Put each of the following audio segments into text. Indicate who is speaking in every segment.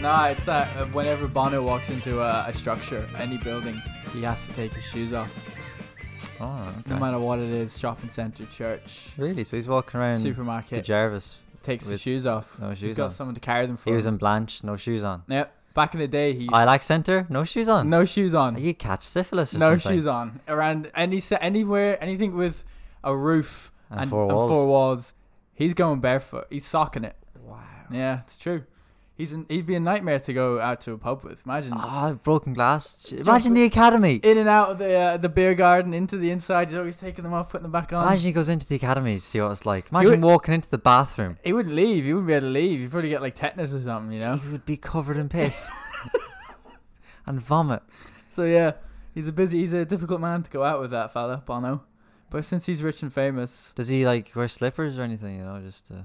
Speaker 1: Nah, it's that uh, whenever Bono walks into a, a structure, any building, he has to take his shoes off,
Speaker 2: Oh,
Speaker 1: no
Speaker 2: okay.
Speaker 1: matter what it is shopping center, church,
Speaker 2: Really? So he's walking around the
Speaker 1: supermarket.
Speaker 2: Jarvis.
Speaker 1: takes his
Speaker 2: with
Speaker 1: shoes off.
Speaker 2: no
Speaker 1: He's
Speaker 2: shoes
Speaker 1: got
Speaker 2: on.
Speaker 1: someone to carry them for
Speaker 2: He was
Speaker 1: him.
Speaker 2: in Blanche, no shoes on.
Speaker 1: Yep. Back in the day, he used
Speaker 2: I
Speaker 1: to
Speaker 2: like
Speaker 1: s-
Speaker 2: center, no shoes on.
Speaker 1: no shoes on.
Speaker 2: You catch syphilis or
Speaker 1: no
Speaker 2: something.
Speaker 1: shoes on around any se- anywhere anything with a roof and,
Speaker 2: And four walls.
Speaker 1: four walls. He's going barefoot. He's socking it.
Speaker 2: Wow.
Speaker 1: Yeah, it's true. He's an, he'd be a nightmare to go out to a pub with. Imagine
Speaker 2: Oh, broken glass. Imagine the academy.
Speaker 1: in and out of the uh, the beer garden into the inside. He's always taking them off, putting them back on.
Speaker 2: Imagine he goes into the academy to see what it's like. Imagine
Speaker 1: would-
Speaker 2: walking into the bathroom.
Speaker 1: He wouldn't leave. He wouldn't be able to leave. He'd probably get like tetanus or something, you know.
Speaker 2: He would be covered in piss and vomit.
Speaker 1: So yeah, he's a busy. He's a difficult man to go out with. That fella Bono. But since he's rich and famous,
Speaker 2: Does he like wear slippers or anything? You know, just. Uh,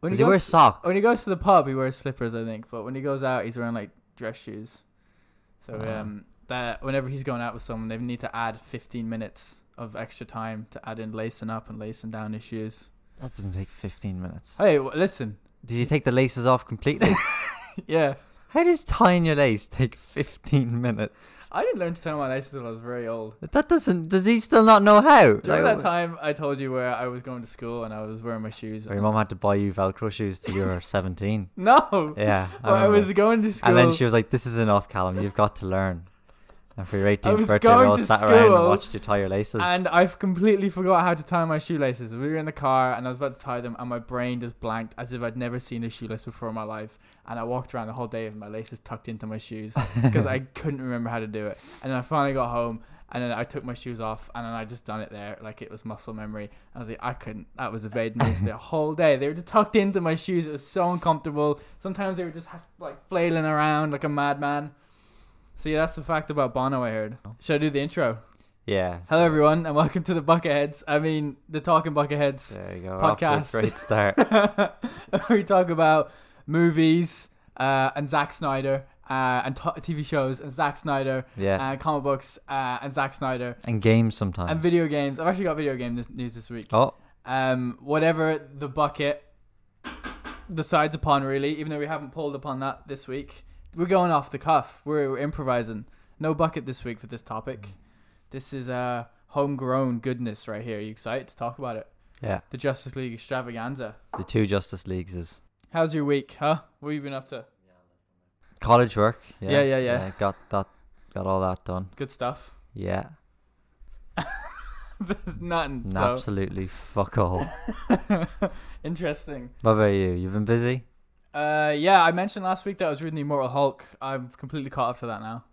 Speaker 1: when
Speaker 2: does
Speaker 1: he
Speaker 2: he, wear
Speaker 1: goes
Speaker 2: socks?
Speaker 1: When he goes to the pub, he wears slippers, I think. But when he goes out, he's wearing like dress shoes. So
Speaker 2: Ah.
Speaker 1: um, that whenever he's going out with someone, they need to add 15 minutes of extra time to add in lacing up and lacing down his shoes.
Speaker 2: that doesn't take 15 minutes.
Speaker 1: Hey, w- listen,
Speaker 2: Did you take the laces off completely?
Speaker 1: yeah,
Speaker 2: How does tying your lace take 15 minutes?
Speaker 1: I didn't learn to tie my laces until I was very old.
Speaker 2: That doesn't. Does he still not know how?
Speaker 1: Do you
Speaker 2: Like,
Speaker 1: remember that time I told you where I was going to school and I was wearing my shoes?
Speaker 2: Or your mum had to buy you Velcro shoes till you were 17.
Speaker 1: No,
Speaker 2: Yeah. I
Speaker 1: Well, I,
Speaker 2: remember.
Speaker 1: was going to school.
Speaker 2: and then she was like, this is enough, Callum. You've got to learn. And for your 18th
Speaker 1: was
Speaker 2: birthday, we
Speaker 1: going
Speaker 2: all
Speaker 1: to
Speaker 2: sat around and
Speaker 1: school
Speaker 2: watched you tie your laces.
Speaker 1: And I've completely forgot how to tie my shoelaces. We were in the car and I was about to tie them, and my brain just blanked as if I'd never seen a shoelace before in my life. And I walked around the whole day with my laces tucked into my shoes because I couldn't remember how to do it. And then I finally got home, and then I took my shoes off, and then I just done it there like it was muscle memory. I was like, I couldn't. That was evading me the whole day. They were just tucked into my shoes. It was so uncomfortable. Sometimes they were just have, like flailing around like a madman. So yeah, that's the fact about Bono I heard. Should I do the intro?
Speaker 2: yeah.
Speaker 1: Hello, everyone, and welcome to the Bucketheads. I mean, the Talking Bucketheads.
Speaker 2: There you go. We're off to a
Speaker 1: podcast.
Speaker 2: great start.
Speaker 1: we talk about movies uh, and Zack Snyder uh, and t- TV shows and Zack Snyder
Speaker 2: Yeah.
Speaker 1: and comic books uh, and Zack Snyder
Speaker 2: and games sometimes.
Speaker 1: and video games. I've actually got video game this- news this week.
Speaker 2: Oh,
Speaker 1: Um, whatever the bucket decides upon, really, even though we haven't pulled upon that this week, we're going off the cuff. We're, we're improvising. No bucket this week for this topic. This is uh, homegrown goodness right here. Are you excited to talk about it?
Speaker 2: yeah.
Speaker 1: The Justice League extravaganza.
Speaker 2: The two Justice Leagues is
Speaker 1: How's your week, huh? What have you been up to?
Speaker 2: college work. Yeah.
Speaker 1: Yeah, yeah, yeah.
Speaker 2: got that. Got all that done.
Speaker 1: Good stuff.
Speaker 2: Yeah.
Speaker 1: There's Nothing.
Speaker 2: and Absolutely fuck all.
Speaker 1: So. Interesting.
Speaker 2: what about you? You've been busy?
Speaker 1: Uh, yeah, I mentioned last week that I was reading the Immortal Hulk. I'm completely caught up to that now.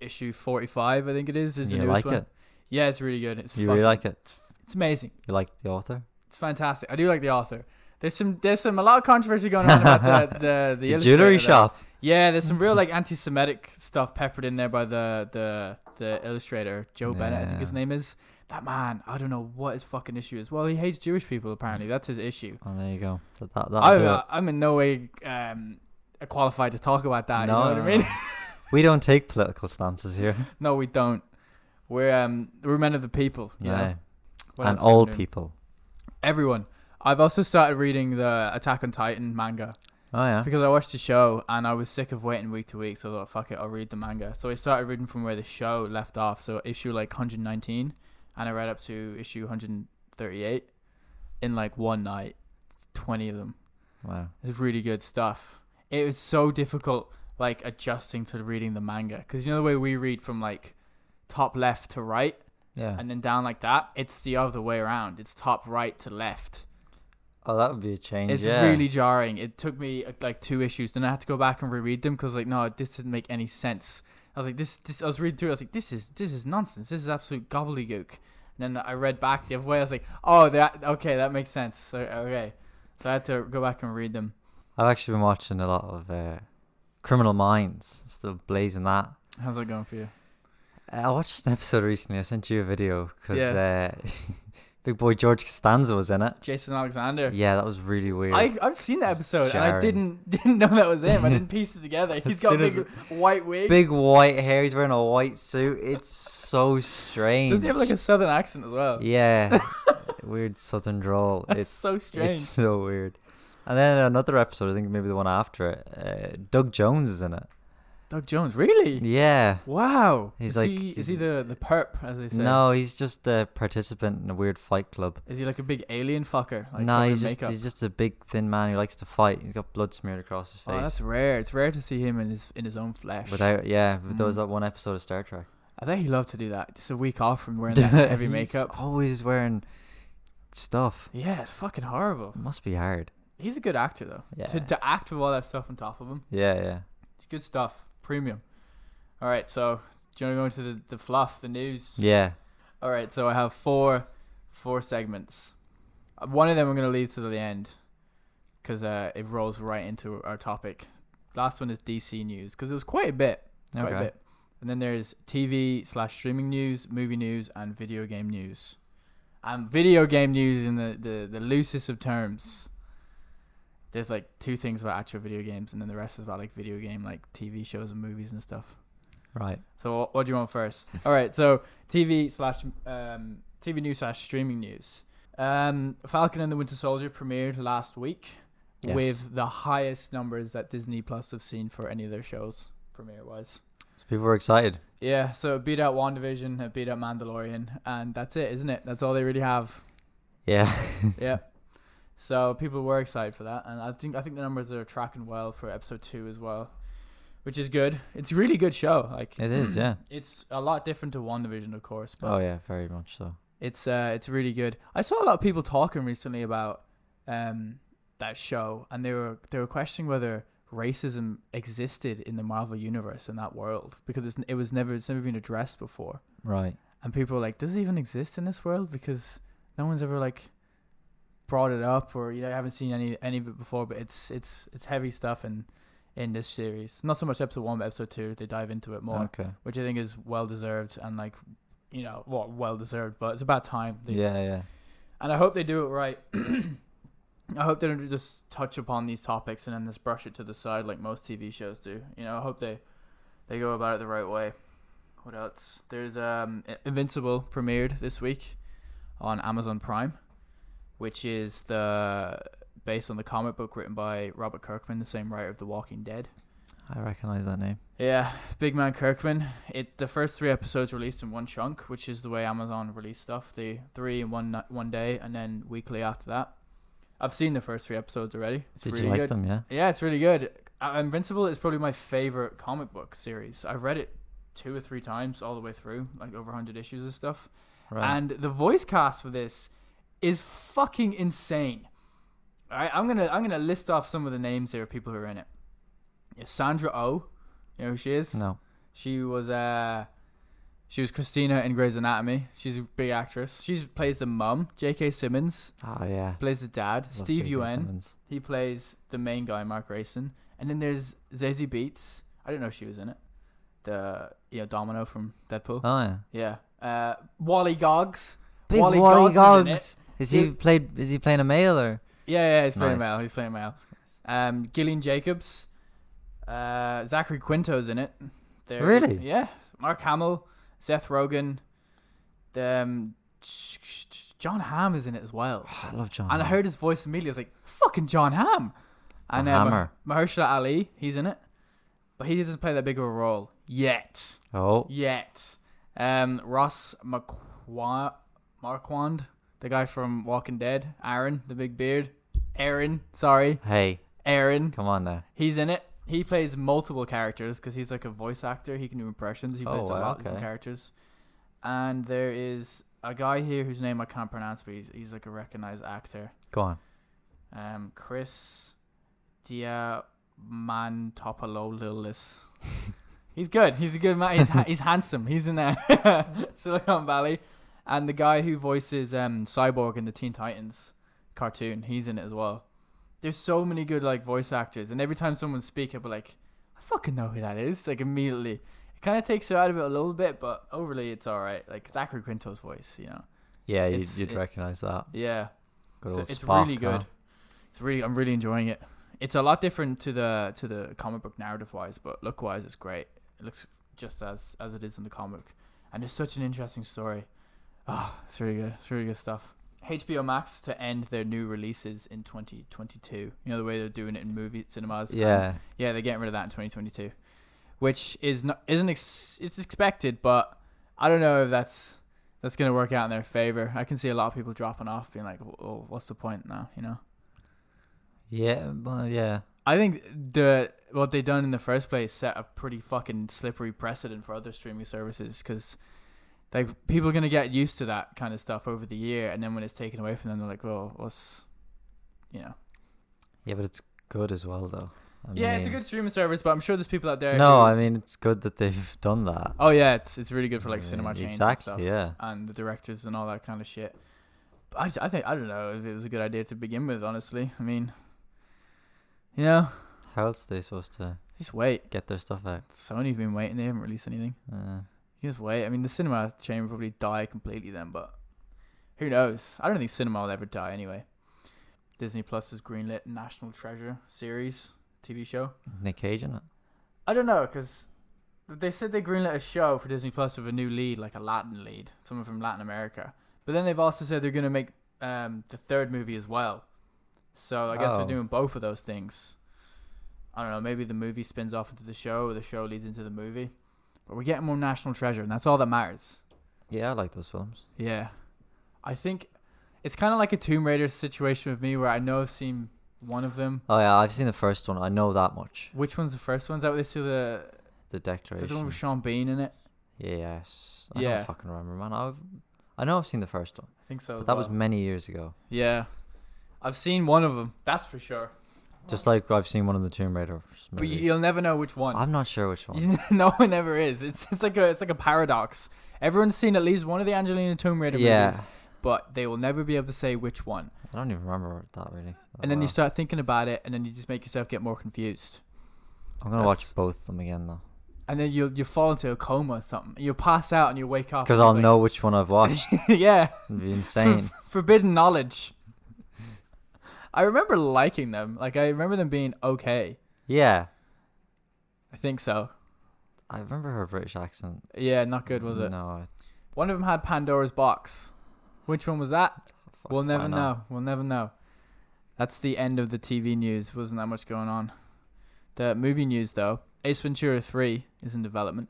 Speaker 1: Issue 45, I think it is. Is the
Speaker 2: you
Speaker 1: newest
Speaker 2: like
Speaker 1: one.
Speaker 2: it?
Speaker 1: Yeah, it's really good. It's
Speaker 2: You
Speaker 1: fucking-
Speaker 2: really like it?
Speaker 1: It's amazing.
Speaker 2: You like the author?
Speaker 1: It's fantastic. I do like the author. There's some there's some a lot of controversy going on about the the, the
Speaker 2: The jewelry
Speaker 1: illustrator there.
Speaker 2: shop.
Speaker 1: Yeah, there's some real like anti-Semitic stuff peppered in there by the the the illustrator Joe Bennett, I think his
Speaker 2: Yeah.
Speaker 1: name is. That man, I don't know what his fucking issue is. Well, he hates Jewish people apparently. That's his issue.
Speaker 2: Oh, there you go. That, that, that'll
Speaker 1: I,
Speaker 2: do it.
Speaker 1: uh, I'm in no way um, qualified to talk about that. you know what I mean?
Speaker 2: we don't take political stances here.
Speaker 1: no, we don't. We're um, we're men of the people. You
Speaker 2: Yeah.
Speaker 1: know? What
Speaker 2: And
Speaker 1: else am I
Speaker 2: all
Speaker 1: doing?
Speaker 2: people.
Speaker 1: Everyone. I've also started reading the Attack on Titan manga.
Speaker 2: Oh, yeah.
Speaker 1: Because I watched the show and I was sick of waiting week to week, so I thought, fuck it, I'll read the manga. So I started reading from where the show left off, so issue like 119, and I read up to issue 138 in like one night. It's 20 of them.
Speaker 2: Wow.
Speaker 1: It's really good stuff. It was so difficult, like adjusting to reading the manga, because you know the way we read from like top left to right
Speaker 2: Yeah.
Speaker 1: and then down like that. It's the other way around. It's top right to left.
Speaker 2: oh, that would be a change.
Speaker 1: It's
Speaker 2: yeah.
Speaker 1: really jarring. It took me uh, like two issues, then I had to go back and reread them because like no, this didn't make any sense. I was like this, this. I was reading through. it, I was like, this is this is nonsense. This is absolute gobbledygook. And then I read back the other way. I was like, oh, that okay, that makes sense. So okay, so I had to go back and read them.
Speaker 2: I've actually been watching a lot of uh, Criminal Minds. Still blazing that.
Speaker 1: How's that going for you?
Speaker 2: Uh, I watched an episode recently. I sent you a video because
Speaker 1: Yeah.
Speaker 2: uh, big boy George Costanza was in it.
Speaker 1: Jason Alexander.
Speaker 2: Yeah, that was really weird.
Speaker 1: I I've seen that
Speaker 2: It's
Speaker 1: episode and I
Speaker 2: jarring.
Speaker 1: didn't didn't know that was him. I didn't piece it together. He's
Speaker 2: As
Speaker 1: got a
Speaker 2: soon as
Speaker 1: big white wig.
Speaker 2: Big white hair. He's wearing a white suit. It's so strange.
Speaker 1: Doesn't he have like a southern accent as well?
Speaker 2: Yeah. weird southern drawl.
Speaker 1: That's
Speaker 2: it's
Speaker 1: so strange.
Speaker 2: It's so weird. And then another episode, I think maybe the one after it, uh, Doug Jones is in it.
Speaker 1: Doug Jones, really?
Speaker 2: Yeah.
Speaker 1: Wow.
Speaker 2: He's
Speaker 1: is
Speaker 2: like-
Speaker 1: he, is
Speaker 2: he's-
Speaker 1: he the the perp as they say?
Speaker 2: No, he's just a participant in a weird fight club.
Speaker 1: Is he like a big alien fucker? Like
Speaker 2: no,
Speaker 1: Oh, covered
Speaker 2: he's
Speaker 1: in
Speaker 2: just
Speaker 1: makeup?
Speaker 2: he's just a big thin man who likes to fight. He's got blood smeared across his face.
Speaker 1: Oh, that's rare. It's rare to see him in his in his own flesh.
Speaker 2: Without yeah, but there was
Speaker 1: Mm.
Speaker 2: that one episode of Star Trek.
Speaker 1: I bet he loved to do that. Just a week off from wearing that heavy
Speaker 2: He's
Speaker 1: makeup.
Speaker 2: Always wearing stuff.
Speaker 1: Yeah, it's fucking horrible.
Speaker 2: must be hard.
Speaker 1: He's a good actor though. To
Speaker 2: Yeah.
Speaker 1: to act with all that stuff on top of him,
Speaker 2: Yeah, yeah.
Speaker 1: it's good stuff. Premium. All right, so do you want to go into the, the fluff, the news?
Speaker 2: Yeah.
Speaker 1: All right, so I have four four segments. Uh, One of them I'm going to leave to the end because uh, it rolls right into our topic. Last one is DC news because it was quite a bit, quite a
Speaker 2: Okay.
Speaker 1: bit. And then there's TV slash streaming news, movie news, and video game news. And video game news in the, the, the loosest of terms. There's like two things about actual video games, and then the rest is about like video game, like TV shows and movies and stuff.
Speaker 2: Right.
Speaker 1: So wh- what do you want first? All right. So TV slash um, TV news slash streaming news. Um, Falcon and the Winter Soldier premiered last week
Speaker 2: Yes.
Speaker 1: with the highest numbers that Disney Plus have seen for any of their shows premiere wise.
Speaker 2: So people were excited.
Speaker 1: Yeah. So it beat out WandaVision, it beat out Mandalorian, and that's it, isn't it? That's all they really have.
Speaker 2: Yeah.
Speaker 1: yeah. So people were excited for that, and I think I think the numbers are tracking well for episode two as well, which is good. It's a really good show. Like hmm.
Speaker 2: It is, yeah.
Speaker 1: it's a lot different to WandaVision, of course, but
Speaker 2: Oh yeah, very much so.
Speaker 1: it's uh, it's really good. I saw a lot of people talking recently about um, that show, and they were they were questioning whether racism existed in the Marvel universe in that world because it's, it was never it's never been addressed before,
Speaker 2: Right.
Speaker 1: and people were like, does it even exist in this world? Because no one's ever like brought it up, or you know, I haven't seen any any of it before. But it's it's it's heavy stuff in in this series. Not so much episode one, but episode two. They dive into it more
Speaker 2: Okay.
Speaker 1: which I think is well deserved and like you know what well deserved, but it's about time. They-
Speaker 2: Yeah, yeah.
Speaker 1: And I hope they do it right. I hope they don't just touch upon these topics and then just brush it to the side like most TV shows do. You know, I hope they they go about it the right way. What else? There's um I- Invincible premiered this week on Amazon Prime, which is the based on the comic book written by Robert Kirkman, the same writer of The Walking Dead.
Speaker 2: I recognize that name.
Speaker 1: Yeah, Big Man Kirkman. It the first three episodes released in one chunk, which is the way Amazon release stuff. The three in one ni- one day, and then weekly after that. I've seen the first three episodes already. It's
Speaker 2: Did
Speaker 1: really
Speaker 2: you like
Speaker 1: good.
Speaker 2: them? Yeah.
Speaker 1: Yeah, it's really good. Uh, Invincible is probably my favorite comic book series. I've read it two or three times all the way through, like over hundred issues and stuff.
Speaker 2: Right.
Speaker 1: And the voice cast for this is fucking insane. All right, I'm gonna I'm gonna list off some of the names here of people who are in it. Yeah, Sandra Oh, you know who she is.
Speaker 2: no.
Speaker 1: She was uh she was Christina in Grey's Anatomy. She's a big actress. She plays the mum. J.K. Simmons
Speaker 2: Oh yeah.
Speaker 1: plays the dad.
Speaker 2: Love
Speaker 1: Steve
Speaker 2: J.K.
Speaker 1: Yuen
Speaker 2: Simmons.
Speaker 1: he plays the main guy, Mark Grayson. And then there's Zazie Beats. I didn't know she was in it. The you know Domino from Deadpool.
Speaker 2: Oh yeah.
Speaker 1: Yeah. Uh, Wally Goggs.
Speaker 2: Big
Speaker 1: Wally
Speaker 2: Wally,
Speaker 1: Goggs is in
Speaker 2: Goggs. Is he
Speaker 1: Dude.
Speaker 2: played? Is he playing a male or?
Speaker 1: Yeah, yeah, he's playing
Speaker 2: Nice.
Speaker 1: male. He's playing male. Um, Gillian Jacobs. Uh, Zachary Quinto's in it. There-
Speaker 2: Really?
Speaker 1: Yeah. Mark Hamill, Seth Rogen, the, um, sh- sh- sh- John Hamm is in it as well.
Speaker 2: I love John.
Speaker 1: And I
Speaker 2: Hamm.
Speaker 1: heard his voice immediately. I was like, it's fucking John Hamm.
Speaker 2: The
Speaker 1: And um,
Speaker 2: hammer.
Speaker 1: Mahershala Ali, he's in it, but he doesn't play that big of a role yet.
Speaker 2: Oh,
Speaker 1: Yet, um, Ross McQua- Marquand, the guy from Walking Dead, Aaron, the big beard, Aaron, sorry,
Speaker 2: hey,
Speaker 1: Aaron,
Speaker 2: come on now.
Speaker 1: he's in it. He plays multiple characters because he's like a voice actor. He can do impressions. He
Speaker 2: Oh,
Speaker 1: plays a
Speaker 2: wow,
Speaker 1: lot of different
Speaker 2: okay.
Speaker 1: characters. And there is a guy here whose name I can't pronounce, but he's, he's like a recognized actor.
Speaker 2: Go on.
Speaker 1: Um, Chris Diamantopoulos. he's good. He's a good man. He's, ha- he's handsome. He's in there. Silicon Valley. And the guy who voices um, Cyborg in the Teen Titans cartoon, he's in it as well. There's so many good like voice actors, and every time someone speaks, I'll be like, I fucking know who that is. Like immediately, it kind of takes you out of it a little bit, but overly it's all right. Like Zachary Quinto's voice, you know.
Speaker 2: Yeah, you'd,
Speaker 1: It's-
Speaker 2: you'd
Speaker 1: it-
Speaker 2: recognize that.
Speaker 1: Yeah.
Speaker 2: Good
Speaker 1: So
Speaker 2: old
Speaker 1: it's
Speaker 2: Spock,
Speaker 1: really
Speaker 2: huh?
Speaker 1: good. It's really I'm really enjoying it. It's a lot different to the to the comic book narrative wise, but look wise it's great. It looks just as Ah, as it is in the comic. And it's such an interesting story. Oh, it's really good. It's really good stuff. HBO Max to end their new releases in 2022. You know the way they're doing it in movie cinemas. and-
Speaker 2: Yeah.
Speaker 1: yeah, they're getting rid of that in 2022, which is not isn't ex- it's expected, but I don't know if that's that's gonna work out in their favor. I can see a lot of people dropping off, being like, "Oh, what's the point now?" You know.
Speaker 2: Yeah. Well, yeah.
Speaker 1: I think the what they done in the first place set a pretty fucking slippery precedent for other streaming services because like people are gonna get used to that kind of stuff over the year, and then when it's taken away from them, they're like, "Well, what's you know."
Speaker 2: Yeah, but it's good as well, though. I
Speaker 1: yeah, it's a
Speaker 2: mean-
Speaker 1: good streaming service, but I'm sure there's people out there.
Speaker 2: No,
Speaker 1: who-
Speaker 2: I mean it's good that they've done that.
Speaker 1: oh yeah, it's it's really good for like
Speaker 2: I
Speaker 1: cinema
Speaker 2: mean,
Speaker 1: chains and
Speaker 2: Exactly.
Speaker 1: stuff.
Speaker 2: Yeah.
Speaker 1: and the directors and all that kind of shit. But I, I think I don't know if it was a good idea to begin with. Honestly, I mean, you know,
Speaker 2: How else are they supposed to
Speaker 1: just wait.
Speaker 2: get their stuff out?
Speaker 1: Sony's been waiting; they haven't released anything.
Speaker 2: Uh,
Speaker 1: You just wait. I mean, the cinema chain will probably die completely then, but who knows? I don't think cinema will ever die anyway. Disney Plus has greenlit National Treasure series TV show.
Speaker 2: Nick Cage in it.
Speaker 1: I don't know because they said they greenlit a show for Disney Plus with a new lead, like a Latin lead, someone from Latin America. But then they've also said they're going to make um, the third movie as well. So I guess they're
Speaker 2: Oh.
Speaker 1: doing both of those things. I don't know. Maybe the movie spins off into the show, or the show leads into the movie. But we're getting more National Treasure, and that's all that matters.
Speaker 2: Yeah, I like those films.
Speaker 1: Yeah, I think it's kind of like a Tomb Raider situation with me, where I know I've seen one of them.
Speaker 2: Oh yeah, I've seen the first one. I know that much.
Speaker 1: Which one's the first one? Is that where they see the
Speaker 2: The
Speaker 1: is that the one
Speaker 2: Declaration.
Speaker 1: with Sean Bean in it?
Speaker 2: yes. I
Speaker 1: Yeah. Oh,
Speaker 2: don't fucking remember, man. I've, I know I've seen the first one,
Speaker 1: I think so.
Speaker 2: but
Speaker 1: as
Speaker 2: that
Speaker 1: well.
Speaker 2: was many years ago.
Speaker 1: Yeah. I've seen one of them, that's for sure.
Speaker 2: Just like I've seen one of the Tomb Raider movies.
Speaker 1: But you'll never know which one.
Speaker 2: I'm not sure which one.
Speaker 1: no one ever is. It's it's like a it's like a paradox. Everyone's seen at least one of the Angelina Tomb Raider
Speaker 2: Yeah,
Speaker 1: movies, but they will never be able to say which one.
Speaker 2: I don't even remember that really. Uh, that
Speaker 1: And then you
Speaker 2: well.
Speaker 1: start thinking about it, and then you just make yourself get more confused.
Speaker 2: I'm gonna
Speaker 1: that's-
Speaker 2: watch both of them again though,
Speaker 1: And then you'll you fall into a coma or something. You'll pass out and you'll wake up.
Speaker 2: because
Speaker 1: and
Speaker 2: I'll
Speaker 1: you're
Speaker 2: know which one I've watched.
Speaker 1: like- yeah.
Speaker 2: It'd be insane.
Speaker 1: Forbidden knowledge. I remember liking them. Like I remember them being okay.
Speaker 2: yeah,
Speaker 1: I think so.
Speaker 2: I remember her British accent.
Speaker 1: Yeah, not good, was it?
Speaker 2: No.
Speaker 1: One of them had Pandora's box. Which one was that?
Speaker 2: fuck
Speaker 1: We'll
Speaker 2: if I
Speaker 1: never know. We'll never know. That's the end of the TV news. Wasn't that much going on. The movie news though, Ace Ventura 3 is in development.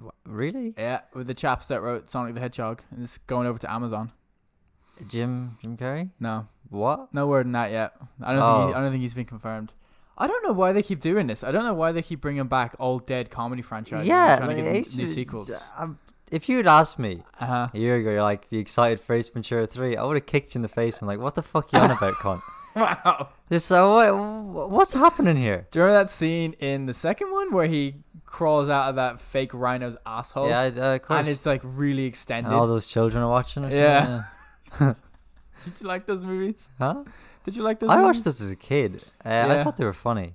Speaker 2: Wha- Really?
Speaker 1: Yeah, with the chaps that wrote Sonic the Hedgehog, and it's going over to Amazon.
Speaker 2: Jim Jim Carrey?
Speaker 1: No,
Speaker 2: What?
Speaker 1: no word on that yet. I don't think he,
Speaker 2: Oh.
Speaker 1: I don't think he's been confirmed. I don't know why they keep doing this. I don't know why they keep bringing back old dead comedy franchises. and
Speaker 2: yeah,
Speaker 1: trying
Speaker 2: like,
Speaker 1: to get
Speaker 2: Ace
Speaker 1: new
Speaker 2: Ven-
Speaker 1: sequels.
Speaker 2: um, if you'd asked me
Speaker 1: Uh-huh.
Speaker 2: a year ago, you're like, "You excited for Ace Ventura 3? I would have kicked you in the face. and like, "What the fuck you on about, cunt?"
Speaker 1: Wow.
Speaker 2: Just uh, what, what's happening here?
Speaker 1: Do you remember that scene in the second one where he crawls out of that fake rhino's asshole?
Speaker 2: yeah, I'd, uh, of course.
Speaker 1: and it's like really
Speaker 2: And
Speaker 1: extended.
Speaker 2: all those children are watching. Or
Speaker 1: Yeah.
Speaker 2: something,
Speaker 1: Did you like those movies?
Speaker 2: Huh?
Speaker 1: Did you like those?
Speaker 2: I
Speaker 1: movies?
Speaker 2: watched this as a kid. Uh,
Speaker 1: Yeah.
Speaker 2: I thought they were funny.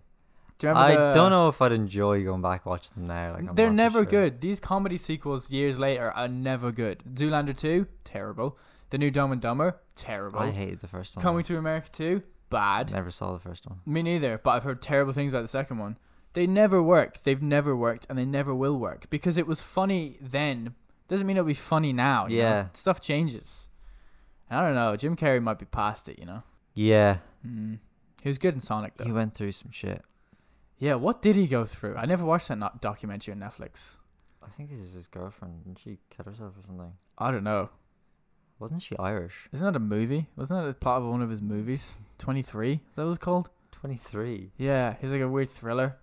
Speaker 1: Do you remember
Speaker 2: I
Speaker 1: the-
Speaker 2: don't know if I'd enjoy going back watching them now. Like, I'm
Speaker 1: They're
Speaker 2: not too
Speaker 1: never
Speaker 2: sure.
Speaker 1: good. These comedy sequels years later are never good. Zoolander two, terrible. The new Dumb and Dumber, terrible.
Speaker 2: I hated the first one.
Speaker 1: Coming to America two, bad.
Speaker 2: Never saw the first one.
Speaker 1: Me neither, but I've heard terrible things about the second one. They never worked. They've never worked, and they never will work because it was funny then. Doesn't mean it'll be funny now. you know?
Speaker 2: Yeah.
Speaker 1: stuff changes. And I don't know. Jim Carrey might be past it. You know,
Speaker 2: Yeah,
Speaker 1: mm. he was good in Sonic though.
Speaker 2: he went through some shit.
Speaker 1: Yeah, what did he go through? I never watched that no- documentary on Netflix.
Speaker 2: I think this is his girlfriend, and she killed herself or something.
Speaker 1: I don't know.
Speaker 2: Wasn't she Irish?
Speaker 1: Isn't that a movie? Wasn't that a plot of one of his movies? 23? Is that what it's called?
Speaker 2: Twenty three.
Speaker 1: Yeah, he's like a weird thriller.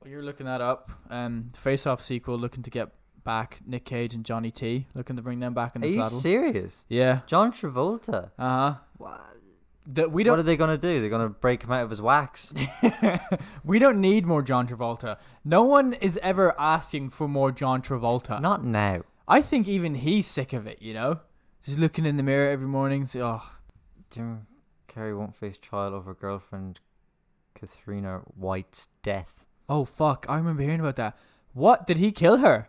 Speaker 1: Well, you're looking that up. Um, the Face Off sequel looking to get back Nick Cage and Johnny T. Looking to bring them back in
Speaker 2: Are
Speaker 1: the
Speaker 2: you
Speaker 1: saddle.
Speaker 2: serious?
Speaker 1: yeah.
Speaker 2: John Travolta.
Speaker 1: Uh huh.
Speaker 2: What?
Speaker 1: That we
Speaker 2: what
Speaker 1: don't
Speaker 2: are they gonna do? They're gonna break him out of his wax.
Speaker 1: we don't need more John Travolta. No one is ever asking for more John Travolta.
Speaker 2: Not now.
Speaker 1: I think even he's sick of it, you know? Just looking in the mirror every morning, say, oh,
Speaker 2: Jim Carrey won't face trial over girlfriend Katharina White's death.
Speaker 1: oh fuck, I remember hearing about that. What? Did he kill her?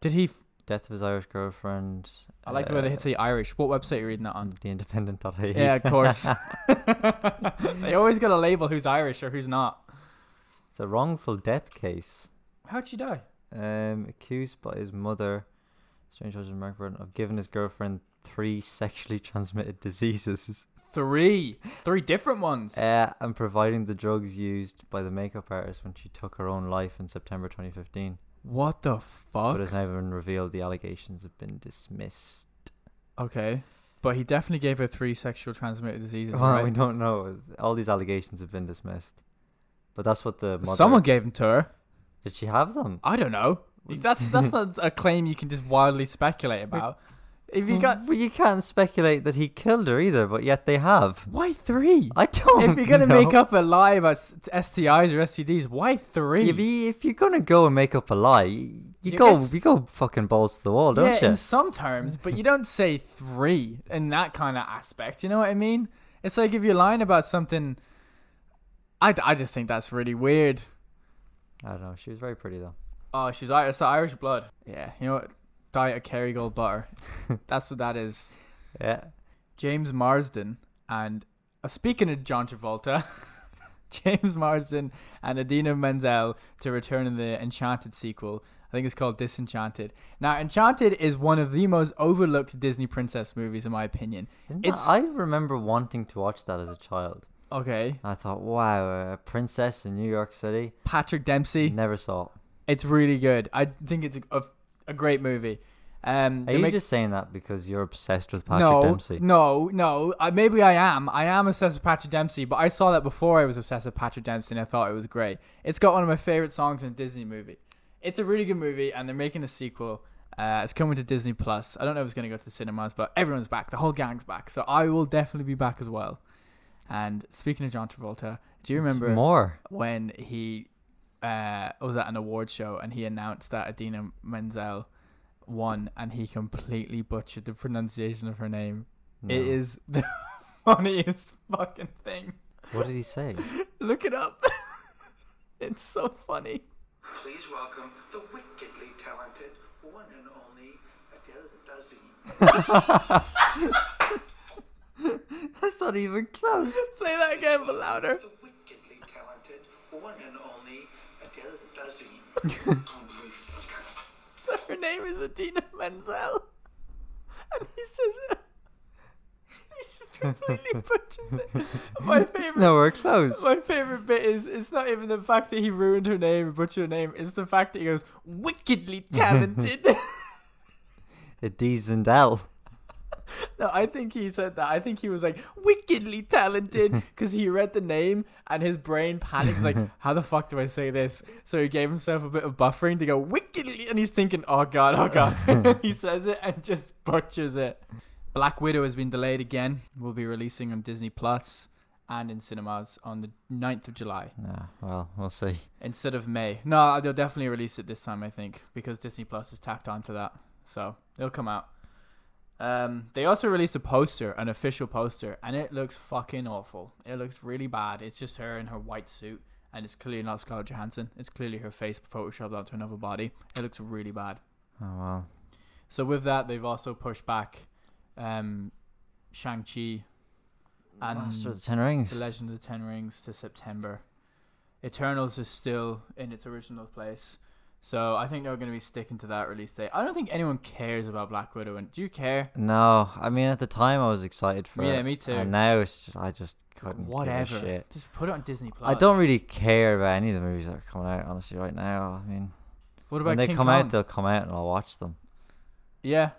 Speaker 1: Did he?
Speaker 2: Death of his Irish girlfriend.
Speaker 1: I like the way they
Speaker 2: uh,
Speaker 1: say Irish. What website are you reading that on?
Speaker 2: The Independent.
Speaker 1: Yeah, of course. they always got to label who's Irish or who's not.
Speaker 2: it's a wrongful death case.
Speaker 1: How'd she die?
Speaker 2: Um, accused by his mother, strange husband Mark Burton, of giving his girlfriend three sexually transmitted diseases
Speaker 1: Three. Three different ones.
Speaker 2: uh, and providing the drugs used by the makeup artist when she took her own life in September 2015.
Speaker 1: what the
Speaker 2: But
Speaker 1: fuck?
Speaker 2: it's now been revealed the allegations have been dismissed.
Speaker 1: okay. But he definitely gave her three sexual transmitted diseases,
Speaker 2: Well, we
Speaker 1: right?
Speaker 2: don't know. All these allegations have been dismissed. But that's what the mother.
Speaker 1: Someone gave them to her.
Speaker 2: Did she have them?
Speaker 1: I don't know. That's that's not a claim you can just wildly speculate about. If you got
Speaker 2: Well, you can't speculate that he killed her either, but yet they have.
Speaker 1: why three?
Speaker 2: I don't.
Speaker 1: If you're gonna
Speaker 2: know.
Speaker 1: make up a lie about s- STIs or STDs, why three?
Speaker 2: If, you, if you're gonna go and make up a lie, you, you
Speaker 1: Yeah,
Speaker 2: go
Speaker 1: it's-
Speaker 2: you go fucking balls to the wall, don't
Speaker 1: yeah,
Speaker 2: you?
Speaker 1: in some terms, but you don't say three in that kind of aspect. You know what I mean? It's like if you're lying about something. I, I just think that's really weird.
Speaker 2: I don't know. She was very pretty though.
Speaker 1: Oh, she's Irish. It's Irish blood. Yeah, you know what? Diet of Kerrygold butter. that's what that is.
Speaker 2: Yeah.
Speaker 1: James Marsden and uh, speaking of John Travolta, James Marsden and Adina Menzel to return in the Enchanted sequel. I think it's called Disenchanted. Now, Enchanted is one of the most overlooked Disney princess movies, in my opinion.
Speaker 2: Isn't
Speaker 1: It's-
Speaker 2: that, I remember wanting to watch that as a child.
Speaker 1: Okay,
Speaker 2: I thought, wow, a princess in New York City.
Speaker 1: Patrick Dempsey.
Speaker 2: Never saw.
Speaker 1: It's really good. I think it's a, a, a great movie. Um,
Speaker 2: It. Are
Speaker 1: they
Speaker 2: you
Speaker 1: make-
Speaker 2: just saying that because you're obsessed with Patrick
Speaker 1: no,
Speaker 2: Dempsey?
Speaker 1: No, no. I, maybe I am. I am obsessed with Patrick Dempsey, but I saw that before I was obsessed with Patrick Dempsey and I thought it was great. It's got one of my favorite songs in a Disney movie. It's a really good movie and they're making a sequel. Uh, it's coming to Disney Plus. I don't know if it's going to go to the cinemas, but everyone's back. The whole gang's back. So I will definitely be back as well. And speaking of John Travolta, do you remember
Speaker 2: More.
Speaker 1: when he uh, was at an award show and he announced that Adina Menzel won and he completely butchered the pronunciation of her name.
Speaker 2: No.
Speaker 1: It is the funniest fucking thing.
Speaker 2: What did he say?
Speaker 1: Look it up. it's so funny.
Speaker 3: Please welcome the wickedly talented one and only Adele Dazim.
Speaker 2: That's not even close.
Speaker 1: Play that again but louder.
Speaker 3: The wickedly talented one and only Adele Dazim.
Speaker 1: So her name is Adina Menzel. And he says it. He just completely butchers it. My
Speaker 2: It's
Speaker 1: favorite
Speaker 2: nowhere close.
Speaker 1: My favorite bit is it's not even the fact that he ruined her name and butchered her name. It's the fact that he goes wickedly talented.
Speaker 2: A D's and L.
Speaker 1: no, I think he said that. I think he was like wickedly talented because he read the name and his brain panicked. He's like, how the fuck do I say this? So he gave himself a bit of buffering to go wickedly, and he's thinking, oh god, oh god. he says it and just butchers it. Black Widow has been delayed again. Will be releasing on Disney Plus and in cinemas on the 9th of July.
Speaker 2: Nah, well, we'll see.
Speaker 1: instead of May. No, they'll definitely release it this time, I think, because Disney Plus is tacked onto that, so it'll come out. Um, they also released a poster, an official poster, and it looks fucking awful. It looks really bad. It's just her in her white suit, and it's clearly not Scarlett Johansson. It's clearly her face photoshopped onto another body. It looks really bad.
Speaker 2: Oh well.
Speaker 1: So with that, they've also pushed back um, Shang Chi and
Speaker 2: Master of the Ten Rings.
Speaker 1: the Legend of the Ten Rings to September. Eternals is still in its original place. So I think they're going to be sticking to that release date. I don't think anyone cares about Black Widow. And do you care?
Speaker 2: No, I mean at the time I was excited for it.
Speaker 1: Yeah, me too.
Speaker 2: And now it's just I just couldn't
Speaker 1: Whatever.
Speaker 2: give a shit.
Speaker 1: Just put it on Disney Plus.
Speaker 2: I don't really care about any of the movies that are coming out honestly right now. I mean,
Speaker 1: What about
Speaker 2: when they
Speaker 1: King
Speaker 2: come
Speaker 1: Kong?
Speaker 2: out, they'll come out and I'll watch them.
Speaker 1: yeah.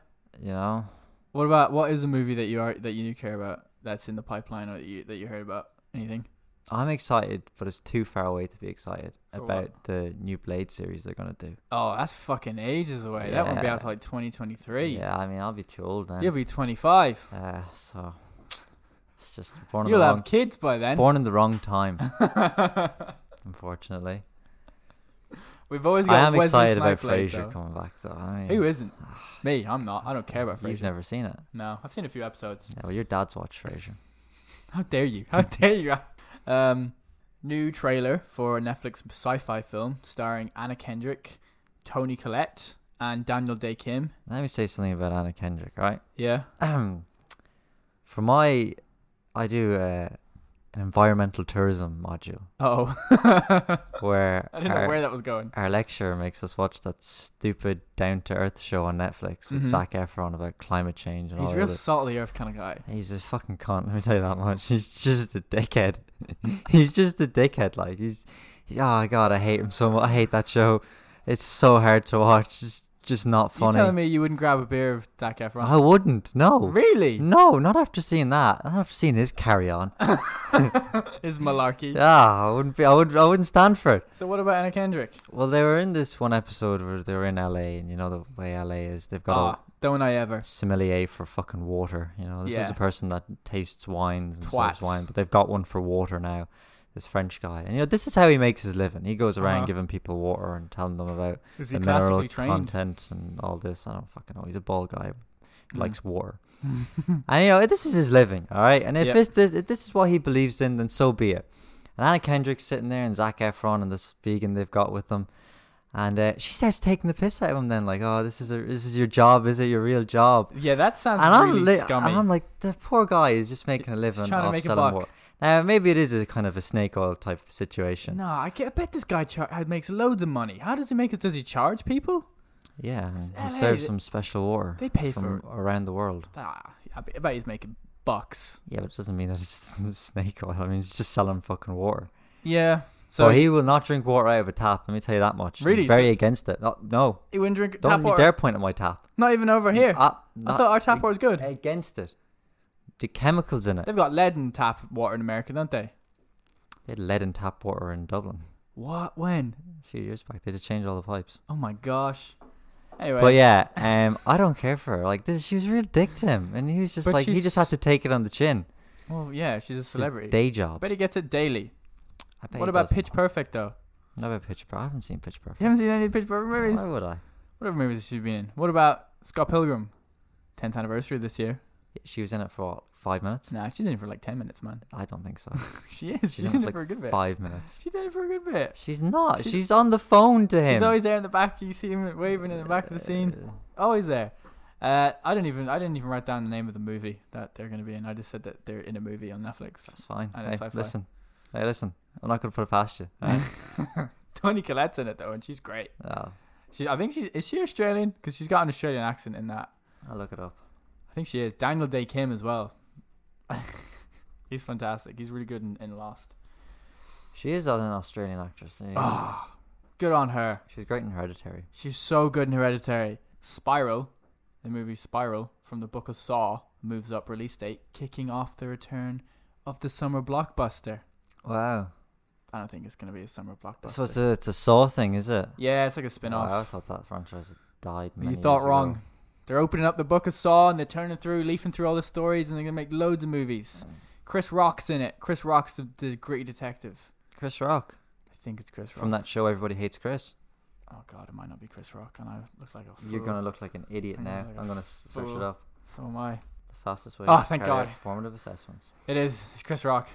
Speaker 2: You know,
Speaker 1: What about what is a movie that you are that you care about that's in the pipeline or that you that you heard about? Anything?
Speaker 2: I'm excited, but it's too far away to be excited
Speaker 1: For what?
Speaker 2: about the new Blade series they're gonna do.
Speaker 1: Oh, that's fucking ages away. That won't be out
Speaker 2: Yeah.
Speaker 1: till like 2023.
Speaker 2: Yeah, I mean I'll be too old then.
Speaker 1: You'll be 25.
Speaker 2: Uh, so it's just born in
Speaker 1: You'll
Speaker 2: the
Speaker 1: have
Speaker 2: wrong,
Speaker 1: kids by then.
Speaker 2: born in the wrong time, unfortunately.
Speaker 1: We've always got
Speaker 2: I am
Speaker 1: Wesley
Speaker 2: excited about
Speaker 1: Snipes played,
Speaker 2: Frasier
Speaker 1: though.
Speaker 2: coming back though. I mean,
Speaker 1: Who isn't? Me, I'm not. I don't care about
Speaker 2: You've
Speaker 1: Frasier.
Speaker 2: never seen it.
Speaker 1: No, I've seen a few episodes.
Speaker 2: Yeah, well, your dad's watched Frasier.
Speaker 1: How dare you? How dare you? Um, new trailer for a Netflix sci-fi film starring Anna Kendrick, Tony Collette, and Daniel Day Kim.
Speaker 2: Let me say something about Anna Kendrick, right?
Speaker 1: Yeah.
Speaker 2: For my, I do uh, an environmental tourism module
Speaker 1: Oh,
Speaker 2: where
Speaker 1: I didn't know
Speaker 2: our-
Speaker 1: where that was going.
Speaker 2: our lecturer makes us watch that stupid down to earth show on Netflix with
Speaker 1: Mhm.
Speaker 2: Zac Efron about climate change and
Speaker 1: He's
Speaker 2: all
Speaker 1: real
Speaker 2: that.
Speaker 1: salt of the earth kind of guy.
Speaker 2: He's a fucking cunt. Let me tell you that much. He's just a dickhead. he's just a dickhead. Like he's, he- oh god, I hate him so much. I hate that show. It's so hard to watch. It's just not
Speaker 1: You
Speaker 2: funny. Oh.
Speaker 1: telling me you wouldn't grab a beer of Zac Efron?
Speaker 2: I wouldn't. No.
Speaker 1: really?
Speaker 2: No, not after seeing that. Not after seeing his carry on.
Speaker 1: Is malarkey.
Speaker 2: Ah, I wouldn't be. I would. I wouldn't stand for it.
Speaker 1: So what about Anna Kendrick?
Speaker 2: Well, they were in this one episode where they were in LA, and you know the way LA is. They've got a
Speaker 1: Ah, don't I ever.
Speaker 2: sommelier for fucking water. You know, this is
Speaker 1: Yeah.
Speaker 2: a person that tastes wines and
Speaker 1: Twats.
Speaker 2: serves wine, but they've got one for water now. This French guy, and you know, this is how he makes his living. He goes around
Speaker 1: Uh-huh.
Speaker 2: giving people water and telling them about
Speaker 1: Is he
Speaker 2: the mineral
Speaker 1: classically trained?
Speaker 2: content and all this. I don't fucking know. He's a bald guy. who
Speaker 1: Mm.
Speaker 2: Likes water, and you know this is his living, all right. And if
Speaker 1: Yep.
Speaker 2: this, this if this is what he believes in, then so be it. And Anna Kendrick's sitting there, and Zach Efron, and this vegan they've got with them, and uh, she starts taking the piss out of him. Then like, oh, this is a, this is your job, is it your real job?
Speaker 1: Yeah, that sounds
Speaker 2: and
Speaker 1: really
Speaker 2: I'm, li-
Speaker 1: scummy.
Speaker 2: and I'm like, the poor guy is just making a
Speaker 1: He's
Speaker 2: living
Speaker 1: trying to
Speaker 2: off
Speaker 1: make a
Speaker 2: selling
Speaker 1: buck.
Speaker 2: water. Now, maybe it is a kind of a snake oil type of situation.
Speaker 1: No, I, get, I bet this guy char- uh, makes loads of money. How does he make it? Does he charge people?
Speaker 2: Yeah, and
Speaker 1: LA,
Speaker 2: he serves
Speaker 1: they-
Speaker 2: some special water
Speaker 1: They pay
Speaker 2: from
Speaker 1: for.
Speaker 2: around the world.
Speaker 1: Ah, I bet I bet he's making bucks.
Speaker 2: Yeah, but it doesn't mean that it's snake oil. I mean, it's just selling fucking water.
Speaker 1: Yeah.
Speaker 2: So
Speaker 1: So
Speaker 2: he will not drink water out of a tap. Let me tell you that much.
Speaker 1: Really?
Speaker 2: He's very against it. No, no
Speaker 1: he wouldn't drink
Speaker 2: don't
Speaker 1: tap
Speaker 2: you
Speaker 1: water.
Speaker 2: dare point at my tap.
Speaker 1: Not even over here.
Speaker 2: Uh,
Speaker 1: I
Speaker 2: not-
Speaker 1: thought our tap water was good.
Speaker 2: Against it. The chemicals in it.
Speaker 1: They've got lead in tap water in America, don't they?
Speaker 2: They had lead in tap water in Dublin
Speaker 1: What? When?
Speaker 2: a few years back. They had to change all the pipes.
Speaker 1: Oh my gosh. Anyway.
Speaker 2: But yeah, um, I don't care for her. Like this, she was a real dick to him, and he was just
Speaker 1: But
Speaker 2: like he just
Speaker 1: she's-
Speaker 2: had to take it on the chin.
Speaker 1: Well, yeah, she's a
Speaker 2: It's his
Speaker 1: celebrity.
Speaker 2: day
Speaker 1: I
Speaker 2: job.
Speaker 1: bet he gets it daily.
Speaker 2: I bet
Speaker 1: what
Speaker 2: he
Speaker 1: about
Speaker 2: doesn't.
Speaker 1: Pitch Perfect though?
Speaker 2: Never Pitch Perfect. I haven't seen Pitch Perfect.
Speaker 1: You haven't seen any Pitch Perfect movies?
Speaker 2: Why would I?
Speaker 1: Whatever movies she's been in. What about Scott Pilgrim? 10th anniversary this year.
Speaker 2: She was in it for what, five minutes.
Speaker 1: Nah, she's in it for like 10 minutes, man.
Speaker 2: I don't think so.
Speaker 1: She is. She's, in it for a good bit.
Speaker 2: five minutes.
Speaker 1: She's in it for a good bit.
Speaker 2: She's not.
Speaker 1: She's-
Speaker 2: She's, on the phone to him.
Speaker 1: She's always there in the back. You see him waving in the back of the scene.
Speaker 2: Uh,
Speaker 1: Always there. Uh, I don't even. I didn't even write down the name of the movie that they're going to be in. I just said that they're in a movie on Netflix.
Speaker 2: That's fine.
Speaker 1: And
Speaker 2: Hey,
Speaker 1: it's sci-fi.
Speaker 2: listen. Hey, listen. I'm not gonna put it past you. all right?
Speaker 1: Tony Um, Collette's in it though, and she's great.
Speaker 2: oh,
Speaker 1: She, I think she is she Australian because she's got an Australian accent in that.
Speaker 2: I'll look it up.
Speaker 1: I think she is. Daniel Day Kim as well. He's fantastic. He's really good in, in Lost.
Speaker 2: She is an Australian actress. yeah.
Speaker 1: Ah, good on her.
Speaker 2: She's great in Hereditary.
Speaker 1: She's so good in Hereditary. Spiral, the movie Spiral from the book of Saw, moves up release date, kicking off the return of the summer blockbuster.
Speaker 2: Wow.
Speaker 1: I don't think it's gonna be a summer blockbuster.
Speaker 2: So it's a it's a Saw thing, is it?
Speaker 1: yeah, it's like a spin
Speaker 2: Wow, I
Speaker 1: off.
Speaker 2: thought that franchise had died.
Speaker 1: you
Speaker 2: many
Speaker 1: thought
Speaker 2: years
Speaker 1: wrong.
Speaker 2: ago.
Speaker 1: They're opening up the book of Saw and they're turning through, leafing through all the stories, and they're gonna make loads of movies. Chris Rock's in it. Chris Rock's the, the gritty detective.
Speaker 2: Chris Rock
Speaker 1: I think it's Chris Rock.
Speaker 2: from that show Everybody Hates Chris.
Speaker 1: Oh god, it might not be Chris Rock, and I look like a fool.
Speaker 2: You're gonna look like an idiot
Speaker 1: I'm gonna
Speaker 2: now.
Speaker 1: look like
Speaker 2: I'm
Speaker 1: a
Speaker 2: gonna s- search it
Speaker 1: fool.
Speaker 2: up.
Speaker 1: So am I.
Speaker 2: The fastest way.
Speaker 1: Oh,
Speaker 2: to
Speaker 1: thank
Speaker 2: carry out
Speaker 1: God.
Speaker 2: Formative assessments.
Speaker 1: It is. It's Chris Rock.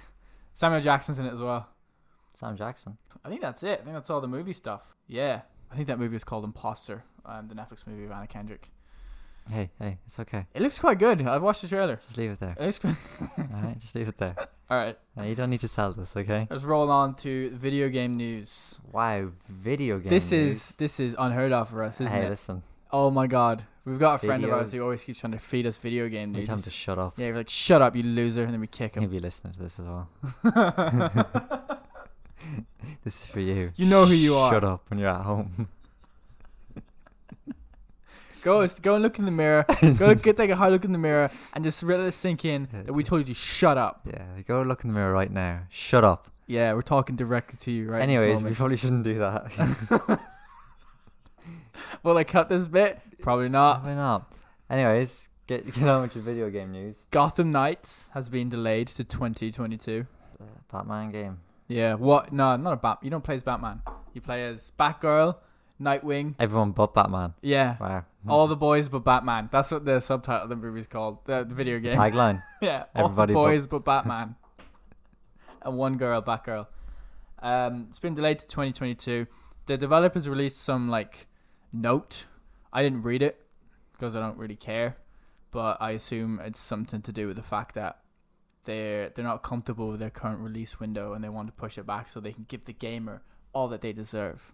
Speaker 1: Samuel Jackson's in it as well.
Speaker 2: Sam Jackson.
Speaker 1: I think that's it. I think that's all the movie stuff. Yeah. I think that movie is called Imposter, um, the Netflix movie of Anna Kendrick.
Speaker 2: Hey, hey, it's okay.
Speaker 1: It looks quite good. I've watched the trailer.
Speaker 2: Just leave it there.
Speaker 1: It looks good.
Speaker 2: All right, just leave it there.
Speaker 1: All right.
Speaker 2: Now, you don't need to sell this, okay?
Speaker 1: Let's roll on to video game news.
Speaker 2: Wow, video game.
Speaker 1: this
Speaker 2: news.
Speaker 1: is this is unheard of for us, isn't
Speaker 2: hey,
Speaker 1: it?
Speaker 2: listen.
Speaker 1: Oh my god. We've got a friend of
Speaker 2: Video-
Speaker 1: ours who always keeps trying to feed us video game
Speaker 2: You
Speaker 1: news.
Speaker 2: tell him to shut up.
Speaker 1: yeah, we're like, shut up, you loser, and then we kick
Speaker 2: He'll
Speaker 1: him.
Speaker 2: be listening to this as well. This is for you.
Speaker 1: you know who you are.
Speaker 2: Shut up when you're at home.
Speaker 1: Go, go and look in the mirror. go get take a hard look in the mirror and just let it sink in that we told you to shut up.
Speaker 2: yeah, go look in the mirror right now. Shut up.
Speaker 1: Yeah, we're talking directly to you right.
Speaker 2: Anyways,
Speaker 1: Anyways,
Speaker 2: we probably shouldn't do that.
Speaker 1: will I cut this bit? Probably not.
Speaker 2: Probably not. Anyways, get get on with your video game news.
Speaker 1: Gotham Knights has been delayed to 2022.
Speaker 2: Uh, Batman game.
Speaker 1: Yeah, what? No, not a bat. You don't play as Batman. You play as Batgirl, Nightwing.
Speaker 2: Everyone but Batman.
Speaker 1: Yeah,
Speaker 2: Wow.
Speaker 1: all the boys but Batman. That's what the subtitle of the movie's called. The, the video game.
Speaker 2: tagline.
Speaker 1: yeah, all
Speaker 2: Everybody
Speaker 1: the
Speaker 2: but-
Speaker 1: boys but, Batman, and one girl, Batgirl. Um, it's been delayed to 2022. The developers released some like note. I didn't read it because I don't really care, but I assume it's something to do with the fact that they're they're not comfortable with their current release window and they want to push it back so they can give the gamer all that they deserve.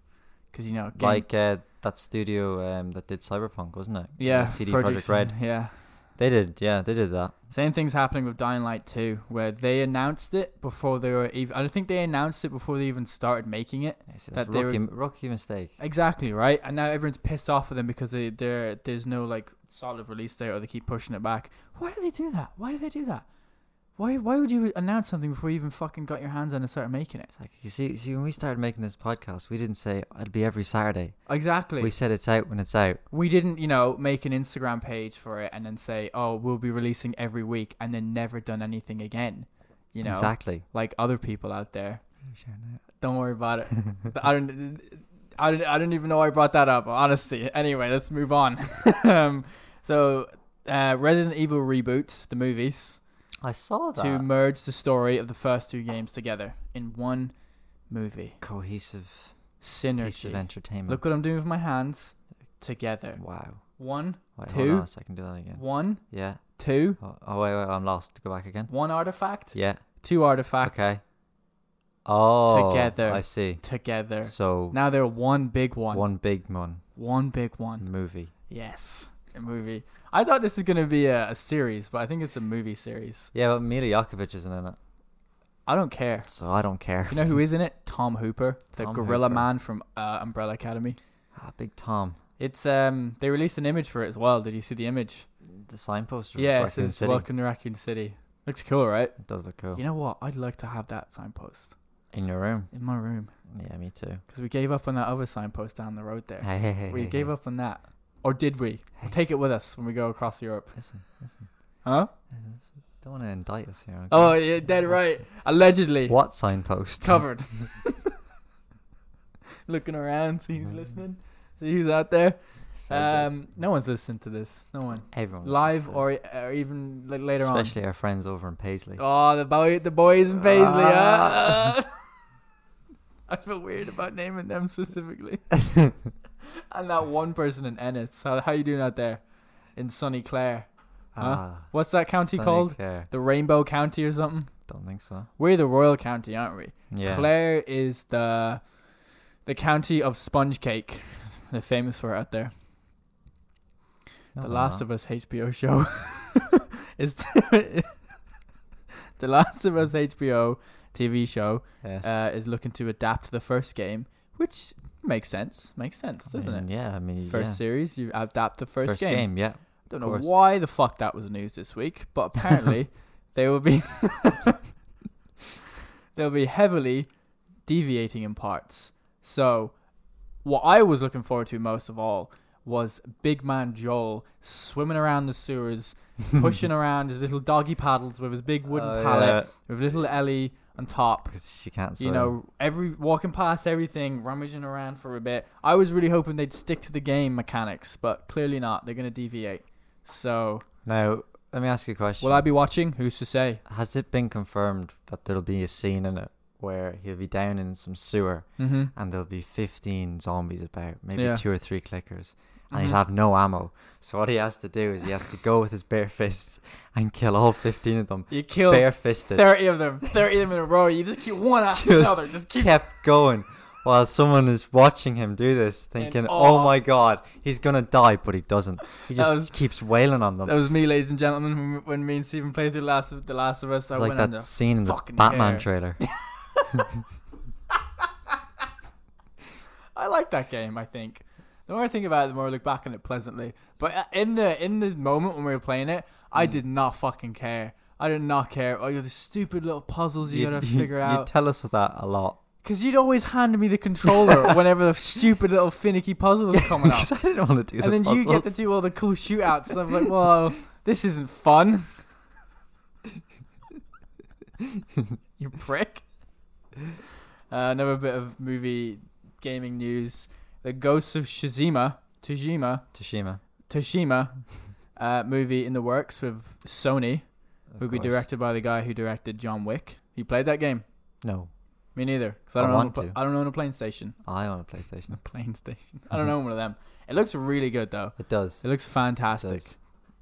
Speaker 1: Because you know, game,
Speaker 2: Like uh, that studio um, that did Cyberpunk, wasn't it? Uh,
Speaker 1: yeah,
Speaker 2: CD
Speaker 1: Project
Speaker 2: Project Red.
Speaker 1: yeah.
Speaker 2: They did, yeah, they did that.
Speaker 1: Same thing's happening with Dying Light 2, where they announced it before they were even. I don't think they announced it before they even started making it.
Speaker 2: Yeah, see,
Speaker 1: That
Speaker 2: that's
Speaker 1: they
Speaker 2: rookie, rookie mistake.
Speaker 1: Exactly right, and now everyone's pissed off with them because they there there's no like solid release date, or they keep pushing it back. Why do they do that? Why do they do that? Why why would you announce something before you even fucking got your hands on it and started making it?
Speaker 2: It's like you see, you see, when we started making this podcast, we didn't say it'll be every Saturday.
Speaker 1: Exactly.
Speaker 2: We
Speaker 1: We,
Speaker 2: said it's out when it's out.
Speaker 1: didn't you know make an Instagram page for it and then say oh we'll be releasing every week and then never done anything again, you know
Speaker 2: exactly.
Speaker 1: like other people out there. Don't worry about it. I don't. I don't, I don't even know why I brought that up, honestly. Anyway, let's move on. um, so, uh, Resident Evil reboots the movies,
Speaker 2: I saw that
Speaker 1: to merge the story of the first two games together in one movie.
Speaker 2: cohesive piece of
Speaker 1: Synergy.
Speaker 2: entertainment.
Speaker 1: Look what I'm doing with my hands. Together.
Speaker 2: wow.
Speaker 1: One,
Speaker 2: Wait,
Speaker 1: Two.
Speaker 2: Hold on a second. Do that again.
Speaker 1: one,
Speaker 2: Yeah.
Speaker 1: two,
Speaker 2: Oh, oh wait, wait. I'm lost. Go back again.
Speaker 1: one artifact,
Speaker 2: Yeah.
Speaker 1: two artifacts
Speaker 2: Okay. Oh.
Speaker 1: Together.
Speaker 2: I see.
Speaker 1: together.
Speaker 2: So
Speaker 1: Now they're one big one.
Speaker 2: one big one
Speaker 1: One big one.
Speaker 2: movie.
Speaker 1: Yes, a movie. I thought this is gonna be a, a series, but I think it's a movie series.
Speaker 2: Yeah, but Mila Jokovic isn't in it,
Speaker 1: I don't care.
Speaker 2: so I don't care.
Speaker 1: You know who is in it? Tom Hooper, the
Speaker 2: Tom
Speaker 1: gorilla
Speaker 2: Hooper.
Speaker 1: man from uh, Umbrella Academy.
Speaker 2: Ah, big Tom.
Speaker 1: It's um they released an image for it as well. Did you see the image?
Speaker 2: The signpost. for
Speaker 1: yeah, it
Speaker 2: Raccoon
Speaker 1: says
Speaker 2: City.
Speaker 1: "Welcome to Raccoon City." Looks cool, right?
Speaker 2: It does look cool.
Speaker 1: You know what? I'd like to have that signpost
Speaker 2: in your room.
Speaker 1: in my room
Speaker 2: Yeah, me too.
Speaker 1: because we gave up on that other signpost down the road there.
Speaker 2: Hey, hey, hey,
Speaker 1: we
Speaker 2: hey,
Speaker 1: gave
Speaker 2: hey.
Speaker 1: up on that, or did we? We'll
Speaker 2: Hey.
Speaker 1: take it with us when we go across Europe,
Speaker 2: Listen, listen.
Speaker 1: huh?
Speaker 2: Don't want to indict us here. okay?
Speaker 1: Oh, yeah, dead right. Allegedly.
Speaker 2: What signpost?
Speaker 1: covered. Looking around, see
Speaker 2: Mm-hmm.
Speaker 1: who's listening, see who's out there. Um, no one's listening to this. No one
Speaker 2: Everyone.
Speaker 1: live
Speaker 2: listens to
Speaker 1: or,
Speaker 2: this.
Speaker 1: or even like later
Speaker 2: Oh, especially our friends over in Paisley.
Speaker 1: on. Oh, the boy, the boys in Paisley. huh?
Speaker 2: Ah.
Speaker 1: I feel weird about naming them specifically. and that one person in Ennis. How, how you doing out there in Sunny Clare?
Speaker 2: Ah,
Speaker 1: What's that uh-huh. county
Speaker 2: Sunny
Speaker 1: called?
Speaker 2: Clare.
Speaker 1: The Rainbow County or something?
Speaker 2: Don't think so.
Speaker 1: We're the Royal County, aren't we?
Speaker 2: Yeah.
Speaker 1: Clare is the the county of sponge cake. They're famous for it out there.
Speaker 2: No,
Speaker 1: the
Speaker 2: they're
Speaker 1: Last
Speaker 2: not.
Speaker 1: of Us HBO show is the Last of Us HBO TV show
Speaker 2: Yes.
Speaker 1: uh, is looking to adapt the first game, which makes sense. Makes sense,
Speaker 2: I
Speaker 1: doesn't
Speaker 2: mean,
Speaker 1: it?
Speaker 2: Yeah, I mean,
Speaker 1: First
Speaker 2: yeah.
Speaker 1: series, you adapt the first,
Speaker 2: First game. yeah.
Speaker 1: Don't
Speaker 2: of
Speaker 1: know
Speaker 2: course.
Speaker 1: why the fuck that was news this week, but apparently they will be they'll be heavily deviating in parts. So what I was looking forward to most of all was Big Man Joel swimming around the sewers, pushing around his little doggy paddles with his big wooden
Speaker 2: Oh,
Speaker 1: pallet
Speaker 2: yeah,
Speaker 1: with little Ellie on top.
Speaker 2: 'cause she can't.
Speaker 1: You
Speaker 2: swim.
Speaker 1: know, every walking past everything, rummaging around for a bit. I was really hoping they'd stick to the game mechanics, but clearly not. They're gonna deviate. So
Speaker 2: Now, let me ask you a question.
Speaker 1: Will I be watching? Who's to say?
Speaker 2: Has it been confirmed that there'll be a scene in it where he'll be down in some sewer
Speaker 1: Mm-hmm.
Speaker 2: and there'll be 15 zombies about, maybe
Speaker 1: Yeah.
Speaker 2: two or three clickers, and
Speaker 1: Mm-hmm.
Speaker 2: he'll have no ammo. So what he has to do is he has to go with his bare fists and kill all 15 of them
Speaker 1: You kill
Speaker 2: bare fisted.
Speaker 1: thirty of them, thirty of them in a row. You just keep one after
Speaker 2: Just
Speaker 1: another. Just keep.
Speaker 2: kept going while someone is watching him do this, thinking,
Speaker 1: awe.
Speaker 2: "Oh my god, he's gonna die," but he doesn't. He
Speaker 1: That
Speaker 2: just
Speaker 1: was-
Speaker 2: keps wailing on them.
Speaker 1: That was me, ladies and gentlemen. When, when me and Stephen played through the Last of, the Last of Us, I
Speaker 2: it's like
Speaker 1: went
Speaker 2: that
Speaker 1: under.
Speaker 2: scene in the
Speaker 1: fucking care.
Speaker 2: Batman trailer.
Speaker 1: I like that game. I think the more I think about it, the more I look back on it pleasantly. But uh, in the in the moment when we were playing it, I did not fucking care. I did not care. Oh, you're the stupid little puzzles you, gotta figure out.
Speaker 2: tell us of that a lot.
Speaker 1: Because you'd always hand me the controller whenever the stupid little finicky puzzle was coming up.
Speaker 2: 'Cause I didn't want to do
Speaker 1: and
Speaker 2: the
Speaker 1: then you get to
Speaker 2: puzzles.
Speaker 1: do all the cool shootouts. And I'm like, well, this isn't fun. you prick. Uh, another bit of movie gaming news: The Ghosts of Shizima, Tajima,
Speaker 2: Toshima.
Speaker 1: Toshima uh, movie in the works with Sony,
Speaker 2: of
Speaker 1: will be
Speaker 2: course.
Speaker 1: directed by the guy who directed John Wick. You played that game?
Speaker 2: No,
Speaker 1: Me neither, because I
Speaker 2: I
Speaker 1: don't own a
Speaker 2: want
Speaker 1: pla-
Speaker 2: to.
Speaker 1: I don't own a PlayStation.
Speaker 2: I own a PlayStation.
Speaker 1: PlayStation. I don't own one of them. It looks really good though.
Speaker 2: It does.
Speaker 1: It looks fantastic.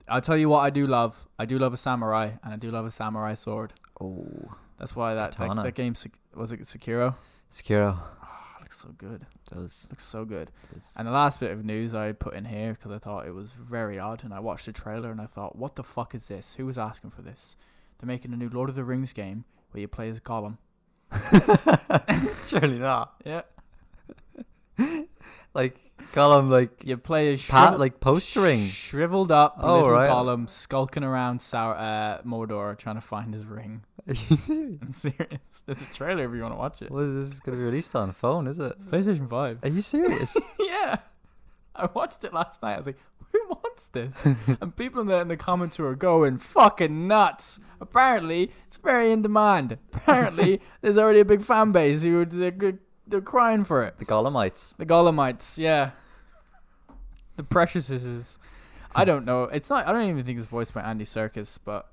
Speaker 1: I'll tell you what I do love. I do love a samurai, and I do love a samurai sword.
Speaker 2: Oh,
Speaker 1: That's why that that,
Speaker 2: Katana.
Speaker 1: that game Sek- was it Sekiro.
Speaker 2: Sekiro.
Speaker 1: Ah, looks so good.
Speaker 2: Those.
Speaker 1: Looks so good.
Speaker 2: those-
Speaker 1: And the last bit of news I put in here because I thought it was very odd, and I watched the trailer and I thought, what the fuck is this? Who was asking for this? They're making a new Lord of the Rings game where you play as Gollum.
Speaker 2: Surely not.
Speaker 1: Yeah,
Speaker 2: Like Gollum, like
Speaker 1: you play as
Speaker 2: pat,
Speaker 1: shrivel-
Speaker 2: like postering.
Speaker 1: shriveled up
Speaker 2: Oh,
Speaker 1: little
Speaker 2: right.
Speaker 1: Gollum skulking around Sau- uh, Mordor trying to find his ring.
Speaker 2: Are you serious?
Speaker 1: I'm serious. There's a trailer if you want to watch it.
Speaker 2: What is this gonna be released on phone? Is it?
Speaker 1: It's PlayStation Five.
Speaker 2: Are you serious?
Speaker 1: yeah. I watched it last night. I was like, who wants this? and people in the, in the comments who are going fucking nuts. Apparently, it's very in demand. Apparently, there's already a big fan base who they're, they're crying for it.
Speaker 2: the Golemites.
Speaker 1: The Golemites, yeah. The Preciouses. I don't know. It's not. I don't even think it's voiced by Andy Serkis, but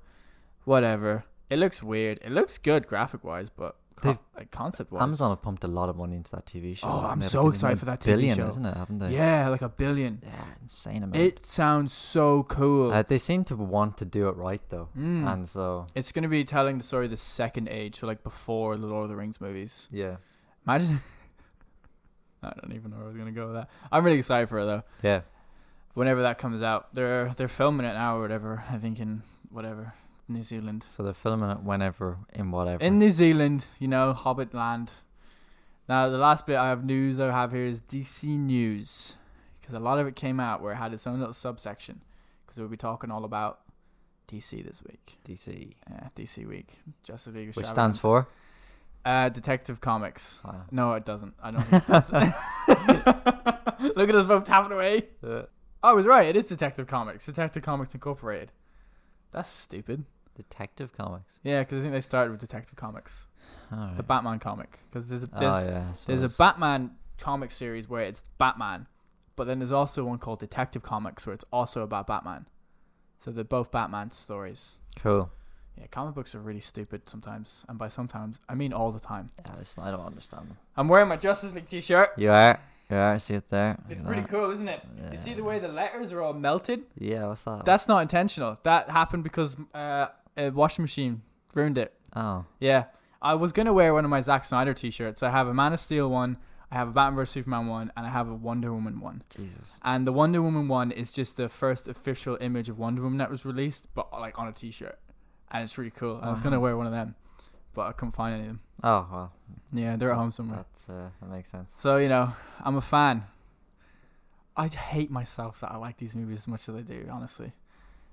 Speaker 1: whatever. It looks weird. It looks good graphic wise, but co-
Speaker 2: They've-
Speaker 1: like concept wise.
Speaker 2: Amazon have pumped a lot of money into that TV show.
Speaker 1: Oh, I'm
Speaker 2: haven't they?
Speaker 1: so
Speaker 2: Like, it's
Speaker 1: excited
Speaker 2: a
Speaker 1: for that TV
Speaker 2: billion,
Speaker 1: show.
Speaker 2: isn't it? Haven't they?
Speaker 1: Yeah, like a billion.
Speaker 2: Yeah, insane amount.
Speaker 1: It sounds so cool.
Speaker 2: Uh, they seem to want to do it right though,
Speaker 1: Mm.
Speaker 2: and so
Speaker 1: It's gonna be telling the story of the second age, so like before the Lord of the Rings movies.
Speaker 2: yeah,
Speaker 1: Imagine. I don't even know where I was gonna go with that. I'm really excited for it though.
Speaker 2: yeah.
Speaker 1: Whenever that comes out, they're they're filming it now or whatever. I think in whatever New Zealand.
Speaker 2: So they're filming it whenever in whatever.
Speaker 1: In New Zealand, you know, Hobbit land. Now the last bit I have news I have here is DC news, because a lot of it came out where it had its own little subsection, because we'll be talking all about DC this week.
Speaker 2: DC,
Speaker 1: Yeah, DC week. Justice League. of
Speaker 2: which
Speaker 1: Shadow
Speaker 2: stands
Speaker 1: Hand.
Speaker 2: for.
Speaker 1: Uh, Detective Comics.
Speaker 2: Ah.
Speaker 1: No, it doesn't. I don't think it does. Look at us both tapping away. Oh,
Speaker 2: Uh,
Speaker 1: I was right. It is Detective Comics. Detective Comics Incorporated. That's stupid.
Speaker 2: Detective Comics.
Speaker 1: Yeah, because I think they started with Detective Comics,
Speaker 2: Alright.
Speaker 1: the Batman comic. Because there's a,
Speaker 2: Oh,
Speaker 1: there's,
Speaker 2: yeah, I
Speaker 1: there's a
Speaker 2: suppose.
Speaker 1: Batman comic series where it's Batman, but then there's also one called Detective Comics where it's also about Batman. So they're both Batman stories.
Speaker 2: Cool.
Speaker 1: Yeah, comic books are really stupid sometimes, and by sometimes I mean all the time.
Speaker 2: Yeah, listen, I don't understand them.
Speaker 1: I'm wearing my Justice League T-shirt.
Speaker 2: You are. You are. See it there. Look
Speaker 1: It's
Speaker 2: at
Speaker 1: pretty
Speaker 2: that.
Speaker 1: cool, isn't it? You see the way the letters are all melted?
Speaker 2: Yeah. What's that?
Speaker 1: That's not intentional. That happened because uh, a washing machine ruined it.
Speaker 2: Oh.
Speaker 1: Yeah. I was going to wear one of my Zack Snyder t shirts. I have a Man of Steel one, I have a Batman vs. Superman one, and I have a Wonder Woman one.
Speaker 2: Jesus.
Speaker 1: And the Wonder Woman one is just the first official image of Wonder Woman that was released, but like on a t shirt. And it's really cool. I was going to
Speaker 2: Wow.
Speaker 1: wear one of them, but I couldn't find any of them.
Speaker 2: Oh well.
Speaker 1: Yeah, they're at home somewhere.
Speaker 2: That's uh, that makes sense.
Speaker 1: So you know, I'm a fan. I hate myself that I like these movies as much as I do, honestly.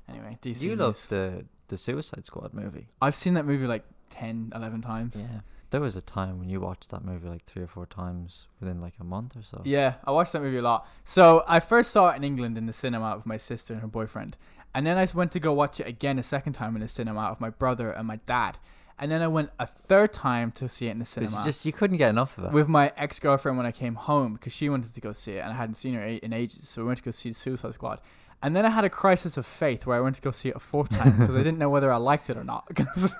Speaker 1: Anyway, DC.
Speaker 2: you
Speaker 1: news.
Speaker 2: loved the the Suicide Squad movie.
Speaker 1: I've seen that movie like 10, 11 times. Yeah.
Speaker 2: Yeah. There was a time when you watched that movie like three or four times within like a month or so.
Speaker 1: I watched that movie a lot. So I first saw it in England in the cinema with my sister and her boyfriend, and then I went to go watch it again a second time in the cinema with my brother and my dad, and then I went a third time to see it in the
Speaker 2: It's
Speaker 1: cinema.
Speaker 2: just you couldn't get enough of it.
Speaker 1: with my ex girlfriend when I came home because she wanted to go see it and I hadn't seen her a- in ages. So we went to go see Suicide Squad. And then I had a crisis of faith where I went to go see it a fourth time because I didn't know whether I liked it or not. 'Cause-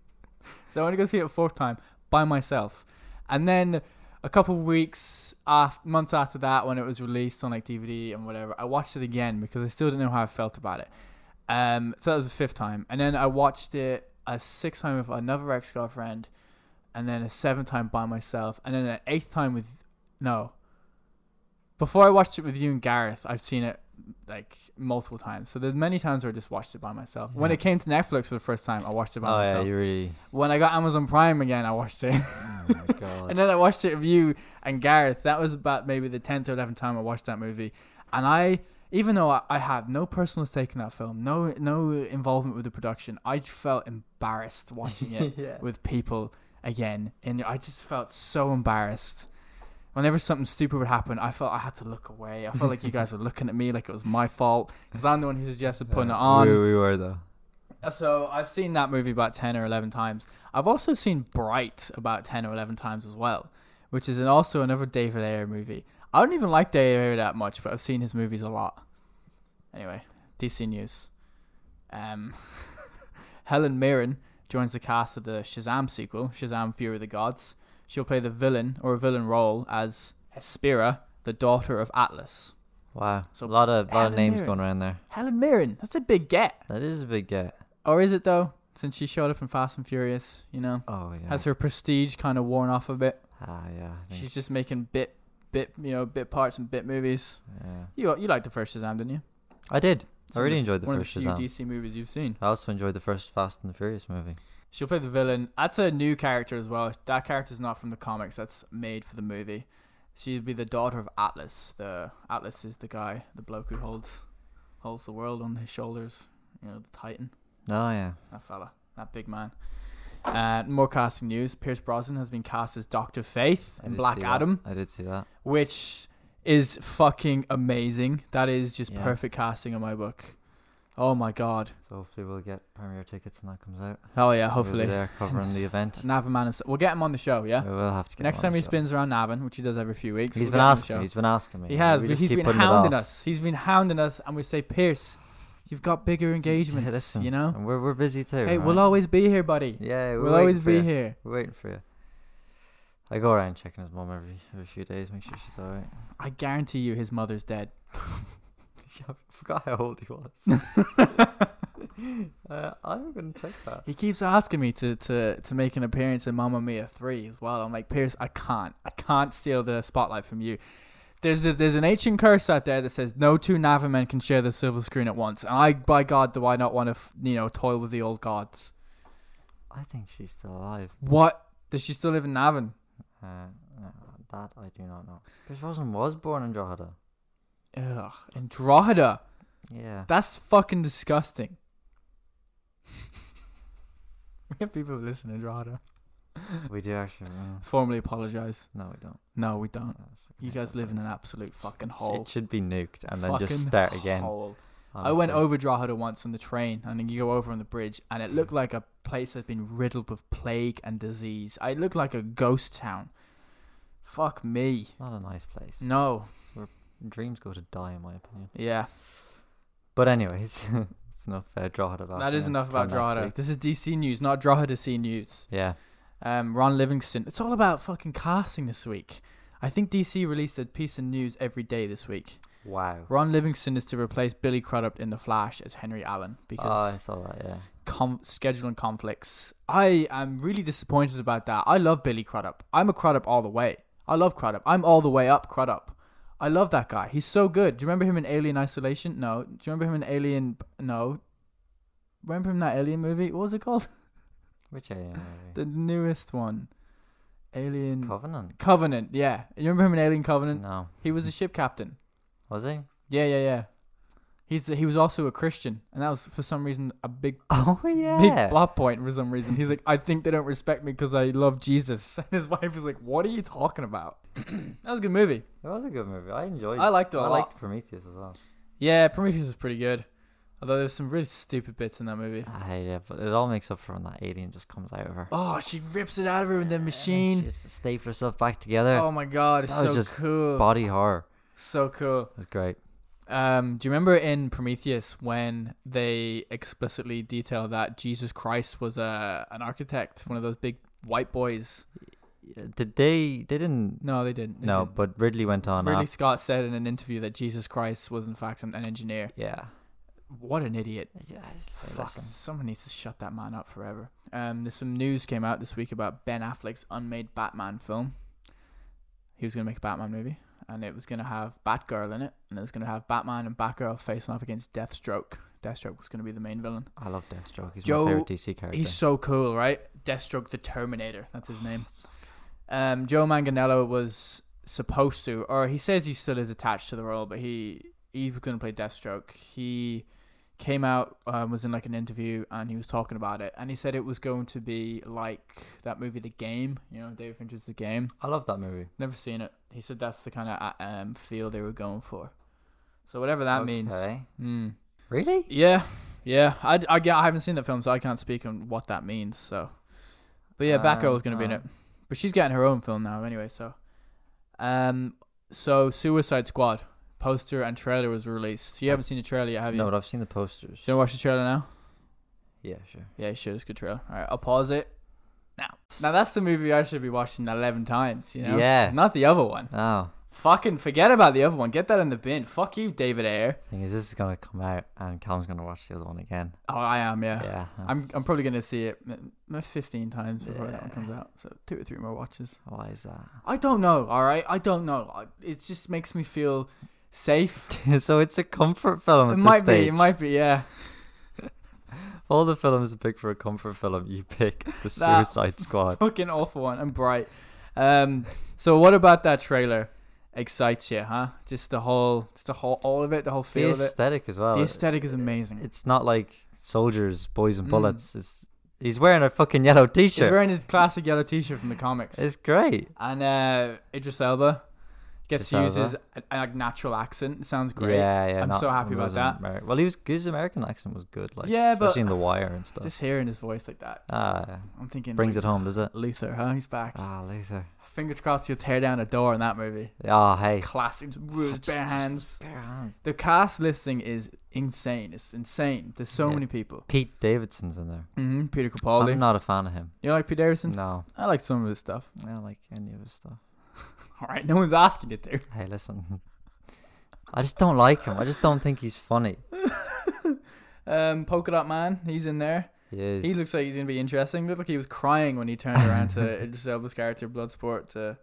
Speaker 1: so I went to go see it a fourth time by myself. And then a couple of weeks, after, months after that, when it was released on like DVD and whatever, I watched it again because I still didn't know how I felt about it. Um, so that was the fifth time. And then I watched it a sixth time with another ex girlfriend and then a seventh time by myself, and then an eighth time with no. Before I watched it with you and Gareth, I've seen it like multiple times. So there's many times where I just watched it by myself. When
Speaker 2: Yeah.
Speaker 1: it came to Netflix for the first time, I watched it by
Speaker 2: oh yeah,
Speaker 1: myself.
Speaker 2: you really.
Speaker 1: When I got Amazon Prime again, I watched it,
Speaker 2: Oh my god.
Speaker 1: and then I watched it with you and Gareth. That was about maybe the tenth or eleventh time I watched that movie, and I. Even though I, I have no personal stake in that film, no no involvement with the production, I felt embarrassed watching it
Speaker 2: yeah.
Speaker 1: with people again, and I just felt so embarrassed. Whenever something stupid would happen, I felt I had to look away. I felt like you guys were looking at me like it was my fault because I'm the one who suggested putting it on.
Speaker 2: We, we were though.
Speaker 1: So I've seen that movie about 10 or 11 times. I've also seen Bright about 10 or 11 times as well, which is an, also another David Ayer movie. I don't even like David Ayer that much, but I've seen his movies a lot. Anyway, DC news. Um, Helen Mirren joins the cast of the Shazam sequel, Shazam Fury of the Gods. She'll play the villain or a villain role as Hespera, the daughter of Atlas.
Speaker 2: Wow.
Speaker 1: So,
Speaker 2: a lot of lot of
Speaker 1: Helen
Speaker 2: names
Speaker 1: Mirren.
Speaker 2: going around there.
Speaker 1: Helen Mirren. That's a big get.
Speaker 2: That is a big get.
Speaker 1: Or is it though? Since she showed up in Fast and Furious, you know,
Speaker 2: Oh yeah.
Speaker 1: has her prestige kind of worn off a bit.
Speaker 2: ah yeah. I think-
Speaker 1: She's just making bit, bit, you know, bit parts and bit movies.
Speaker 2: yeah.
Speaker 1: You you liked the first Shazam, didn't you?
Speaker 2: I did.
Speaker 1: It's
Speaker 2: I
Speaker 1: one of the
Speaker 2: really
Speaker 1: f-
Speaker 2: enjoyed the
Speaker 1: one
Speaker 2: first
Speaker 1: of the
Speaker 2: Shazam.
Speaker 1: few DC movies you've seen.
Speaker 2: I also enjoyed the first Fast and the Furious movie.
Speaker 1: She'll play the villain. That's a new character as well. That character's not from the comics. That's made for the movie. She'd be the daughter of Atlas. The Atlas is the guy, the bloke who holds holds the world on his shoulders. You know, the Titan.
Speaker 2: Oh yeah.
Speaker 1: That fella. That big man. Uh, more casting news. Pierce Brosnan has been cast as Doctor Faith
Speaker 2: I
Speaker 1: in
Speaker 2: did
Speaker 1: Black
Speaker 2: see that.
Speaker 1: Adam,
Speaker 2: I did see that.
Speaker 1: which is fucking amazing. That is just
Speaker 2: Yeah.
Speaker 1: perfect casting in my book. Oh my god.
Speaker 2: So hopefully we'll get premiere tickets when that comes out.
Speaker 1: Oh yeah,
Speaker 2: We'll be
Speaker 1: hopefully.
Speaker 2: there covering the event.
Speaker 1: Navin Man himself. We'll get him on the show, yeah?
Speaker 2: We will have to get
Speaker 1: Next
Speaker 2: him on
Speaker 1: time
Speaker 2: the
Speaker 1: he
Speaker 2: show.
Speaker 1: spins around Navin, which he does every few weeks.
Speaker 2: He's
Speaker 1: we'll
Speaker 2: been
Speaker 1: get him on the
Speaker 2: asking.
Speaker 1: show.
Speaker 2: me, He's been asking me.
Speaker 1: He has,
Speaker 2: We
Speaker 1: but
Speaker 2: just
Speaker 1: he's
Speaker 2: keep
Speaker 1: been
Speaker 2: putting it
Speaker 1: hounding
Speaker 2: off.
Speaker 1: us. He's been hounding us, and we say, Pierce, you've got bigger engagements,
Speaker 2: Yeah, listen,
Speaker 1: you know?
Speaker 2: And we're we're busy too.
Speaker 1: Hey,
Speaker 2: right?
Speaker 1: we'll always be here, buddy.
Speaker 2: Yeah, we're
Speaker 1: we'll always
Speaker 2: waiting for
Speaker 1: be
Speaker 2: you.
Speaker 1: here.
Speaker 2: We're waiting for you. I go around checking his mum every every few days, make sure she's alright.
Speaker 1: I guarantee you his mother's dead.
Speaker 2: I forgot how old he was. uh, I'm gonna check that.
Speaker 1: He keeps asking me to, to, to make an appearance in Mamma Mia 3 as well. I'm like, Pierce, I can't. I can't steal the spotlight from you. There's a, there's an ancient curse out there that says no two Na'vi men can share the silver screen at once. And I, by God, do I not want to, f- you know, toil with the old gods.
Speaker 2: I think she's still alive.
Speaker 1: What? Does she still live in Navin?
Speaker 2: Uh, no, that I do not know. Pierce Brosnan was born in Drogheda.
Speaker 1: Ugh. Andromeda.
Speaker 2: Yeah.
Speaker 1: That's fucking disgusting. we have people who listen to Andromeda.
Speaker 2: we do actually. No,
Speaker 1: Formally apologize.
Speaker 2: no we don't. Uh,
Speaker 1: No, we don't.
Speaker 2: No, fucking
Speaker 1: Oh, You
Speaker 2: hate
Speaker 1: guys
Speaker 2: that
Speaker 1: live in an
Speaker 2: place.
Speaker 1: absolute fucking hole.
Speaker 2: It should be nuked and then just
Speaker 1: Fucking
Speaker 2: start again.
Speaker 1: hole. I went
Speaker 2: honestly.
Speaker 1: over Drogheda once on the train, and then you go over on the bridge, and it looked like a place that's been riddled with plague and disease. It looked like a ghost town. Fuck me.
Speaker 2: It's not a nice place.
Speaker 1: No.
Speaker 2: Dreams go to die, in my opinion.
Speaker 1: Yeah.
Speaker 2: But anyways, it's enough uh, Drogheda. About
Speaker 1: that is enough about Drogheda. This is DC news, not Drogheda C news.
Speaker 2: Yeah.
Speaker 1: Um, Ron Livingston. It's all about fucking casting this week. I think DC released a piece of news every day this week.
Speaker 2: Wow.
Speaker 1: Ron Livingston is to replace Billy Crudup in The Flash as Henry Allen because
Speaker 2: oh, I saw that. Yeah.
Speaker 1: com- scheduling conflicts. I am really disappointed about that. I love Billy Crudup. I'm a Crudup all the way. I love Crudup. I'm all the way up Crudup. I love that guy. He's so good. Do you remember him in Alien Isolation? No. Do you remember him in Alien? No. Remember him in that Alien movie? What was it called?
Speaker 2: Which alien? movie?
Speaker 1: The newest one. Alien
Speaker 2: Covenant.
Speaker 1: Covenant. Yeah. You remember him in Alien Covenant?
Speaker 2: No.
Speaker 1: He was a ship captain.
Speaker 2: Was he?
Speaker 1: Yeah, yeah, yeah. He's he was also a Christian, and that was for some reason a big
Speaker 2: Oh
Speaker 1: big plot point for some reason. He's like, I think they don't respect me because I love Jesus. And his wife was like, What are you talking about? that was a good movie.
Speaker 2: It was a good movie. I enjoyed.
Speaker 1: I liked it a
Speaker 2: I
Speaker 1: lot.
Speaker 2: liked Prometheus as well.
Speaker 1: Yeah, Prometheus was pretty good. Although there's some really stupid bits in that movie.
Speaker 2: I hate it, but it all makes up for when that alien just comes out of her.
Speaker 1: Oh, she rips it out of her with the
Speaker 2: And
Speaker 1: machine.
Speaker 2: She has to staple herself back together.
Speaker 1: Oh my god, it's
Speaker 2: That
Speaker 1: so
Speaker 2: was just
Speaker 1: cool.
Speaker 2: Body horror.
Speaker 1: so cool.
Speaker 2: It was great.
Speaker 1: Um, do you remember in Prometheus when they explicitly detail that Jesus Christ was a an architect, one of those big white boys?
Speaker 2: Yeah, Did they? They didn't.
Speaker 1: No, they didn't. They
Speaker 2: No,
Speaker 1: didn't.
Speaker 2: but Ridley went on. uh,
Speaker 1: Ridley
Speaker 2: after-
Speaker 1: Scott said in an interview that Jesus Christ was in fact an, an engineer.
Speaker 2: yeah.
Speaker 1: What an idiot!
Speaker 2: Yeah.
Speaker 1: Fuck,
Speaker 2: Listen.
Speaker 1: someone needs to shut that man up forever. Um, there's some news came out this week about Ben Affleck's unmade Batman film. He was gonna make a Batman movie, and it was gonna have Batgirl in it, and it was gonna have Batman and Batgirl facing off against Deathstroke. Deathstroke was gonna be the main villain.
Speaker 2: I love Deathstroke. He's
Speaker 1: Joe-
Speaker 2: my favorite DC character.
Speaker 1: He's so cool, right? Deathstroke the Terminator. That's his name. Um, Joe Manganello was supposed to, or he says he still is attached to the role, but he he was going to play Deathstroke. He came out, um, was in like an interview, and he was talking about it, and he said it was going to be like that movie, The Game. You know, David Fincher's The Game.
Speaker 2: I love that movie.
Speaker 1: Never seen it. He said that's the kind of uh, um, feel they were going for. So whatever that means.
Speaker 2: Okay.
Speaker 1: Mm.
Speaker 2: Really?
Speaker 1: Yeah, yeah. I, I, yeah, I haven't seen the film, so I can't speak on what that means. So, but yeah, Batgirl was going to be in it,
Speaker 2: Um,
Speaker 1: but she's getting her own film now anyway. So, um, so Suicide Squad poster and trailer was released. You haven't seen the trailer yet, have you?
Speaker 2: No, but I've seen the posters.
Speaker 1: Should I watch the trailer now?
Speaker 2: Yeah, sure.
Speaker 1: Yeah, sure. It's a good trailer. All right, I'll pause it now. Now that's the movie I should be watching eleven times. You know?
Speaker 2: Yeah.
Speaker 1: Not the other one.
Speaker 2: Oh,
Speaker 1: Fucking forget about the other one. Get that in the bin. Fuck you, David Ayer.
Speaker 2: Thing is, this is gonna come out, and Callum's gonna watch the other one again.
Speaker 1: Oh, I am. Yeah.
Speaker 2: Yeah,
Speaker 1: I'm. I'm probably gonna see it m- m- 15 times before that one
Speaker 2: Yeah. Ah.
Speaker 1: comes out. So two or three more watches.
Speaker 2: that's- why is that?
Speaker 1: I don't know. All right. I don't know. I- It just makes me feel safe.
Speaker 2: so it's a comfort film at
Speaker 1: It
Speaker 2: this
Speaker 1: might
Speaker 2: stage.
Speaker 1: be. It might be. Yeah.
Speaker 2: All the films to pick for a comfort film, you pick the
Speaker 1: Nah.
Speaker 2: Suicide Squad.
Speaker 1: Fucking awful one. And bright. Um. So what about that trailer? Excites you, huh? Just the whole, just the whole, all of it, the whole
Speaker 2: The
Speaker 1: feel of it.
Speaker 2: aesthetic as well.
Speaker 1: The aesthetic is amazing.
Speaker 2: It's not like soldiers, boys, and
Speaker 1: Mm.
Speaker 2: bullets. It's he's wearing a fucking yellow
Speaker 1: He's
Speaker 2: T-shirt.
Speaker 1: wearing his classic yellow T-shirt from the comics.
Speaker 2: It's great.
Speaker 1: and uh, Idris Elba gets to
Speaker 2: Idris
Speaker 1: use his a, a natural accent. It sounds great.
Speaker 2: Yeah, yeah.
Speaker 1: I'm
Speaker 2: not-
Speaker 1: so happy about that.
Speaker 2: wasn't Ameri- well, he was his American accent was good. Like
Speaker 1: Yeah, but-
Speaker 2: especially in The Wire and stuff.
Speaker 1: Just hearing his voice like that,
Speaker 2: ah, yeah.
Speaker 1: I'm thinking
Speaker 2: brings
Speaker 1: like,
Speaker 2: it home, does it?
Speaker 1: Luther, huh? He's back.
Speaker 2: Ah, Luther.
Speaker 1: Fingers crossed he'll tear down a door in that movie.
Speaker 2: Ah, hey.
Speaker 1: Classic, just with his
Speaker 2: Just-
Speaker 1: bare
Speaker 2: just-
Speaker 1: hands.
Speaker 2: Bare hands.
Speaker 1: The cast listing is insane. It's insane. There's so
Speaker 2: Yeah.
Speaker 1: many people.
Speaker 2: Pete Davidson's in there.
Speaker 1: hmm Peter Capaldi.
Speaker 2: I'm not a fan of him.
Speaker 1: you like Pete Davidson?
Speaker 2: No,
Speaker 1: I like some of his stuff.
Speaker 2: I don't like any of his stuff.
Speaker 1: All right, no one's asking you to.
Speaker 2: Hey, listen. I just don't like him. I just don't think he's funny.
Speaker 1: Um, Polka Dot Man, he's in there.
Speaker 2: He is.
Speaker 1: He looks like he's gonna be interesting. Looked like he was crying when he turned around to Idris Elba's character, Bloodsport. To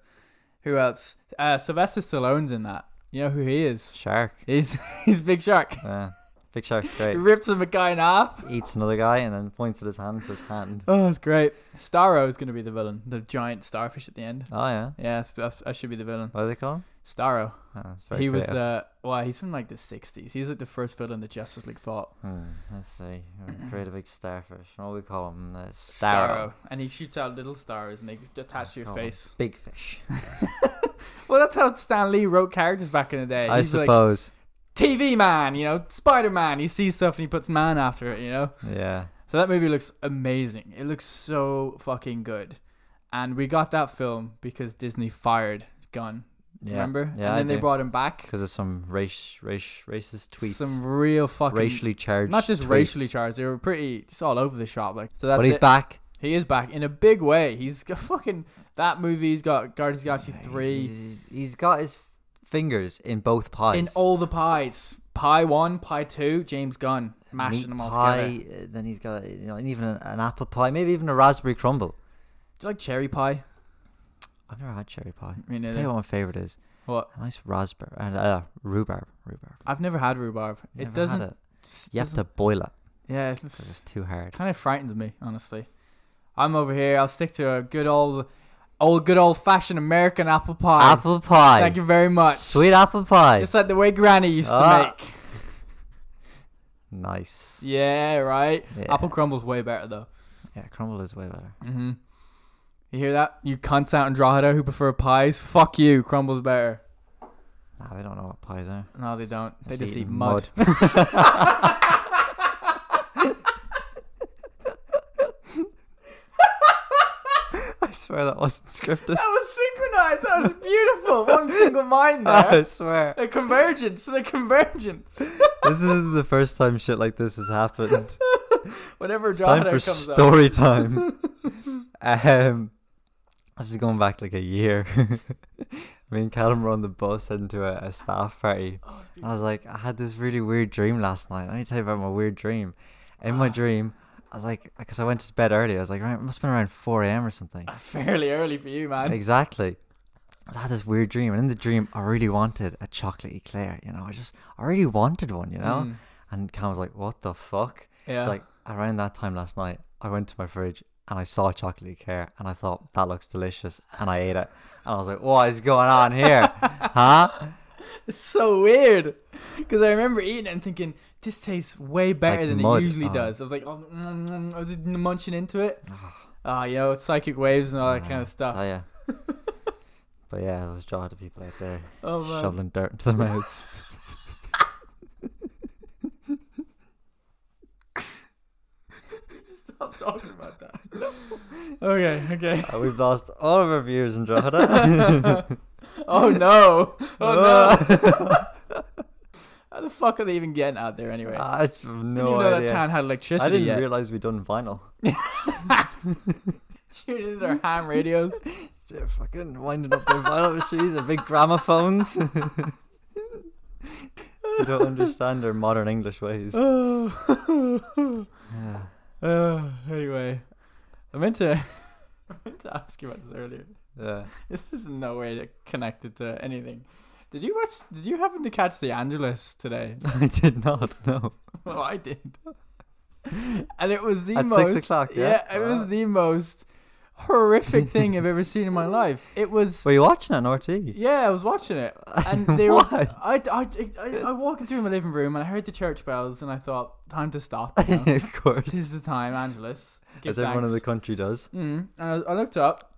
Speaker 1: who else? Uh, Sylvester Stallone's in that. You know who he is?
Speaker 2: shark.
Speaker 1: He's he's Big Shark.
Speaker 2: Yeah. Big shark's
Speaker 1: He
Speaker 2: great.
Speaker 1: rips him a guy in half.
Speaker 2: Eats another guy and then points at his hand and says hand.
Speaker 1: Oh, it's great. Starro is gonna be the villain, the giant starfish at the end.
Speaker 2: Oh yeah.
Speaker 1: Yeah, that's- that's- that should be the villain.
Speaker 2: What do they call him?
Speaker 1: Starro.
Speaker 2: Oh, it's very
Speaker 1: He was
Speaker 2: creative.
Speaker 1: the well, he's from like the '60s. He's like the first villain the Justice League fought.
Speaker 2: Hmm, let's see. We create a big starfish. What do we call him? The
Speaker 1: Starro,
Speaker 2: Starro.
Speaker 1: and he shoots out little stars and they attach to your
Speaker 2: Oh,
Speaker 1: face.
Speaker 2: Big fish.
Speaker 1: Well, that's how Stan Lee wrote characters back in the day.
Speaker 2: I
Speaker 1: He's like,
Speaker 2: suppose.
Speaker 1: TV man, you know, Spider Man. He sees stuff and he puts man after it, you know.
Speaker 2: yeah.
Speaker 1: So that movie looks amazing. It looks so fucking good, and we got that film because Disney fired Gunn.
Speaker 2: Yeah.
Speaker 1: Remember?
Speaker 2: Yeah.
Speaker 1: and then they brought him back.
Speaker 2: because of some race, race, racist tweets.
Speaker 1: Some real fucking
Speaker 2: racially charged.
Speaker 1: not just
Speaker 2: tweets.
Speaker 1: racially charged. They were pretty just all over the shop. Like so that's
Speaker 2: But he's
Speaker 1: it.
Speaker 2: back.
Speaker 1: He is back in a big way. He's got fucking that movie. He's got Guardians of the Galaxy three
Speaker 2: He's- he's got his fingers in both pies.
Speaker 1: in all the pies. Pie one, pie two. James Gunn mashing
Speaker 2: Meat
Speaker 1: them all
Speaker 2: pie,
Speaker 1: together.
Speaker 2: uh, Then he's got uh, you know, and even an, an apple pie, maybe even a raspberry crumble.
Speaker 1: Do you like cherry pie?
Speaker 2: I've never had cherry pie.
Speaker 1: Me
Speaker 2: Tell you
Speaker 1: neither.
Speaker 2: what my favorite is.
Speaker 1: What?
Speaker 2: A nice raspberry and uh, uh, rhubarb. Rhubarb.
Speaker 1: I've never had rhubarb.
Speaker 2: Never
Speaker 1: it
Speaker 2: had
Speaker 1: doesn't.
Speaker 2: it. You have
Speaker 1: doesn't-
Speaker 2: to boil it
Speaker 1: Yeah,
Speaker 2: 'cause
Speaker 1: it's,
Speaker 2: it's too hard.
Speaker 1: kind of frightens me, honestly. I'm over here. I'll stick to a good old, old good old fashioned American apple pie.
Speaker 2: Apple pie.
Speaker 1: Thank you very much.
Speaker 2: Sweet apple pie.
Speaker 1: Just like the way Granny used
Speaker 2: Ah.
Speaker 1: to make.
Speaker 2: nice.
Speaker 1: Yeah, right.
Speaker 2: Yeah.
Speaker 1: Apple crumble's way better though.
Speaker 2: Yeah, crumble is way better.
Speaker 1: hmm You hear that? You cunts out in Drogheda who prefer pies. Fuck you. Crumble's better.
Speaker 2: Nah, they don't know what pies are.
Speaker 1: No, they don't. They
Speaker 2: Just
Speaker 1: just
Speaker 2: eat
Speaker 1: eat mud.
Speaker 2: I swear that wasn't
Speaker 1: that
Speaker 2: scripted.
Speaker 1: was synchronized. That was beautiful. One single mind
Speaker 2: I
Speaker 1: there.
Speaker 2: swear.
Speaker 1: The convergence. The convergence.
Speaker 2: this isn't the first time shit like this has happened.
Speaker 1: Whenever
Speaker 2: time
Speaker 1: Drogheda
Speaker 2: for
Speaker 1: comes up.
Speaker 2: story time. um, this is going back like a year. Me and Callum were on the bus into a, a staff party. And I was like, I had this really weird dream last night. Let me tell you about my weird dream. In my dream, I was like, because I went to bed early, I was like, right, it must have been around 4 a.m. or something.
Speaker 1: That's fairly early for you, man.
Speaker 2: Exactly. I had this weird dream, and in the dream, I really wanted a chocolate eclair. You know, I just, I really wanted one. You know,
Speaker 1: Mm.
Speaker 2: and Cam was like, "What the fuck?"
Speaker 1: Yeah.
Speaker 2: It's like around that time last night, I went to my fridge and I saw a chocolate eclair, and I thought that looks delicious, and I ate it, and I was like, "What is going on here, huh?"
Speaker 1: It's so weird. Because I remember eating it and thinking, this tastes way better
Speaker 2: Like
Speaker 1: than
Speaker 2: mud,
Speaker 1: it usually
Speaker 2: uh.
Speaker 1: does. I was like, oh, mm, mm, I was just munching into it. Ah, you know, it's psychic waves and all that kind of
Speaker 2: Oh
Speaker 1: stuff.
Speaker 2: yeah. But yeah, those jaw to people out there
Speaker 1: Oh, man.
Speaker 2: shoveling dirt into their mouths.
Speaker 1: Stop talking about that. okay, okay.
Speaker 2: Uh, We've lost all of our viewers in Drogheda.
Speaker 1: Oh, no. Oh, no. How the fuck are they even getting out there anyway?
Speaker 2: I have
Speaker 1: didn't
Speaker 2: Ah, no
Speaker 1: even know
Speaker 2: idea.
Speaker 1: that town had
Speaker 2: I
Speaker 1: electricity
Speaker 2: didn't
Speaker 1: yet.
Speaker 2: realize we'd done vinyl.
Speaker 1: Tuned into their ham radios.
Speaker 2: they're fucking winding up their vinyl machines and big gramophones. you don't understand their modern English ways.
Speaker 1: Oh.
Speaker 2: Yeah.
Speaker 1: Uh, anyway, I meant to I meant to ask you about this earlier.
Speaker 2: yeah.
Speaker 1: This is in no way connected to anything. Did you watch? Did you happen to catch The Angelus today?
Speaker 2: I did not know.
Speaker 1: well, I did, and it was the
Speaker 2: At
Speaker 1: most
Speaker 2: six o'clock, yeah?
Speaker 1: it was
Speaker 2: Wow.
Speaker 1: the most horrific thing I've ever seen in my life. It was.
Speaker 2: Were you watching it on RT?
Speaker 1: Yeah, I was watching it, and they were. I, I, I, I walked through my living room and I heard the church bells, and I thought, time to stop. you know.
Speaker 2: of course.
Speaker 1: this is the time, Angelus. Give
Speaker 2: As everyone in the
Speaker 1: thanks.
Speaker 2: country does.
Speaker 1: Mm. And I, I looked up,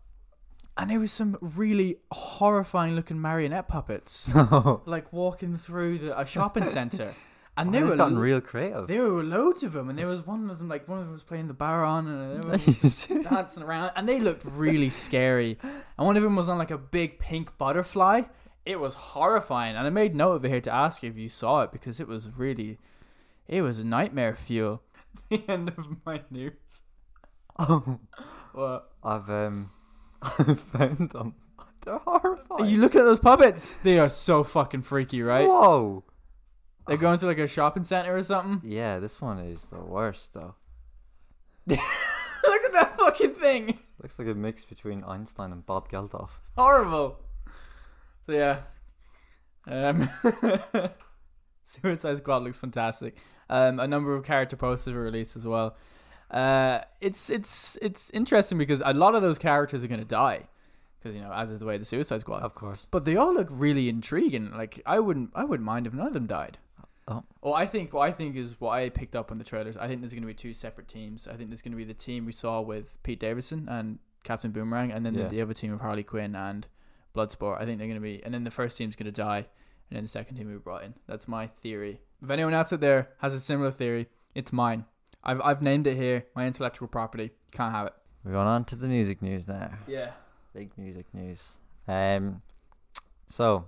Speaker 1: and there was some really horrifying looking marionette puppets,
Speaker 2: No.
Speaker 1: like walking through the, a shopping center, and
Speaker 2: And
Speaker 1: there
Speaker 2: they've
Speaker 1: were
Speaker 2: gotten
Speaker 1: lo-
Speaker 2: real creative.
Speaker 1: there were loads of them, and there was one of them like one of them was playing the baron, and they were
Speaker 2: Nice.
Speaker 1: dancing around, and they looked really scary, and one of them was on like a big pink butterfly. It was horrifying, and I made note of it here to ask you if you saw it because it was really, it was nightmare fuel. the end of my news.
Speaker 2: Oh,
Speaker 1: What?
Speaker 2: I've um, I've found them. They're horrifying.
Speaker 1: You look at those puppets. They are so fucking freaky, right?
Speaker 2: Whoa.
Speaker 1: They're going to like a shopping center or something.
Speaker 2: Yeah, this one is the worst though.
Speaker 1: look at that fucking thing.
Speaker 2: Looks like a mix between Einstein and Bob Geldof.
Speaker 1: Horrible. So yeah. Um Suicide Squad looks fantastic. Um a number of character posters were released as well. Uh it's it's it's interesting because a lot of those characters are going to die because you know, as is the way of the Suicide Squad.
Speaker 2: Of course.
Speaker 1: But they all look really intriguing. Like I wouldn't, I wouldn't mind if none of them died.
Speaker 2: Oh.
Speaker 1: Well, I think what I think is what I picked up on the trailers. I think there's going to be two separate teams. I think there's going to be the team we saw with Pete Davidson and Captain Boomerang, and then
Speaker 2: Yeah.
Speaker 1: the, the other team of Harley Quinn and Bloodsport. I think they're going to be, and then the first team's going to die, and then the second team we brought in. That's my theory. If anyone else out there has a similar theory, it's mine. I've I've named it here. My intellectual property. Can't have it.
Speaker 2: We're going on to the music news now.
Speaker 1: Yeah.
Speaker 2: Big music news. Um, so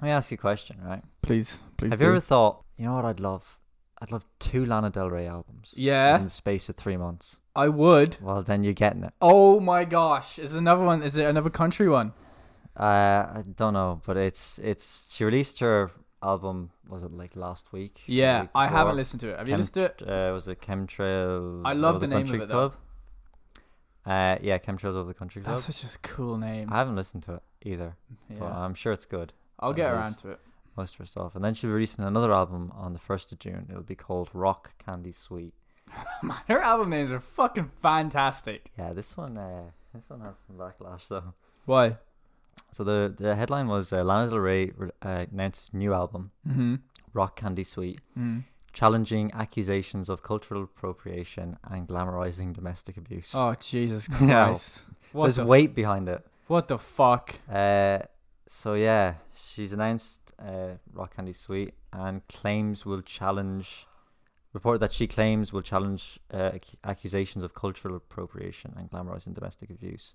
Speaker 2: let me ask you a question, right?
Speaker 1: Please, please.
Speaker 2: Have you ever thought, you know what I'd love? I'd love two Lana Del Rey albums. In
Speaker 1: Yeah,
Speaker 2: the space of three months.
Speaker 1: I would.
Speaker 2: Well, then you're getting it.
Speaker 1: Oh my gosh! Is it another one? Is it another country one?
Speaker 2: Uh, I don't know, but it's it's. She released her album. Was it like last week? The
Speaker 1: Yeah,
Speaker 2: week
Speaker 1: I haven't
Speaker 2: before?
Speaker 1: listened to it. Have you
Speaker 2: Chem-
Speaker 1: listened to it?
Speaker 2: Uh, was it Chemtrails?
Speaker 1: I love the
Speaker 2: Over
Speaker 1: name of
Speaker 2: Country
Speaker 1: it, though.
Speaker 2: Club? Uh, yeah, Chemtrails over the country club.
Speaker 1: That's such a cool name.
Speaker 2: I haven't listened to it either, but
Speaker 1: Yeah.
Speaker 2: I'm sure it's good.
Speaker 1: I'll get
Speaker 2: That
Speaker 1: around
Speaker 2: is-
Speaker 1: to it.
Speaker 2: Most of her stuff, and then she'll be releasing another album on the first of June. It'll be called Rock Candy Sweet.
Speaker 1: Man, her album names are fucking fantastic.
Speaker 2: Yeah, this one, uh, this one has some backlash though.
Speaker 1: Why?
Speaker 2: So the the headline was uh, Lana Del Rey re- uh, announced new album
Speaker 1: Mm-hmm.
Speaker 2: Rock Candy Sweet,
Speaker 1: Mm.
Speaker 2: challenging accusations of cultural appropriation and glamorizing domestic abuse.
Speaker 1: Oh Jesus
Speaker 2: No.
Speaker 1: Christ! What
Speaker 2: There's
Speaker 1: the,
Speaker 2: weight behind it.
Speaker 1: what the fuck?
Speaker 2: Uh, so yeah, she's announced uh, Rock Candy Sweet and claims will challenge. Report that she claims will challenge uh, ac- accusations of cultural appropriation and glamorizing domestic abuse.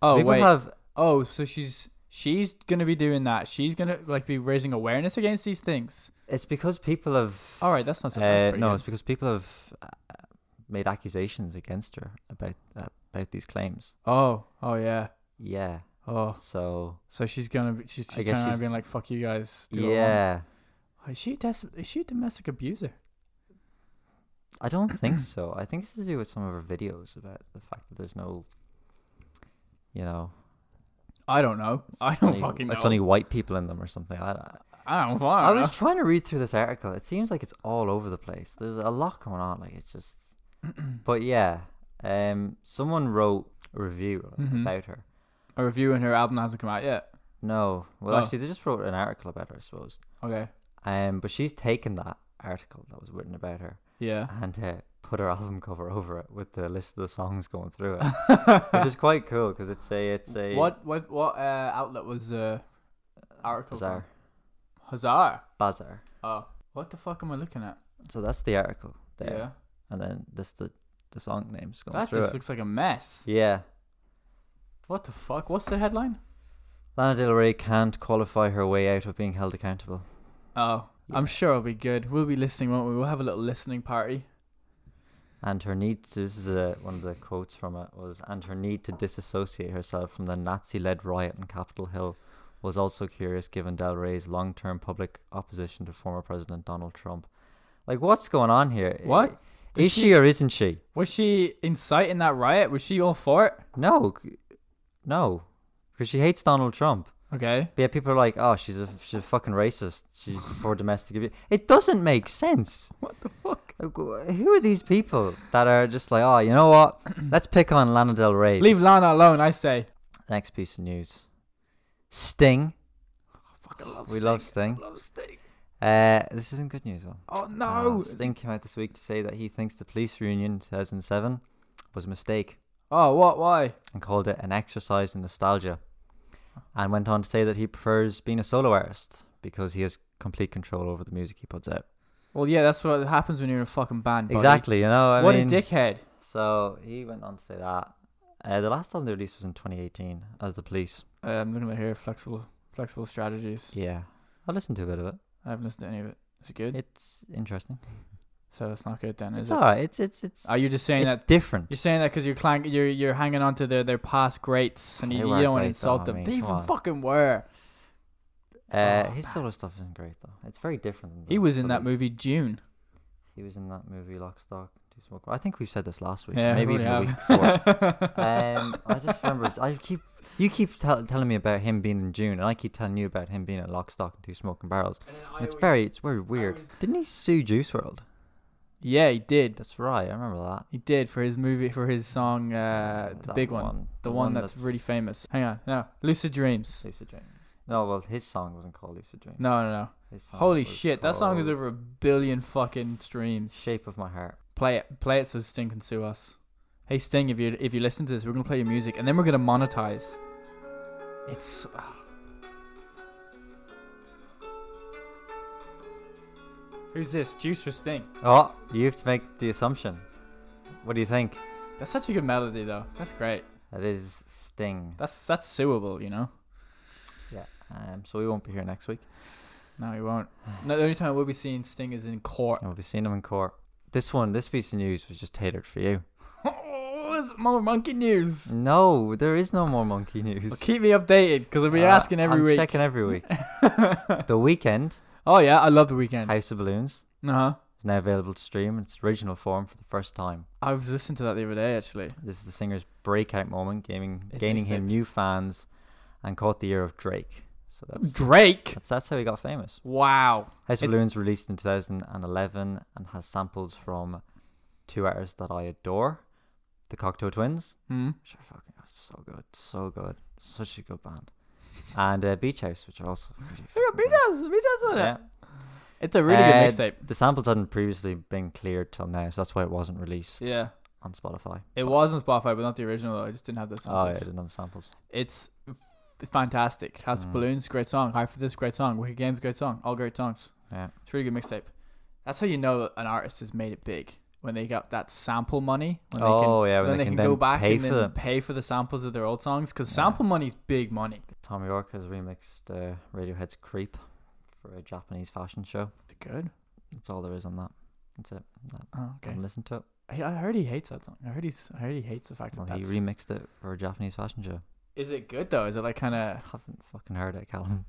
Speaker 1: Oh
Speaker 2: People
Speaker 1: wait.
Speaker 2: have
Speaker 1: oh, so she's she's gonna be doing that. She's gonna like be raising awareness against these things.
Speaker 2: it's because people have.
Speaker 1: All right, Oh, that's not so.
Speaker 2: Uh,
Speaker 1: that's
Speaker 2: no, it's because people have uh, made accusations against her about about these claims.
Speaker 1: Oh, oh yeah.
Speaker 2: Yeah.
Speaker 1: Oh,
Speaker 2: So
Speaker 1: so she's gonna be. She's,
Speaker 2: I
Speaker 1: she's
Speaker 2: guess
Speaker 1: turning around
Speaker 2: she's-
Speaker 1: being like, "Fuck you guys." do what I want."
Speaker 2: yeah,
Speaker 1: Is she des- is she a domestic abuser?
Speaker 2: I don't think so. I think it's to do with some of her videos about the fact that there's no, you know,
Speaker 1: I don't know. I
Speaker 2: it's
Speaker 1: don't
Speaker 2: only-
Speaker 1: fucking know. Uh.
Speaker 2: It's only white people in them or something. I, I,
Speaker 1: I don't
Speaker 2: I
Speaker 1: fucking
Speaker 2: was
Speaker 1: know.
Speaker 2: trying to read through this article. It seems like it's all over the place. There's a lot going on. Like it's just, but yeah. Um, someone wrote a review
Speaker 1: Mhm.
Speaker 2: about her.
Speaker 1: A review and her album hasn't come out yet.
Speaker 2: No, well,
Speaker 1: Oh.
Speaker 2: actually, they just wrote an article about her, I suppose.
Speaker 1: Okay.
Speaker 2: Um, but she's taken that article that was written about her
Speaker 1: Yeah.
Speaker 2: and uh, put her album cover over it with the list of the songs going through it, which is quite cool because it's a it's a
Speaker 1: what what what uh, outlet was uh, article from?
Speaker 2: bazaar
Speaker 1: Huzzar?
Speaker 2: bazaar.
Speaker 1: Oh, what the fuck am I looking at?
Speaker 2: So that's the article there,
Speaker 1: Yeah.
Speaker 2: and then this the the song names going
Speaker 1: That
Speaker 2: through
Speaker 1: just
Speaker 2: it.
Speaker 1: looks like a mess.
Speaker 2: Yeah,
Speaker 1: What the fuck? What's the headline?
Speaker 2: Lana Del Rey can't qualify her way out of being held accountable.
Speaker 1: Oh,
Speaker 2: Yeah.
Speaker 1: I'm sure it'll be good. We'll be listening, won't we? We'll have a little listening party.
Speaker 2: and her need to, this is uh one of the quotes from it was and her need to disassociate herself from the nazi-led riot in capitol hill was also curious given del rey's long-term public opposition to former president donald trump like what's going on here
Speaker 1: What? Does
Speaker 2: is she, or isn't she
Speaker 1: Was she inciting that riot? Was she all for it?
Speaker 2: no no because she hates donald trump
Speaker 1: Okay.
Speaker 2: but yeah people are like oh she's a she's a fucking racist she's for domestic abuse it doesn't make sense
Speaker 1: What the fuck?
Speaker 2: Like, wh- Who are these people that are just like, oh, you know what? Let's pick on Lana Del Rey.
Speaker 1: Leave Lana alone, I say.
Speaker 2: Next piece of news. Sting.
Speaker 1: Fucking love
Speaker 2: We love Sting.
Speaker 1: Love Sting.
Speaker 2: Uh, this isn't good news, though.
Speaker 1: Oh no.
Speaker 2: Uh, Sting came out this week to say that he thinks the police reunion in 2007 was a mistake
Speaker 1: Oh what? Why?
Speaker 2: and called it an exercise in nostalgia. And went on to say that he prefers being a solo artist because he has complete control over the music he puts out.
Speaker 1: Well, yeah, that's what happens when you're in a fucking band. buddy.
Speaker 2: Exactly, you know? I
Speaker 1: what
Speaker 2: mean-
Speaker 1: a dickhead.
Speaker 2: So he went on to say that. Uh, the last album they released was in 2018 as The Police.
Speaker 1: Uh, I'm looking at here flexible, flexible strategies.
Speaker 2: Yeah. I listened to a bit of it.
Speaker 1: I haven't listened to any of it. Is it good?
Speaker 2: It's interesting.
Speaker 1: so that's not good then, is
Speaker 2: It's
Speaker 1: it?
Speaker 2: alright. It's it's it's
Speaker 1: Are you just saying
Speaker 2: it's
Speaker 1: that?
Speaker 2: different.
Speaker 1: You're saying that because you're clank, you're you're hanging on to their, their past greats, and
Speaker 2: They
Speaker 1: you, you
Speaker 2: weren't
Speaker 1: don't want to
Speaker 2: great, though,
Speaker 1: insult
Speaker 2: I
Speaker 1: them.
Speaker 2: mean,
Speaker 1: they
Speaker 2: come
Speaker 1: even
Speaker 2: on.
Speaker 1: fucking were.
Speaker 2: Uh,
Speaker 1: Oh,
Speaker 2: his
Speaker 1: man.
Speaker 2: solo stuff isn't great though. It's very different. than
Speaker 1: He
Speaker 2: the
Speaker 1: was in that
Speaker 2: Police.
Speaker 1: movie June.
Speaker 2: He was in that movie Lock, Stock, Two Smoke. I think we said this last week.
Speaker 1: yeah,
Speaker 2: maybe
Speaker 1: we
Speaker 2: even the week before. um, I just remember. I keep you keep tell telling me about him being in June, and I keep telling you about him being at Lock, Stock, and Two Smoking Barrels. And it's very it's very weird. Didn't he sue Juice World?
Speaker 1: Yeah, he did.
Speaker 2: That's right. I remember that.
Speaker 1: He did for his movie for his song, uh, the
Speaker 2: That
Speaker 1: big one, the, one, that's, really famous. Hang on, no, Lucid Dreams.
Speaker 2: Lucid Dream. No, well, his song wasn't called Lucid Dream.
Speaker 1: No, no, no.
Speaker 2: His song
Speaker 1: Holy
Speaker 2: was
Speaker 1: shit, Oh, that song is
Speaker 2: called
Speaker 1: over a billion fucking streams.
Speaker 2: Shape of My Heart.
Speaker 1: Play it, play it so Sting can sue us. Hey Sting, if you if you listen to this, we're gonna play your music and then we're gonna monetize. It's ah. who's this? Juice for Sting.
Speaker 2: Oh, you have to make the assumption. What do you think?
Speaker 1: That's such a good melody though. That's great.
Speaker 2: That is Sting.
Speaker 1: That's that's suable, you know.
Speaker 2: Um, so we won't be here next week.
Speaker 1: No, he won't. No, the only time we'll be seeing Sting is in court.
Speaker 2: And we'll be seeing him in court. This one, this piece of news was just tailored for you.
Speaker 1: Oh, is it more monkey news.
Speaker 2: No, there is no more monkey news.
Speaker 1: Well, keep me updated because I'll be
Speaker 2: Uh,
Speaker 1: asking every
Speaker 2: I'm
Speaker 1: week.
Speaker 2: Checking every week. the weekend,
Speaker 1: oh yeah, I love the weekend. Uh-huh. Uh
Speaker 2: House of Balloons,
Speaker 1: huh.
Speaker 2: is now available to stream in its original form for the first time.
Speaker 1: I was listening to that the other day actually.
Speaker 2: This is the singer's breakout moment, gaining
Speaker 1: His
Speaker 2: gaining him
Speaker 1: mixtape.
Speaker 2: new fans, and caught the ear of Drake. So that's
Speaker 1: Drake.
Speaker 2: that's, that's how he got famous.
Speaker 1: Wow.
Speaker 2: House
Speaker 1: It-
Speaker 2: of Balloons released in 2011 and has samples from two artists that I adore, the Cocteau Twins,
Speaker 1: Hmm.
Speaker 2: which are fucking oh, so good, so good, such a good band, and uh, Beach House, which are also really fucking good. Yeah.
Speaker 1: It's a really good
Speaker 2: Uh,
Speaker 1: mixtape.
Speaker 2: The samples hadn't previously been cleared till now, so that's why it wasn't released
Speaker 1: Yeah.
Speaker 2: on Spotify.
Speaker 1: It
Speaker 2: But-
Speaker 1: was on Spotify, but not the original. Though. I just didn't have those
Speaker 2: Oh, yeah, I
Speaker 1: songs.
Speaker 2: didn't have samples.
Speaker 1: It's f- fantastic. House of
Speaker 2: Mm.
Speaker 1: Balloons, great song. High for this, great song. Wicked Games, great song. All great songs.
Speaker 2: Yeah.
Speaker 1: It's a really good mixtape. That's how you know that an artist has made it big when they got that sample money. When they can,
Speaker 2: oh, yeah,
Speaker 1: when, they, can, go
Speaker 2: then
Speaker 1: back
Speaker 2: pay
Speaker 1: and
Speaker 2: for
Speaker 1: then
Speaker 2: them.
Speaker 1: pay for the samples of their old songs because
Speaker 2: Yeah.
Speaker 1: sample money's big money.
Speaker 2: Tommy York has remixed uh, Radiohead's "Creep" for a Japanese fashion show.
Speaker 1: Good.
Speaker 2: That's all there is on that. That's it.
Speaker 1: Oh, okay.
Speaker 2: Don't listen to it.
Speaker 1: I, I heard he hates that song. I heard he's. I heard he hates the fact
Speaker 2: Well,
Speaker 1: that.
Speaker 2: he
Speaker 1: That's,
Speaker 2: remixed it for a Japanese fashion show.
Speaker 1: is it good though? Is it like kind of?
Speaker 2: Haven't fucking heard it, Callum.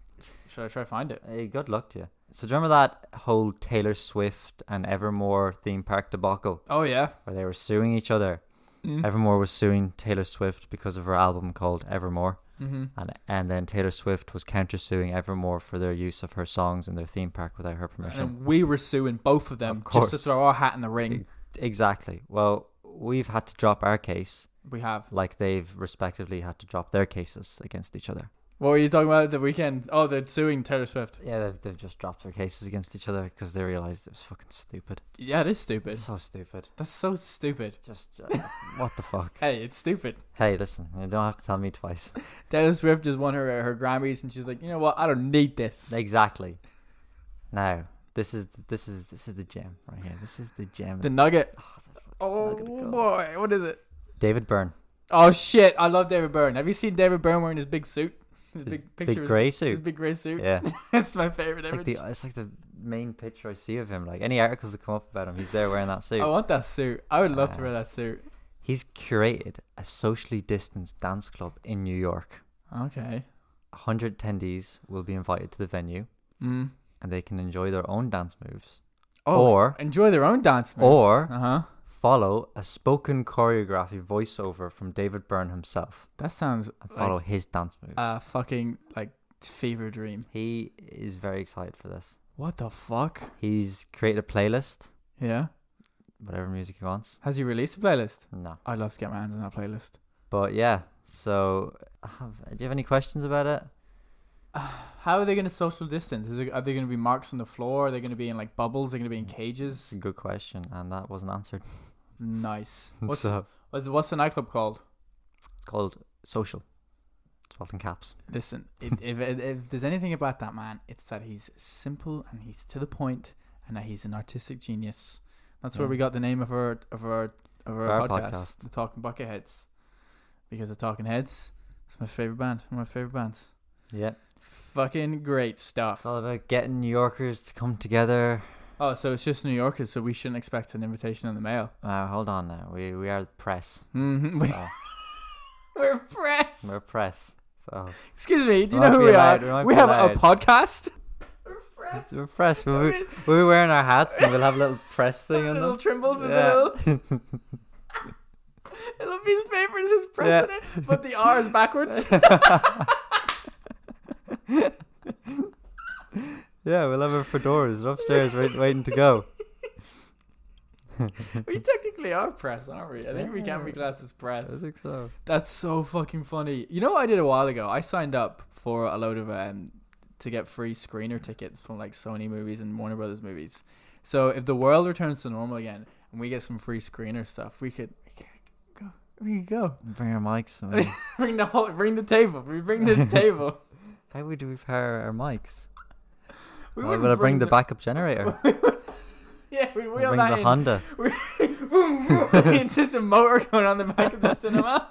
Speaker 1: Should I try to find it?
Speaker 2: Hey, good luck to you. So do you remember that whole Taylor Swift and Evermore theme park debacle
Speaker 1: Oh yeah. Mm-hmm.
Speaker 2: where they were suing each other?
Speaker 1: Hmm.
Speaker 2: Evermore was suing Taylor Swift because of her album called Evermore,
Speaker 1: Mm-hmm.
Speaker 2: and and then Taylor Swift was countersuing Evermore for their use of her songs in their theme park without her
Speaker 1: And
Speaker 2: permission.
Speaker 1: then we were suing both of them
Speaker 2: Of
Speaker 1: just to
Speaker 2: course.
Speaker 1: throw our hat in the ring.
Speaker 2: Exactly. Well, we've had to drop our case,
Speaker 1: We have.
Speaker 2: like they've respectively had to drop their cases against each other.
Speaker 1: What were you talking about at the weekend? Oh, they're suing Taylor Swift.
Speaker 2: Yeah, they've, they've just dropped their cases against each other because they realized it was fucking stupid.
Speaker 1: Yeah, it is stupid.
Speaker 2: so stupid.
Speaker 1: That's so stupid.
Speaker 2: Just uh, what the fuck?
Speaker 1: Hey, it's stupid.
Speaker 2: Hey, listen, you don't have to tell me twice.
Speaker 1: Taylor Swift just won her her Grammys, and she's like, you know what? I don't need this.
Speaker 2: exactly. Now, this is this is this is the gem right here. This is the gem.
Speaker 1: the Nugget.
Speaker 2: Oh,
Speaker 1: Oh
Speaker 2: the fucking nugget of gold.
Speaker 1: boy, what is it?
Speaker 2: David Byrne,
Speaker 1: Oh shit! I love David Byrne. Have you seen David Byrne wearing his big suit? His,
Speaker 2: his
Speaker 1: big
Speaker 2: big,
Speaker 1: picture. of his-
Speaker 2: gray
Speaker 1: His
Speaker 2: suit.
Speaker 1: big gray suit.
Speaker 2: Yeah,
Speaker 1: it's my favorite
Speaker 2: it's like
Speaker 1: image.
Speaker 2: the it's like the main picture I see of him. Like any articles that come up about him, he's there wearing that suit.
Speaker 1: I want that suit. I would love to
Speaker 2: Uh,
Speaker 1: wear that suit.
Speaker 2: He's curated a socially distanced dance club in New York.
Speaker 1: Okay.
Speaker 2: 100 attendees will be invited to the venue
Speaker 1: Mm.
Speaker 2: and they can enjoy their own dance moves,
Speaker 1: Oh,
Speaker 2: Or-
Speaker 1: enjoy their own dance moves.
Speaker 2: or-
Speaker 1: uh huh.
Speaker 2: follow a spoken choreography voiceover from David Byrne himself,
Speaker 1: That sounds
Speaker 2: and
Speaker 1: like
Speaker 2: follow his dance moves.
Speaker 1: a fucking like fever dream.
Speaker 2: he is very excited for this.
Speaker 1: What the fuck?
Speaker 2: He's created a playlist,
Speaker 1: Yeah.
Speaker 2: whatever music he wants.
Speaker 1: Has he released a playlist?
Speaker 2: No.
Speaker 1: I'd love to get my hands on that playlist.
Speaker 2: But yeah, so have, do you have any questions about it?
Speaker 1: How are they going to social distance? Is it, are they going to be marks on the floor? Are they going to be in like bubbles? Are they going to be in
Speaker 2: It's
Speaker 1: cages?
Speaker 2: a good question, and that wasn't answered.
Speaker 1: Nice. What's
Speaker 2: so
Speaker 1: what's, what's the nightclub called?
Speaker 2: it's called Social. It's Walton Caps.
Speaker 1: Listen, if, if if there's anything about that man, it's that he's simple and he's to the point, and that he's an artistic genius. That's where
Speaker 2: Yeah.
Speaker 1: we got the name of our of our of our,
Speaker 2: Our
Speaker 1: podcast,
Speaker 2: podcast.
Speaker 1: the Talking Bucketheads, because the Talking Heads. It's my favorite band. One of my favorite bands.
Speaker 2: Yeah.
Speaker 1: Fucking great
Speaker 2: It's
Speaker 1: stuff.
Speaker 2: all about getting New Yorkers to come together.
Speaker 1: Oh, so it's just New Yorkers, so we shouldn't expect an invitation in the mail.
Speaker 2: Uh, hold on now. We we are the press.
Speaker 1: hmm
Speaker 2: So
Speaker 1: We're press.
Speaker 2: Ah. we're press. So
Speaker 1: Excuse me. Do you know
Speaker 2: We might
Speaker 1: who
Speaker 2: be
Speaker 1: we
Speaker 2: allowed- we
Speaker 1: are?
Speaker 2: might
Speaker 1: We
Speaker 2: be
Speaker 1: have
Speaker 2: allowed.
Speaker 1: a podcast. We're press.
Speaker 2: we're press. We'll be,
Speaker 1: mean-
Speaker 2: we'll be wearing our hats and we'll have a little press thing on
Speaker 1: little
Speaker 2: them.
Speaker 1: trimbles with
Speaker 2: Yeah.
Speaker 1: a little, a little piece of paper and says press
Speaker 2: Yeah.
Speaker 1: on it, but the R is backwards.
Speaker 2: Yeah, we'll have our fedoras. They're upstairs wait, waiting to go.
Speaker 1: we technically are press, aren't we? I think we can be
Speaker 2: Yeah.
Speaker 1: classed as press.
Speaker 2: I think so.
Speaker 1: That's so fucking funny. You know what I did a while ago? I signed up for a load of um to get free screener tickets from like Sony movies and Warner Brothers movies. So if the world returns to normal again and we get some free screener stuff, we could we could go. We could go.
Speaker 2: Bring our mics. man.
Speaker 1: bring the whole, bring the table. We bring this table.
Speaker 2: How would we power our mics?
Speaker 1: We
Speaker 2: Well,
Speaker 1: wouldn't
Speaker 2: we'll bring the backup generator.
Speaker 1: Yeah, we wheel
Speaker 2: We'll bring
Speaker 1: that
Speaker 2: the
Speaker 1: in.
Speaker 2: Honda.
Speaker 1: it's just a motor going on the back of the cinema.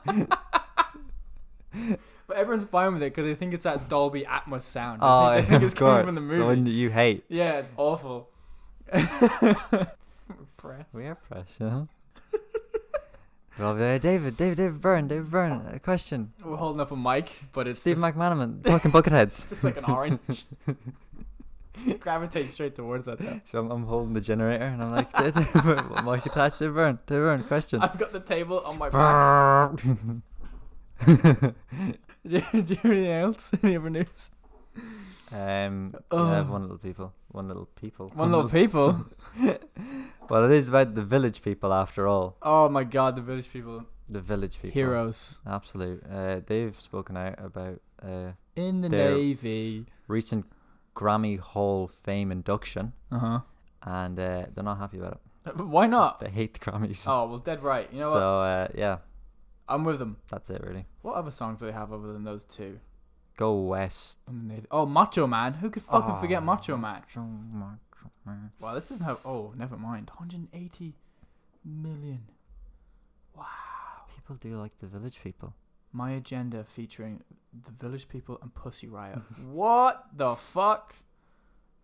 Speaker 1: but everyone's fine with it because they think it's that Dolby Atmos sound. They
Speaker 2: Oh,
Speaker 1: think- they think
Speaker 2: of
Speaker 1: it's coming
Speaker 2: course. Oh,
Speaker 1: from the
Speaker 2: the,
Speaker 1: movie.
Speaker 2: one that you hate.
Speaker 1: Yeah, it's awful. Press.
Speaker 2: We are press, you know? We'll all be there, David, David, David Byrne, David Byrne, a question.
Speaker 1: We're holding up a mic, but it's
Speaker 2: Steve
Speaker 1: just,
Speaker 2: McManaman, talking bucketheads.
Speaker 1: just like an orange. Gravitate straight towards that. Though.
Speaker 2: So I'm, I'm holding the generator and I'm like, "Dave- Dave Byrne, mic attached, David Byrne, David Byrne, question.
Speaker 1: I've got the table on my back.
Speaker 2: uh,
Speaker 1: do, you, do you have anything else? Any other news?
Speaker 2: um,
Speaker 1: Oh.
Speaker 2: yeah, one little people, one little people,
Speaker 1: One little people.
Speaker 2: well, it is about the village people after all.
Speaker 1: Oh my god, the village people.
Speaker 2: The village people,
Speaker 1: Heroes.
Speaker 2: absolute. Uh, they've spoken out about uh,
Speaker 1: In the
Speaker 2: They're-
Speaker 1: Navy.
Speaker 2: recent Grammy Hall of Fame induction,
Speaker 1: Uh huh.
Speaker 2: and uh, they're not happy about it.
Speaker 1: Why not?
Speaker 2: They hate the Grammys.
Speaker 1: Oh, well, dead right. You know
Speaker 2: so
Speaker 1: what?
Speaker 2: uh, yeah,
Speaker 1: I'm with them.
Speaker 2: that's it really.
Speaker 1: What other songs do they have other than those two?
Speaker 2: Go west.
Speaker 1: In the Navy. Oh, Macho Man. Who could fucking forget
Speaker 2: Oh.
Speaker 1: Macho Man?
Speaker 2: Man.
Speaker 1: Wow, this doesn't have. Oh, never mind. 180 million.
Speaker 2: People do like the village people.
Speaker 1: My agenda featuring The Village People and Pussy Riot. what the fuck?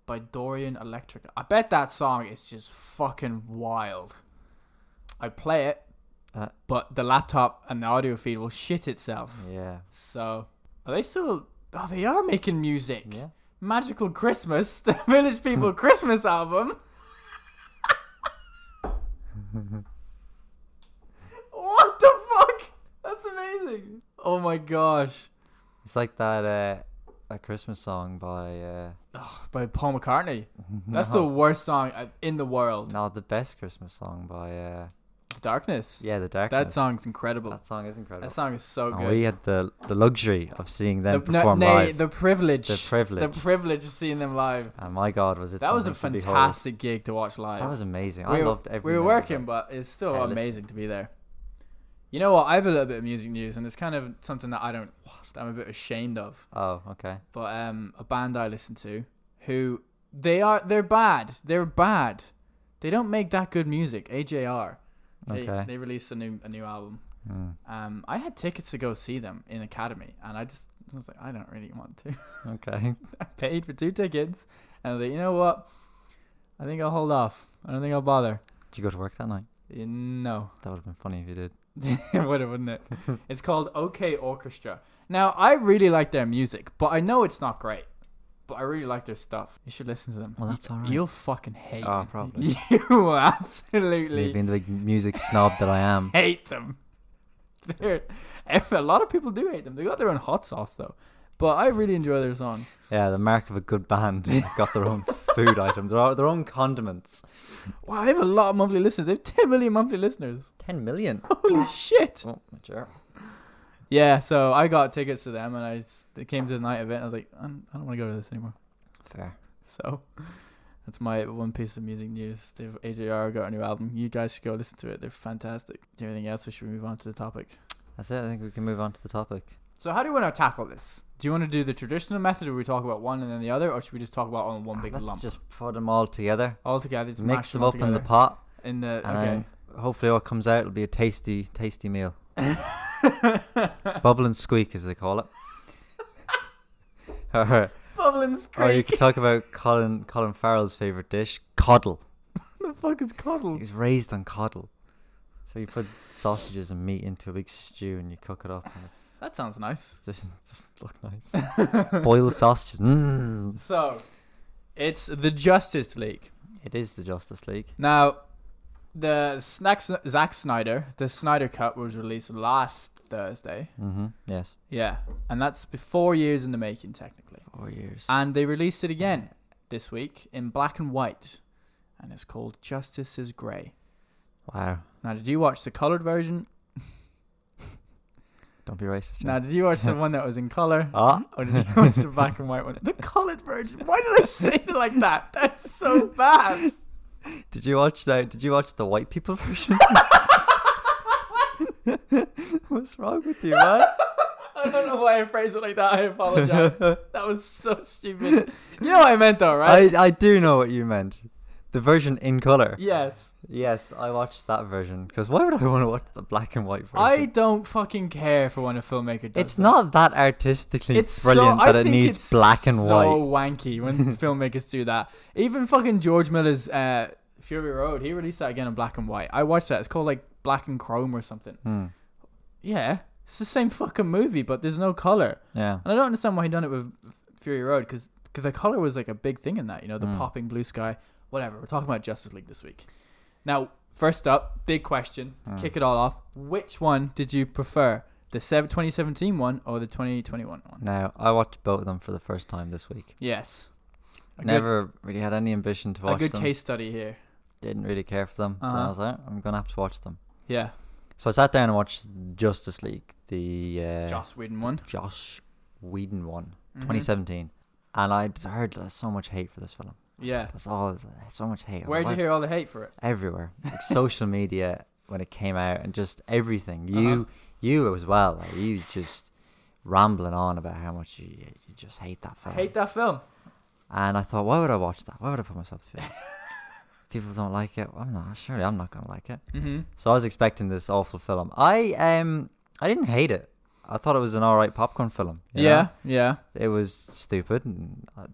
Speaker 1: By Dorian Electric. I bet that song is just fucking wild. I play it,
Speaker 2: Uh.
Speaker 1: but the laptop and the audio feed will shit itself.
Speaker 2: Yeah.
Speaker 1: So, are they still. Oh, they are making music.
Speaker 2: Yeah.
Speaker 1: Magical Christmas, the Village People Christmas album. what the fuck? That's amazing. Oh my gosh.
Speaker 2: It's like that uh, that Christmas song by. Uh,
Speaker 1: By Paul McCartney. That's the
Speaker 2: no,
Speaker 1: worst song uh, in the world.
Speaker 2: no, the best Christmas song by. Uh,
Speaker 1: Darkness.
Speaker 2: yeah, the darkness.
Speaker 1: That song's incredible. Oh,
Speaker 2: That song is incredible.
Speaker 1: that song is so
Speaker 2: And
Speaker 1: good.
Speaker 2: we had the the luxury of seeing them
Speaker 1: no,
Speaker 2: perform
Speaker 1: nay,
Speaker 2: live.
Speaker 1: the privilege.
Speaker 2: The privilege.
Speaker 1: The privilege of seeing them live.
Speaker 2: and my God, was it
Speaker 1: That was a
Speaker 2: something to behold.
Speaker 1: fantastic gig to watch live.
Speaker 2: That was amazing.
Speaker 1: we
Speaker 2: I
Speaker 1: were,
Speaker 2: loved every.
Speaker 1: We were
Speaker 2: minute of
Speaker 1: working,
Speaker 2: it.
Speaker 1: but it's still
Speaker 2: Yeah, listen.
Speaker 1: amazing to be there. You know what? I have a little bit of music news, and it's kind of something that I don't. That I'm a bit ashamed of.
Speaker 2: Oh, okay.
Speaker 1: But um, a band I listen to, who they are, they're bad. They're bad. They don't make that good music. AJR. They,
Speaker 2: Okay.
Speaker 1: They released a new a new album.
Speaker 2: Mm,
Speaker 1: Um, I had tickets to go see them in Academy, and I just I was like, I don't really want to.
Speaker 2: okay.
Speaker 1: I paid for two tickets, and I was like, you know what? I think I'll hold off. I don't think I'll bother.
Speaker 2: Did you go to work that night?
Speaker 1: Eh, No.
Speaker 2: That would have been funny if you did.
Speaker 1: it would have, wouldn't it? it's called OK Orchestra. Now, I really like their music, but I know it's not great. But I really like their stuff. You should listen to them.
Speaker 2: Well,
Speaker 1: Y-
Speaker 2: that's all right.
Speaker 1: You'll fucking hate
Speaker 2: Oh,
Speaker 1: them.
Speaker 2: probably.
Speaker 1: You will absolutely
Speaker 2: Me being the big music snob that I am.
Speaker 1: hate them. They're, a lot of people do hate them. They got their own hot sauce, though. But I really enjoy their song.
Speaker 2: Yeah, the mark of a good band. They've got their own food items, their, their own condiments.
Speaker 1: Wow, they have a lot of monthly listeners. They have 10 million monthly listeners.
Speaker 2: 10 million.
Speaker 1: Holy shit.
Speaker 2: Oh, my chair.
Speaker 1: Yeah, so I got tickets to them and I s- they came to the night event. I was like, I'm, I don't want to go to this anymore.
Speaker 2: Fair.
Speaker 1: So that's my one piece of music news. They've AJR got a new album. You guys should go listen to it. They're fantastic. Do you have anything else or should we move on to the topic?
Speaker 2: That's it. I think we can move on to the topic.
Speaker 1: So how do you want to tackle this? Do you want to do the traditional method where we talk about one and then the other or should we just talk about all in one big
Speaker 2: Ah, Let's
Speaker 1: lump?
Speaker 2: just put them all together.
Speaker 1: all together, just mash
Speaker 2: mix them
Speaker 1: all
Speaker 2: up in the
Speaker 1: together.
Speaker 2: pot.
Speaker 1: In the
Speaker 2: And
Speaker 1: okay.
Speaker 2: then hopefully what comes out will be a tasty, tasty meal. Bubble and squeak, as they call it. or
Speaker 1: Bubbling
Speaker 2: or Oh, you
Speaker 1: Creek.
Speaker 2: could talk about Colin Colin Farrell's favorite dish, coddle.
Speaker 1: What the fuck is
Speaker 2: He
Speaker 1: coddle?
Speaker 2: was raised on coddle, so you put sausages and meat into a big stew and you cook it up, and it's,
Speaker 1: That sounds nice.
Speaker 2: it doesn't, it doesn't look nice. Boil sausages. Mm.
Speaker 1: So, it's the Justice League.
Speaker 2: It is the Justice League.
Speaker 1: Now, the Snack Zack Snyder, the Snyder Cut was released last Thursday.
Speaker 2: Mm-hmm. Yes.
Speaker 1: Yeah, and that's been four years in the making technically.
Speaker 2: Four years.
Speaker 1: And they released it again this week in black and white, and it's called Justice is Grey.
Speaker 2: Wow.
Speaker 1: Now, did you watch the colored version?
Speaker 2: Don't be racist.
Speaker 1: Now, did you watch the one that was in color?
Speaker 2: Ah.
Speaker 1: Or did you watch the black and white one? The colored version. Why did I say it like that? That's so bad.
Speaker 2: Did you watch that? Did you watch the white people version? What's wrong with you, man?
Speaker 1: I don't know why I phrased it like that. I apologize. that was so stupid. You know what I meant though, right?
Speaker 2: I, I do know what you meant. The version in color.
Speaker 1: yes.
Speaker 2: Yes, I watched that version because why would I want to watch the black and white version?
Speaker 1: I don't fucking care for when a filmmaker does
Speaker 2: it's
Speaker 1: that.
Speaker 2: not that artistically
Speaker 1: It's
Speaker 2: brilliant
Speaker 1: so,
Speaker 2: that
Speaker 1: I
Speaker 2: it
Speaker 1: think
Speaker 2: needs
Speaker 1: it's
Speaker 2: black and
Speaker 1: So
Speaker 2: white.
Speaker 1: wanky when filmmakers do that. Even fucking George Miller's uh, Fury Road, he released that again in black and white. I watched that. It's called like Black and Chrome or something.
Speaker 2: Hmm,
Speaker 1: Yeah, it's the same fucking movie, but there's no color.
Speaker 2: yeah.
Speaker 1: And I don't understand why he done it with Fury Road because the color was like a big thing in that, you know, the
Speaker 2: Mm.
Speaker 1: popping blue sky, whatever. We're talking about Justice League this week. Now, first up, big question, kick it all off. Which one did you prefer, the sev- 2017 one or the 2021 one?
Speaker 2: Now I watched both of them for the first time this week.
Speaker 1: Yes. A
Speaker 2: Never really had any ambition to
Speaker 1: good, a
Speaker 2: watch
Speaker 1: good
Speaker 2: them.
Speaker 1: case study here.
Speaker 2: Didn't really care for them. but
Speaker 1: Uh-huh.
Speaker 2: I was like, I'm gonna have to watch them.
Speaker 1: Yeah.
Speaker 2: So I sat down and watched Justice League, the uh,
Speaker 1: Joss Whedon one.
Speaker 2: Josh Whedon one,
Speaker 1: Mhm.
Speaker 2: 2017, and I heard there's so much hate for this film.
Speaker 1: Yeah.
Speaker 2: That's all. there's uh, So much hate. I was
Speaker 1: Where'd
Speaker 2: like,
Speaker 1: you hear all the hate for it?
Speaker 2: everywhere like social media when it came out and just everything you
Speaker 1: Uh-huh.
Speaker 2: you as well like, you just rambling on about how much you, you just hate that
Speaker 1: I
Speaker 2: film
Speaker 1: hate that film.
Speaker 2: and i thought why would i watch that why would i put myself through that people don't like it i'm not surely i'm not gonna like it
Speaker 1: Mm-hmm.
Speaker 2: so i was expecting this awful film i um i didn't hate it i thought it was an all right popcorn film you know?
Speaker 1: Yeah. Yeah.
Speaker 2: it was stupid and I,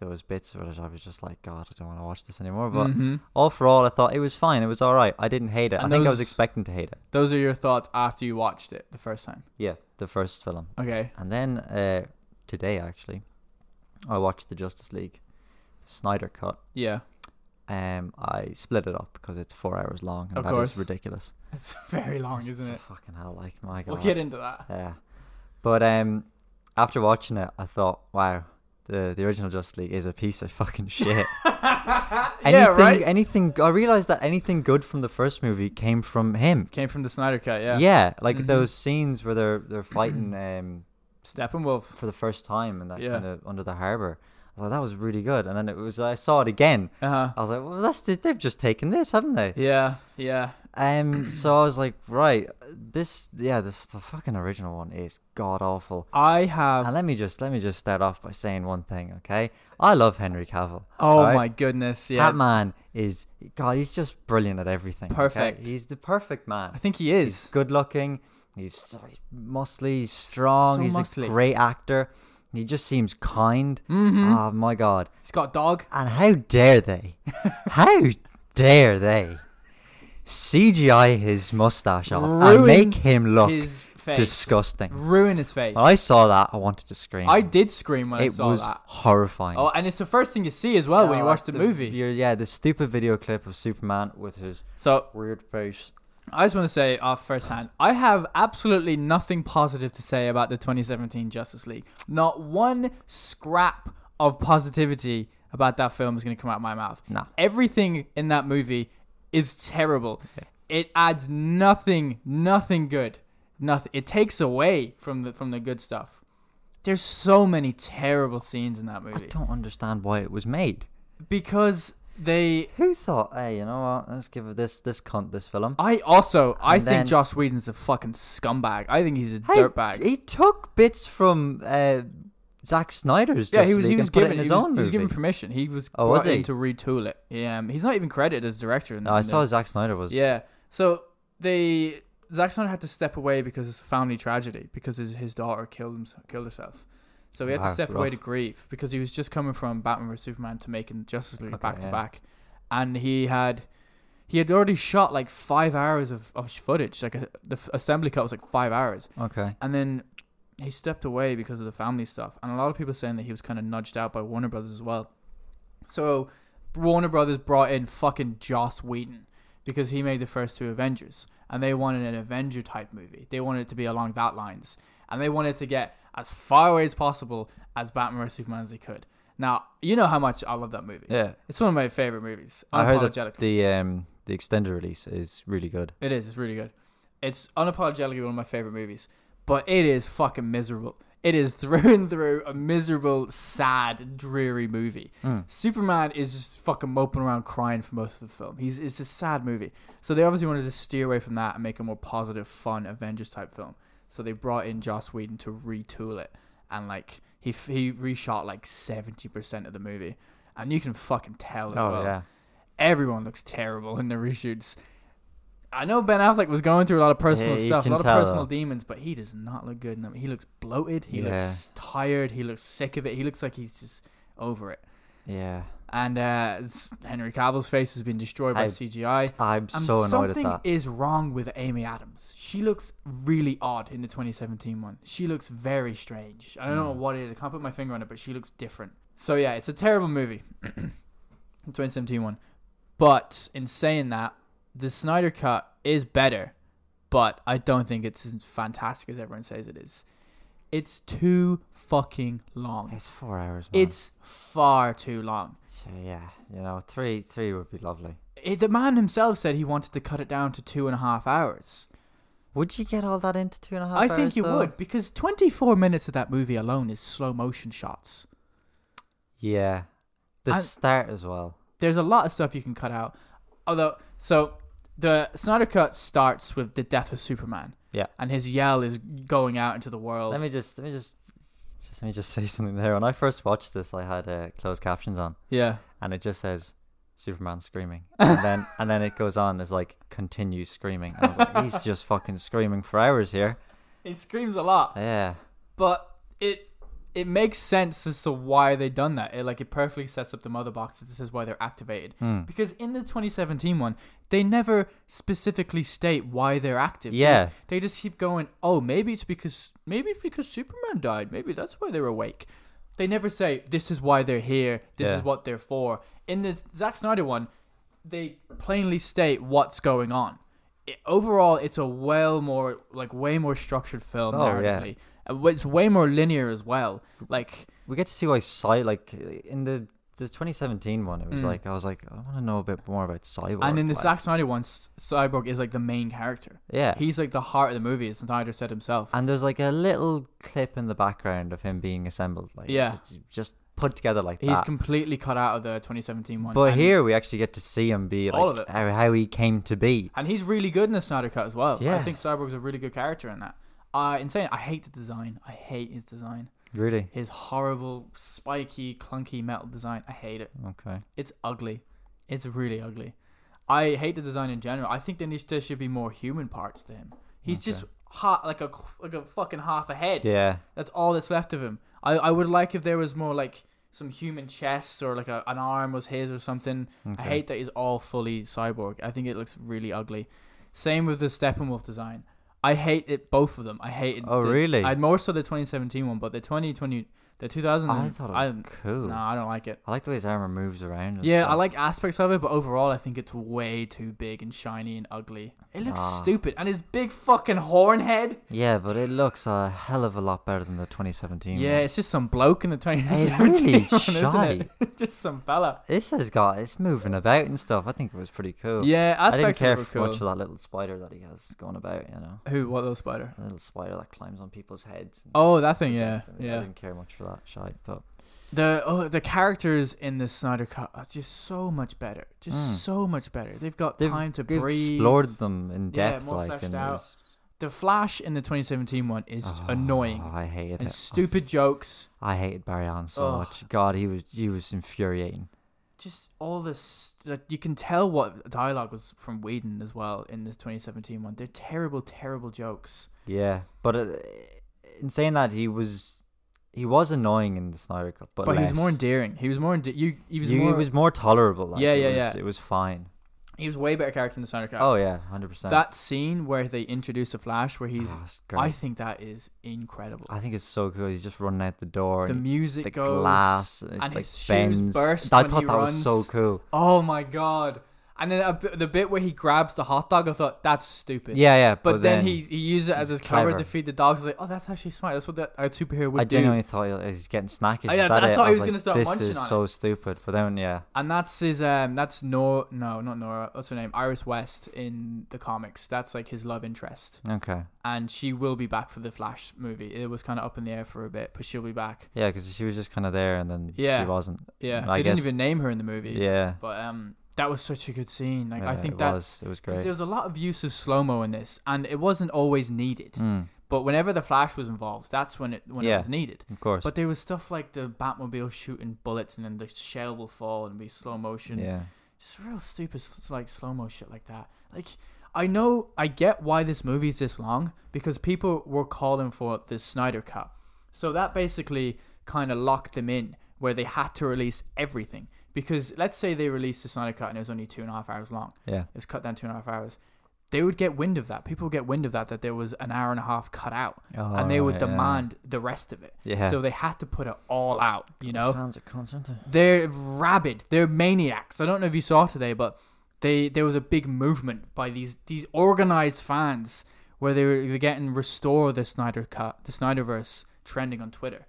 Speaker 2: there was bits of it i was just like god i don't want to watch this anymore but
Speaker 1: Mhm.
Speaker 2: Overall, I thought it was fine. It was all right. I didn't hate it. I
Speaker 1: And
Speaker 2: think I
Speaker 1: those-
Speaker 2: was expecting to hate it.
Speaker 1: Those are your thoughts after you watched it the first time.
Speaker 2: Yeah, the first film.
Speaker 1: Okay.
Speaker 2: And then uh, today, actually, I watched the Justice League, Snyder Cut.
Speaker 1: Yeah.
Speaker 2: Um, I split it up because it's four hours long, and
Speaker 1: Of
Speaker 2: that is
Speaker 1: course.
Speaker 2: ridiculous.
Speaker 1: It's very long,
Speaker 2: It's
Speaker 1: isn't
Speaker 2: a
Speaker 1: it?
Speaker 2: Fucking hell, like my god.
Speaker 1: We'll get into that.
Speaker 2: Yeah, but um, after watching it, I thought, wow, the the original Justice League is a piece of fucking shit.
Speaker 1: yeah,
Speaker 2: anything,
Speaker 1: right.
Speaker 2: anything. I realized that anything good from the first movie came from him.
Speaker 1: Came from the Snyder Cut, yeah.
Speaker 2: Yeah, like
Speaker 1: Mhm.
Speaker 2: those scenes where they're they're fighting um,
Speaker 1: Steppenwolf.
Speaker 2: for the first time and that
Speaker 1: Yeah.
Speaker 2: kind of under the harbor. I was like, that was really good. And then it was I saw it again.
Speaker 1: Uh huh.
Speaker 2: I was like, well, that's they've just taken this, haven't they?
Speaker 1: Yeah, yeah.
Speaker 2: Um, so I was like, right, this, yeah, this the fucking original one is god awful.
Speaker 1: I have.
Speaker 2: And let me just let me just start off by saying one thing, okay? I love Henry Cavill.
Speaker 1: oh
Speaker 2: right?
Speaker 1: my goodness, yeah.
Speaker 2: That man is God. He's just brilliant at everything. okay?
Speaker 1: Perfect.
Speaker 2: He's the perfect man.
Speaker 1: I think he
Speaker 2: He's
Speaker 1: is.
Speaker 2: good looking. He's so he's muscly. He's strong.
Speaker 1: so
Speaker 2: he's
Speaker 1: muscly.
Speaker 2: a great actor. He just seems kind.
Speaker 1: Mm-hmm.
Speaker 2: Oh my god.
Speaker 1: He's got a dog.
Speaker 2: And how dare they? how dare they? CGI his mustache off and
Speaker 1: Ruin
Speaker 2: make him look
Speaker 1: his face.
Speaker 2: disgusting.
Speaker 1: Ruin his face.
Speaker 2: I saw that. I wanted to scream.
Speaker 1: I did scream when I
Speaker 2: it
Speaker 1: saw
Speaker 2: was
Speaker 1: that.
Speaker 2: horrifying.
Speaker 1: Oh, and it's the first thing you see as well when you
Speaker 2: Oh,
Speaker 1: watch
Speaker 2: it's
Speaker 1: the, movie.
Speaker 2: your- yeah, the stupid video clip of Superman with his
Speaker 1: So
Speaker 2: weird face.
Speaker 1: I just want to say off firsthand, I have absolutely nothing positive to say about the 2017 Justice League. Not one scrap of positivity about that film is going to come out of my mouth.
Speaker 2: Nah.
Speaker 1: Everything in that movie is terrible. It adds nothing, nothing good. Nothing. It takes away from the from the good stuff. There's so many terrible scenes in that
Speaker 2: I
Speaker 1: movie
Speaker 2: don't understand why it was made.
Speaker 1: because they
Speaker 2: Who thought, hey, you know what? Let's give this this cunt this film.
Speaker 1: I also I
Speaker 2: And
Speaker 1: think
Speaker 2: then-
Speaker 1: Joss Whedon's a fucking scumbag. I think he's a
Speaker 2: Hey,
Speaker 1: dirtbag.
Speaker 2: He took bits from uh, Zack Snyder's.
Speaker 1: yeah,
Speaker 2: Justice
Speaker 1: he was he
Speaker 2: League
Speaker 1: was
Speaker 2: and put it
Speaker 1: given
Speaker 2: in his
Speaker 1: he was,
Speaker 2: own
Speaker 1: he was given
Speaker 2: movie.
Speaker 1: permission. He was
Speaker 2: Oh,
Speaker 1: brought
Speaker 2: was he?
Speaker 1: in to retool it. Yeah, um, he's not even credited as director. In
Speaker 2: No, Oh, I
Speaker 1: in
Speaker 2: saw Zack Snyder was.
Speaker 1: Yeah, so they Zack Snyder had to step away because it's a family tragedy because his, his daughter killed himself, killed herself. So he had to
Speaker 2: Wow,
Speaker 1: step
Speaker 2: rough.
Speaker 1: away to grieve because he was just coming from Batman vs Superman to making Justice League
Speaker 2: Okay,
Speaker 1: back to
Speaker 2: yeah.
Speaker 1: back, and he had he had already shot like five hours of, of footage. Like a, the f- assembly cut was like five hours,
Speaker 2: Okay.
Speaker 1: and then he stepped away because of the family stuff. And a lot of people saying that he was kind of nudged out by Warner Brothers as well. So Warner Brothers brought in fucking Joss Whedon because he made the first two Avengers, and they wanted an Avenger type movie. They wanted it to be along that lines, and they wanted to get as far away as possible as Batman vs Superman as they could. Now you know how much I love that movie.
Speaker 2: Yeah.
Speaker 1: It's one of my favorite movies.
Speaker 2: I heard
Speaker 1: Unapologetically.
Speaker 2: that the um the extended release is really good.
Speaker 1: It is. It's really good. It's unapologetically one of my favorite movies, but it is fucking miserable. It is through and through a miserable, sad, dreary movie.
Speaker 2: Hmm.
Speaker 1: Superman is just fucking moping around crying for most of the film. He's it's a sad movie. So they obviously wanted to steer away from that and make a more positive, fun Avengers type film. So they brought in Joss Whedon to retool it, and like he f- he reshot like seventy percent of the movie, and you can fucking tell as
Speaker 2: Oh
Speaker 1: well
Speaker 2: yeah.
Speaker 1: everyone looks terrible in the reshoots. I know Ben Affleck was going through a lot of personal
Speaker 2: Yeah, you
Speaker 1: stuff, a
Speaker 2: can
Speaker 1: lot of
Speaker 2: tell,
Speaker 1: personal
Speaker 2: though.
Speaker 1: demons, but he does not look good in them. He looks bloated. He
Speaker 2: Yeah.
Speaker 1: looks tired. He looks sick of it. He looks like he's just over it.
Speaker 2: Yeah.
Speaker 1: And uh, it's- Henry Cavill's face has been destroyed by
Speaker 2: I-
Speaker 1: CGI.
Speaker 2: I'm
Speaker 1: And
Speaker 2: so annoyed at
Speaker 1: something
Speaker 2: that.
Speaker 1: is wrong with Amy Adams. She looks really odd in the 2017 one. She looks very strange. I don't
Speaker 2: Hmm.
Speaker 1: know what it is. I can't put my finger on it, but she looks different. So yeah, it's a terrible movie, the 2017 one. But in saying that, the Snyder cut is better, but I don't think it's as fantastic as everyone says it is. It's too fucking long.
Speaker 2: It's four hours. Man.
Speaker 1: It's far too long.
Speaker 2: So, yeah. You know, three three would be lovely.
Speaker 1: Eh, the man himself said he wanted to cut it down to two and a half hours.
Speaker 2: Would you get all that into two and a half?
Speaker 1: I think
Speaker 2: hours,
Speaker 1: you
Speaker 2: though?
Speaker 1: would because 24 minutes of that movie alone is slow motion shots.
Speaker 2: Yeah. The
Speaker 1: And-
Speaker 2: start as well.
Speaker 1: There's a lot of stuff you can cut out. Although, so the Snyder Cut starts with the death of Superman.
Speaker 2: Yeah.
Speaker 1: And his yell is going out into the world.
Speaker 2: Let me just let me just just let me just say something there. When I first watched this, I had uh, closed captions on,
Speaker 1: yeah.
Speaker 2: and it just says Superman screaming, and then and then it goes on as like continues screaming. And I was like, he's just fucking screaming for hours here.
Speaker 1: It screams a lot,
Speaker 2: Yeah,
Speaker 1: but it it makes sense as to why they done that. It like it perfectly sets up the mother boxes. This is why they're activated. Because in the 2017 one, they never specifically state why they're active. They-
Speaker 2: Yeah.
Speaker 1: They just keep going, "Oh, maybe it's because maybe it's because Superman died. Maybe that's why they're awake." They never say, "This is why they're here. This
Speaker 2: Yeah.
Speaker 1: is what they're for." In the Zack Snyder one, they plainly state what's going on. It, overall, it's a well more like way more structured film
Speaker 2: Oh, yeah.
Speaker 1: narratively. And It's way more linear as well. Like
Speaker 2: we get to see why Cy like in the the 2017 one. It was like I was like I want to know a bit more about Cyborg.
Speaker 1: Hmm. And in the
Speaker 2: like-
Speaker 1: Zack Snyder one, S- Cyborg is like the main character.
Speaker 2: Yeah.
Speaker 1: He's like the heart of the movie, as Snyder said himself.
Speaker 2: and there's like a little clip in the background of him being assembled, like
Speaker 1: Yeah.
Speaker 2: just, just put together like
Speaker 1: He's
Speaker 2: that.
Speaker 1: completely cut out of the 2017 one.
Speaker 2: uh, but
Speaker 1: and,
Speaker 2: here we actually get to see him be like
Speaker 1: All of it.
Speaker 2: How, how he came to be.
Speaker 1: And he's really good in the Snyder Cut as well. I
Speaker 2: Yeah.
Speaker 1: think Cyborg's a really good character in that. Uh, insane. I hate the design. I hate his design.
Speaker 2: Really?
Speaker 1: His horrible, spiky, clunky metal design. I hate it.
Speaker 2: Okay.
Speaker 1: It's ugly. It's really ugly. I hate the design in general. I think there, needs, there should be more human parts to him. He's just hot, like a like a fucking half a head.
Speaker 2: Yeah.
Speaker 1: That's all that's left of him. I, I would like if there was more like some human chest or like a, an arm was his or something. I
Speaker 2: Okay.
Speaker 1: hate that he's all fully cyborg. I think it looks really ugly. Same with the Steppenwolf design. I hate it. Both of them. I hated.
Speaker 2: Oh,
Speaker 1: the-
Speaker 2: really?
Speaker 1: I more so the 2017 one, but the 2020, the 2000.
Speaker 2: I thought it was cool.
Speaker 1: No, I don't like it.
Speaker 2: I like the way his armor moves around. and
Speaker 1: Yeah, I
Speaker 2: stuff.
Speaker 1: like aspects of it, but overall, I think it's way too big and shiny and ugly. It looks
Speaker 2: Ah.
Speaker 1: stupid, and his big fucking horn head.
Speaker 2: Yeah, but it looks a hell of a lot better than the 2017.
Speaker 1: Yeah,
Speaker 2: one.
Speaker 1: it's just some bloke in the 2017
Speaker 2: really
Speaker 1: one, isn't it? just some fella.
Speaker 2: This has got it's moving about and stuff. I think it was pretty cool.
Speaker 1: Yeah,
Speaker 2: I didn't
Speaker 1: aspects
Speaker 2: care
Speaker 1: of it
Speaker 2: f-
Speaker 1: were
Speaker 2: much for
Speaker 1: cool.
Speaker 2: that little spider that he has going about. You know,
Speaker 1: Who? What little spider?
Speaker 2: a little spider that climbs on people's heads. and
Speaker 1: Oh, that thing. Yeah,
Speaker 2: protects them. I
Speaker 1: yeah.
Speaker 2: didn't care much for that shite, but
Speaker 1: The oh, the characters in the Snyder Cut are just so much better. Just
Speaker 2: Mm.
Speaker 1: so much better. They've got
Speaker 2: they've,
Speaker 1: time to
Speaker 2: they've
Speaker 1: breathe.
Speaker 2: explored them in
Speaker 1: Yeah,
Speaker 2: depth,
Speaker 1: more
Speaker 2: like
Speaker 1: fleshed
Speaker 2: and
Speaker 1: out.
Speaker 2: there's-
Speaker 1: The Flash in the 2017 one is
Speaker 2: Oh,
Speaker 1: annoying.
Speaker 2: I hated
Speaker 1: And
Speaker 2: it.
Speaker 1: stupid jokes.
Speaker 2: I hated Barry Allen so
Speaker 1: Ugh.
Speaker 2: much. God, he was he was infuriating.
Speaker 1: just all this like you can tell what dialogue was from Whedon as well in this 2017 one. They're terrible, terrible jokes.
Speaker 2: Yeah, but uh in saying that, he was he was annoying in the Snyder Cut, but,
Speaker 1: But, he was more
Speaker 2: less.
Speaker 1: endearing. He was more ende- you. He was
Speaker 2: You-
Speaker 1: more.
Speaker 2: it was more tolerable. Like,
Speaker 1: Yeah,
Speaker 2: it
Speaker 1: yeah,
Speaker 2: was,
Speaker 1: yeah.
Speaker 2: It was fine.
Speaker 1: he was way better character in the Snyder Cut.
Speaker 2: Oh yeah, hundred percent.
Speaker 1: that scene where they introduce the Flash, where
Speaker 2: Oh,
Speaker 1: he's. I
Speaker 2: I,
Speaker 1: think that is incredible.
Speaker 2: I think it's so cool. He's just running out the door.
Speaker 1: the
Speaker 2: Oh, and
Speaker 1: music
Speaker 2: the
Speaker 1: goes.
Speaker 2: glass and, it,
Speaker 1: and
Speaker 2: like
Speaker 1: his shoes
Speaker 2: bends.
Speaker 1: burst
Speaker 2: I
Speaker 1: when
Speaker 2: thought
Speaker 1: he
Speaker 2: that was so
Speaker 1: runs.
Speaker 2: cool.
Speaker 1: Oh my god! And then a bit, the bit where he grabs the hot dog, I thought that's stupid.
Speaker 2: Yeah, yeah. But,
Speaker 1: But, then, he, he used it as
Speaker 2: he's
Speaker 1: his cover to
Speaker 2: clever.
Speaker 1: feed the dogs. I was like, oh, that's actually smart. That's what that a superhero would
Speaker 2: I
Speaker 1: do.
Speaker 2: genuinely thought he was getting snacky.
Speaker 1: I- I-
Speaker 2: that
Speaker 1: I
Speaker 2: it?
Speaker 1: thought he was
Speaker 2: like,
Speaker 1: gonna start
Speaker 2: This
Speaker 1: munching
Speaker 2: is
Speaker 1: on
Speaker 2: so stupid. But then yeah,
Speaker 1: And that's his um that's Nor no, not Nora, what's her name? Iris West in the comics. That's like his love interest.
Speaker 2: okay,
Speaker 1: And she will be back for the Flash movie. It was kinda up in the air for a bit, but she'll be back.
Speaker 2: yeah, because she was just kind of there and then
Speaker 1: Yeah.
Speaker 2: she wasn't.
Speaker 1: Yeah.
Speaker 2: I
Speaker 1: they
Speaker 2: guess-
Speaker 1: didn't even name her in the movie.
Speaker 2: Yeah,
Speaker 1: But um that was such a good scene. Like I
Speaker 2: yeah,
Speaker 1: think
Speaker 2: it
Speaker 1: that's
Speaker 2: was. It was
Speaker 1: 'cause
Speaker 2: great.
Speaker 1: there was a lot of use of slow mo in this and it wasn't always needed.
Speaker 2: Mm,
Speaker 1: But whenever the Flash was involved, that's when it when
Speaker 2: Yeah.
Speaker 1: it was needed.
Speaker 2: of course.
Speaker 1: But there was stuff like the Batmobile shooting bullets and then the shell will fall and be slow motion.
Speaker 2: yeah,
Speaker 1: just real stupid s- like slow mo shit like that. Like I know I get why this movie's this long because people were calling for this Snyder cut. So that basically kind of locked them in where they had to release everything because let's say they released the Snyder cut and it was only two and a half hours long.
Speaker 2: yeah.
Speaker 1: It was cut down two and a half hours. They would get wind of that. People would get wind of that that there was an hour and a half cut out, and they would
Speaker 2: Alright, Oh, yeah.
Speaker 1: demand the rest of it.
Speaker 2: Yeah.
Speaker 1: So they had to put it all out. You know,
Speaker 2: fans are concerned.
Speaker 1: they're rabid. They're maniacs. I don't know if you saw today, but they there was a big movement by these these organized fans where they were they're getting restore the Snyder cut, the Snyderverse trending on Twitter,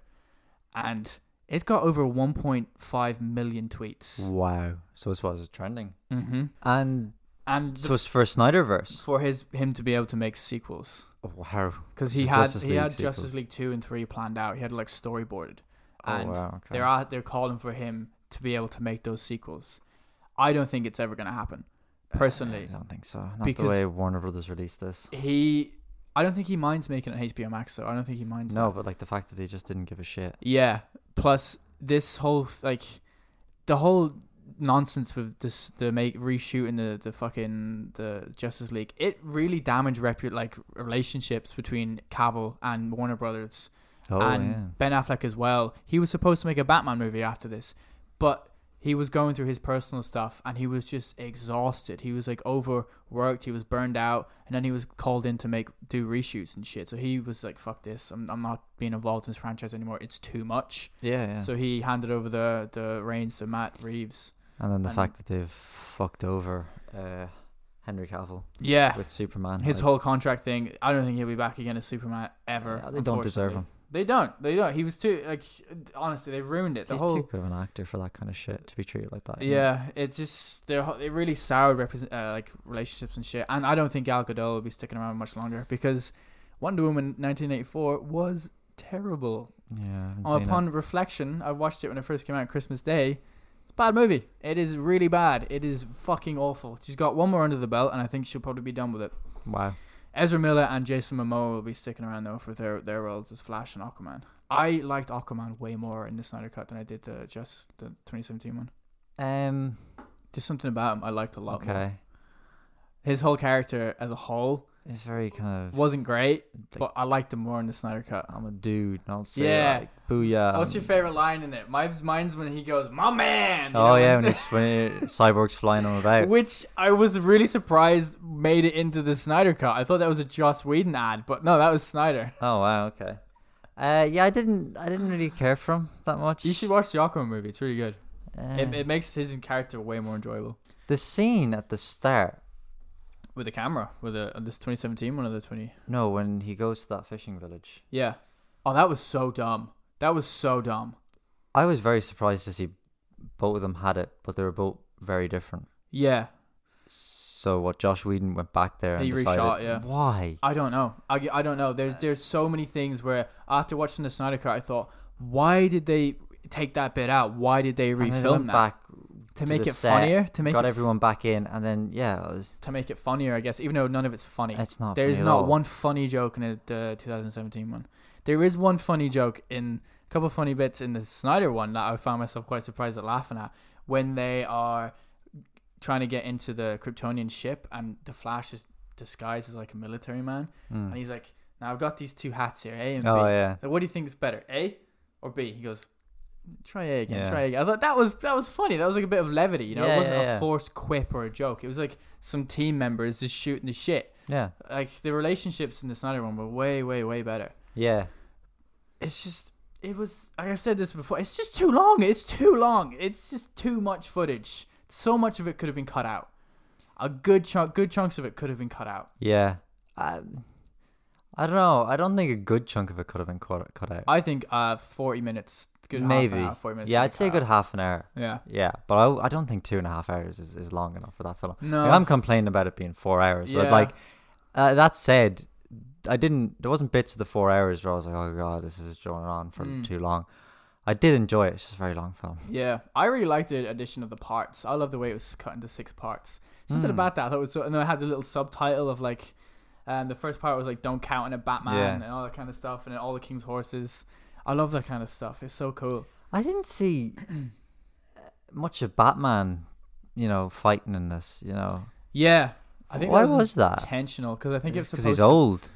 Speaker 1: and it's got over 1.5 million tweets.
Speaker 2: Wow. So this was trending.
Speaker 1: hmm
Speaker 2: And
Speaker 1: And
Speaker 2: so it's for Snyderverse. Oh,
Speaker 1: for his him to be able to make sequels
Speaker 2: Wow.
Speaker 1: because he
Speaker 2: So
Speaker 1: had
Speaker 2: Justice
Speaker 1: he
Speaker 2: League
Speaker 1: had
Speaker 2: sequels.
Speaker 1: Justice League two and three planned out. He had like storyboarded,
Speaker 2: Oh,
Speaker 1: and
Speaker 2: wow. Okay.
Speaker 1: They're out, they're calling for him to be able to make those sequels. I don't think it's ever going to happen. Personally,
Speaker 2: I don't think so. Not
Speaker 1: Because-
Speaker 2: the way Warner Brothers released this.
Speaker 1: he, I don't think he minds making it HBO Max though. I don't think he minds.
Speaker 2: No,
Speaker 1: that.
Speaker 2: but like the fact that they just didn't give a shit.
Speaker 1: yeah. Plus, this whole like, the whole nonsense with this the make reshoot and the the fucking the Justice League. It really damaged repu- like relationships between Cavill and Warner Brothers.
Speaker 2: Oh
Speaker 1: and
Speaker 2: yeah.
Speaker 1: Ben Affleck as well. He was supposed to make a Batman movie after this, but he was going through his personal stuff and he was just exhausted. He was like overworked. He was burned out, and then he was called in to make do reshoots and shit. So he was like, "Fuck this! I'm I'm not being involved in this franchise anymore. It's too much."
Speaker 2: Yeah, yeah.
Speaker 1: So he handed over the the reins to Matt Reeves.
Speaker 2: and then the
Speaker 1: and-
Speaker 2: fact that they've fucked over uh, Henry Cavill
Speaker 1: Yeah.
Speaker 2: with Superman.
Speaker 1: His
Speaker 2: like,
Speaker 1: whole contract thing. I don't think he'll be back again as Superman ever.
Speaker 2: yeah, they don't deserve
Speaker 1: unfortunately.
Speaker 2: him.
Speaker 1: They don't. They don't. He was too like. Honestly, they ruined it. The
Speaker 2: He's
Speaker 1: whole
Speaker 2: too good of an actor for that kind of shit to be treated like that. you know?
Speaker 1: Yeah, it's just they're ho- they really soured represent uh, like relationships and shit. And I don't think Gal Gadot will be sticking around much longer because Wonder Woman 1984 was terrible.
Speaker 2: Yeah. I haven't
Speaker 1: Uh,
Speaker 2: seen it.
Speaker 1: upon reflection, I watched it when it first came out Christmas Day. It's a bad movie. It is really bad. It is fucking awful. She's got one more under the belt, and I think she'll probably be done with it.
Speaker 2: Wow.
Speaker 1: Ezra Miller and Jason Momoa will be sticking around though for their their roles as Flash and Aquaman. I liked Aquaman way more in the Snyder Cut than I did the just the 2017 one.
Speaker 2: Um.
Speaker 1: Just something about him I liked a lot more.
Speaker 2: Okay.
Speaker 1: his whole character as a whole
Speaker 2: It's very kind of.
Speaker 1: Wasn't great,
Speaker 2: Like-
Speaker 1: but I liked him more in the Snyder Cut.
Speaker 2: I'm a dude. Don't say
Speaker 1: Yeah.
Speaker 2: like booyah.
Speaker 1: What's your
Speaker 2: and-
Speaker 1: favorite line in it? My mine's when he goes, "My man." You know
Speaker 2: Oh
Speaker 1: what
Speaker 2: yeah,
Speaker 1: I'm
Speaker 2: when,
Speaker 1: saying?
Speaker 2: he's, when he- Cyborg's flying him about.
Speaker 1: Which I was really surprised made it into the Snyder Cut. I thought that was a Joss Whedon ad, but no, that was Snyder.
Speaker 2: Oh wow, okay. Uh, yeah, I didn't, I didn't really care for him that much.
Speaker 1: You should watch the Aquaman movie. It's really good.
Speaker 2: Uh,
Speaker 1: It, it makes his character way more enjoyable
Speaker 2: the scene at the start.
Speaker 1: with the camera, with the, uh, this 2017 one of the 20.
Speaker 2: No, when he goes to that fishing village,
Speaker 1: Yeah. Oh, that was so dumb. That was so dumb.
Speaker 2: I was very surprised to see both of them had it, but they were both very different.
Speaker 1: Yeah.
Speaker 2: So what? Josh Whedon went back there and
Speaker 1: He
Speaker 2: decided
Speaker 1: reshot, yeah.
Speaker 2: why.
Speaker 1: I don't know. I, I don't know.
Speaker 2: Uh,
Speaker 1: There's there's so many things where after watching the Snyder Cut, I thought, why did they take that bit out? Why did they
Speaker 2: And then they
Speaker 1: refilm
Speaker 2: went
Speaker 1: that
Speaker 2: back
Speaker 1: to
Speaker 2: to
Speaker 1: make
Speaker 2: the
Speaker 1: it
Speaker 2: set,
Speaker 1: funnier? To make
Speaker 2: got
Speaker 1: it
Speaker 2: everyone back in, and then yeah, it was,
Speaker 1: to make it funnier, I guess. Even though none of it's funny,
Speaker 2: it's not.
Speaker 1: there's
Speaker 2: funny at
Speaker 1: not
Speaker 2: all.
Speaker 1: one funny joke in it, the 2017 one. There is one funny joke in a couple of funny bits in the Snyder one that I found myself quite surprised at laughing at when they are trying to get into the Kryptonian ship and the Flash is disguised as like a military man
Speaker 2: Mm.
Speaker 1: and he's like, "Now I've got these two hats here, A and
Speaker 2: Oh
Speaker 1: B.
Speaker 2: yeah,
Speaker 1: Like, what do you think is better, A or B?" He goes, "Try A again,
Speaker 2: Yeah.
Speaker 1: try A again." I was like, "That was that was funny. That was like a bit of levity, you know?
Speaker 2: Yeah,
Speaker 1: it wasn't
Speaker 2: yeah,
Speaker 1: a
Speaker 2: yeah.
Speaker 1: forced quip or a joke. It was like some team members just shooting the shit.
Speaker 2: yeah,
Speaker 1: Like the relationships in the Snyder one were way, way, way better.
Speaker 2: yeah.
Speaker 1: It's just." It was like I said this before. It's just too long. It's too long. It's just too much footage. So much of it could have been cut out. A good chunk, good chunks of it could have been cut out.
Speaker 2: Yeah. I, I don't know. I don't think a good chunk of it could have been cut, cut out.
Speaker 1: I think uh, forty minutes, good half
Speaker 2: Maybe.
Speaker 1: an hour, forty minutes.
Speaker 2: yeah,
Speaker 1: could
Speaker 2: I'd
Speaker 1: be
Speaker 2: say a
Speaker 1: cut
Speaker 2: good
Speaker 1: out.
Speaker 2: half an hour.
Speaker 1: Yeah.
Speaker 2: Yeah, but I, I don't think two and a half hours is, is long enough for that film.
Speaker 1: No.
Speaker 2: Like, I'm complaining about it being four hours,
Speaker 1: Yeah.
Speaker 2: but like uh, that said, I didn't. There wasn't bits of the four hours where I was like, oh god, this is drawing on for
Speaker 1: Mm.
Speaker 2: too long. I did enjoy it. It's just a very long film.
Speaker 1: Yeah, I really liked the addition of the parts. I love the way it was cut into six parts. Something
Speaker 2: Hmm.
Speaker 1: about that I thought was so. And then I had the little subtitle of like, um, the first part was like "Don't count on it, Batman"
Speaker 2: Yeah.
Speaker 1: and all that kind of stuff, and then all the king's horses. I love that kind of stuff. It's so cool.
Speaker 2: I didn't see uh, much of Batman, you know, fighting in this. You know,
Speaker 1: Yeah, I think
Speaker 2: why
Speaker 1: that was,
Speaker 2: was that?
Speaker 1: intentional because I think it's
Speaker 2: Because
Speaker 1: supposed.
Speaker 2: he's old.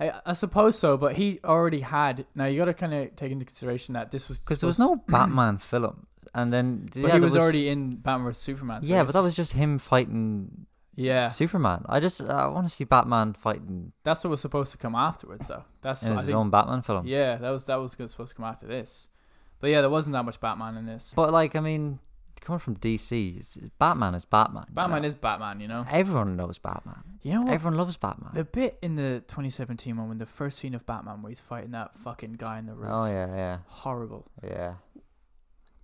Speaker 1: I, I suppose so, but he already had. Now you got to kind of take into consideration that this was
Speaker 2: Because there was
Speaker 1: supposed-
Speaker 2: no Batman film, and then
Speaker 1: But
Speaker 2: yeah,
Speaker 1: he
Speaker 2: there
Speaker 1: was, already in Batman vs Superman. so
Speaker 2: yeah,
Speaker 1: I guess
Speaker 2: but that
Speaker 1: it's-
Speaker 2: was just him fighting
Speaker 1: yeah.
Speaker 2: Superman. I just I want to see Batman fighting
Speaker 1: That's what was supposed to come afterwards, though. That's
Speaker 2: in
Speaker 1: I
Speaker 2: his
Speaker 1: think
Speaker 2: own Batman film.
Speaker 1: Yeah, that was that was good, supposed to come after this, but yeah, there wasn't that much Batman in this.
Speaker 2: But like, I mean, coming from DC, it's- Batman is Batman. you
Speaker 1: Batman
Speaker 2: know?
Speaker 1: is Batman, you know.
Speaker 2: Everyone knows Batman.
Speaker 1: You know what?
Speaker 2: Everyone loves Batman.
Speaker 1: the bit in the 2017 one when the first scene of Batman where he's fighting that fucking guy in the roof.
Speaker 2: oh yeah, yeah,
Speaker 1: horrible.
Speaker 2: yeah.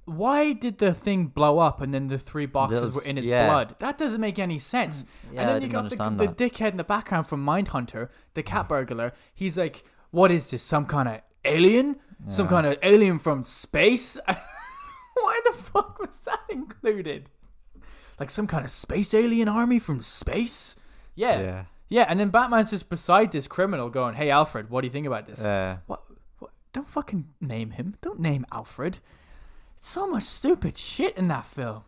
Speaker 1: Why did the thing blow up and then the three boxes
Speaker 2: Those-
Speaker 1: were in his
Speaker 2: yeah.
Speaker 1: blood? That doesn't make any sense. and
Speaker 2: Yeah, I
Speaker 1: then you
Speaker 2: didn't
Speaker 1: got
Speaker 2: understand
Speaker 1: the, the
Speaker 2: that.
Speaker 1: dickhead in the background from Mindhunter, the cat burglar. He's like, "What is this? Some kind of alien? Some
Speaker 2: Yeah.
Speaker 1: kind of alien from space?" Why the fuck was that included? Like some kind of space alien army from space? Yeah, yeah.
Speaker 2: yeah,
Speaker 1: and then Batman's just beside this criminal, going, "Hey, Alfred, what do you think about this?
Speaker 2: yeah.
Speaker 1: What, what? Don't fucking name him. Don't name Alfred. So much stupid shit in that film.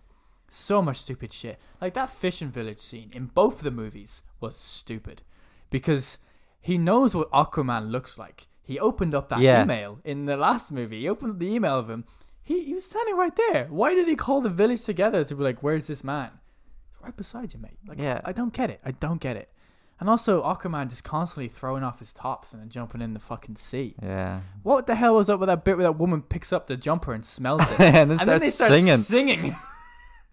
Speaker 1: So much stupid shit. Like that fishing village scene in both of the movies was stupid because he knows what Aquaman looks like. He opened up that
Speaker 2: Yeah.
Speaker 1: email in the last movie. He opened up the email of him. He, he was standing right there. Why did he call the village together to be like, "Where's this man?" He's right beside you, mate. Like,
Speaker 2: Yeah.
Speaker 1: I don't get it. I don't get it. And also, Aquaman just constantly throwing off his tops and then jumping in the fucking sea.
Speaker 2: yeah.
Speaker 1: What the hell was up with that bit where that woman picks up the jumper and smells it?
Speaker 2: and then
Speaker 1: and
Speaker 2: starts
Speaker 1: then they start
Speaker 2: singing.
Speaker 1: singing.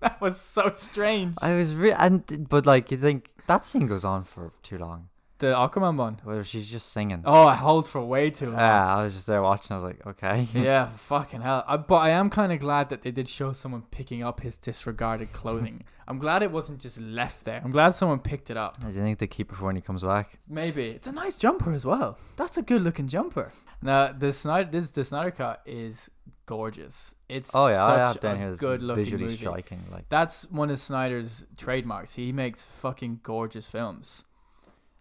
Speaker 1: that was so strange.
Speaker 2: I was re- and but like you think that scene goes on for too long,
Speaker 1: the Aquaman one.
Speaker 2: where she's just singing.
Speaker 1: Oh, I hold for way too long.
Speaker 2: Yeah, I was just there watching. I was like, okay.
Speaker 1: yeah, fucking hell. I, but I am kind of glad that they did show someone picking up his disregarded clothing. I'm glad it wasn't just left there. I'm glad someone picked it up.
Speaker 2: Do you think they keep it for when he comes back?
Speaker 1: Maybe it's a nice jumper as well. That's a good looking jumper. Now the Snyder this the Snyder cut is gorgeous. It's
Speaker 2: Oh yeah, I have
Speaker 1: such
Speaker 2: down
Speaker 1: a
Speaker 2: here. it's
Speaker 1: good looking
Speaker 2: visually
Speaker 1: movie.
Speaker 2: striking. Like
Speaker 1: That's one of Snyder's trademarks. He makes fucking gorgeous films.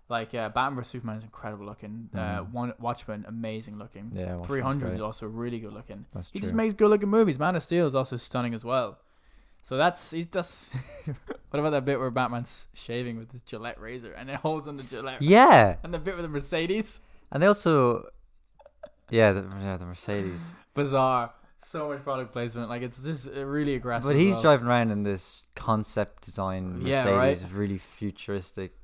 Speaker 1: Like uh, Batman vs Superman is incredible looking. Uh,
Speaker 2: Mhm.
Speaker 1: one Watchmen amazing looking.
Speaker 2: yeah, Watchmen's
Speaker 1: Three Hundred
Speaker 2: great.
Speaker 1: is also really good looking.
Speaker 2: That's
Speaker 1: He
Speaker 2: true.
Speaker 1: just makes good looking movies. Man of Steel is also stunning as well. So that's he, that's What about that bit where Batman's shaving with his Gillette razor and it holds on the Gillette?
Speaker 2: Yeah,
Speaker 1: And the bit with the Mercedes?
Speaker 2: and they also, yeah, the, yeah, the Mercedes.
Speaker 1: Bizarre. So much product placement. Like, it's just uh, really aggressive.
Speaker 2: But
Speaker 1: as
Speaker 2: he's
Speaker 1: well.
Speaker 2: driving around in this concept design Mercedes,
Speaker 1: Yeah, right.
Speaker 2: really futuristic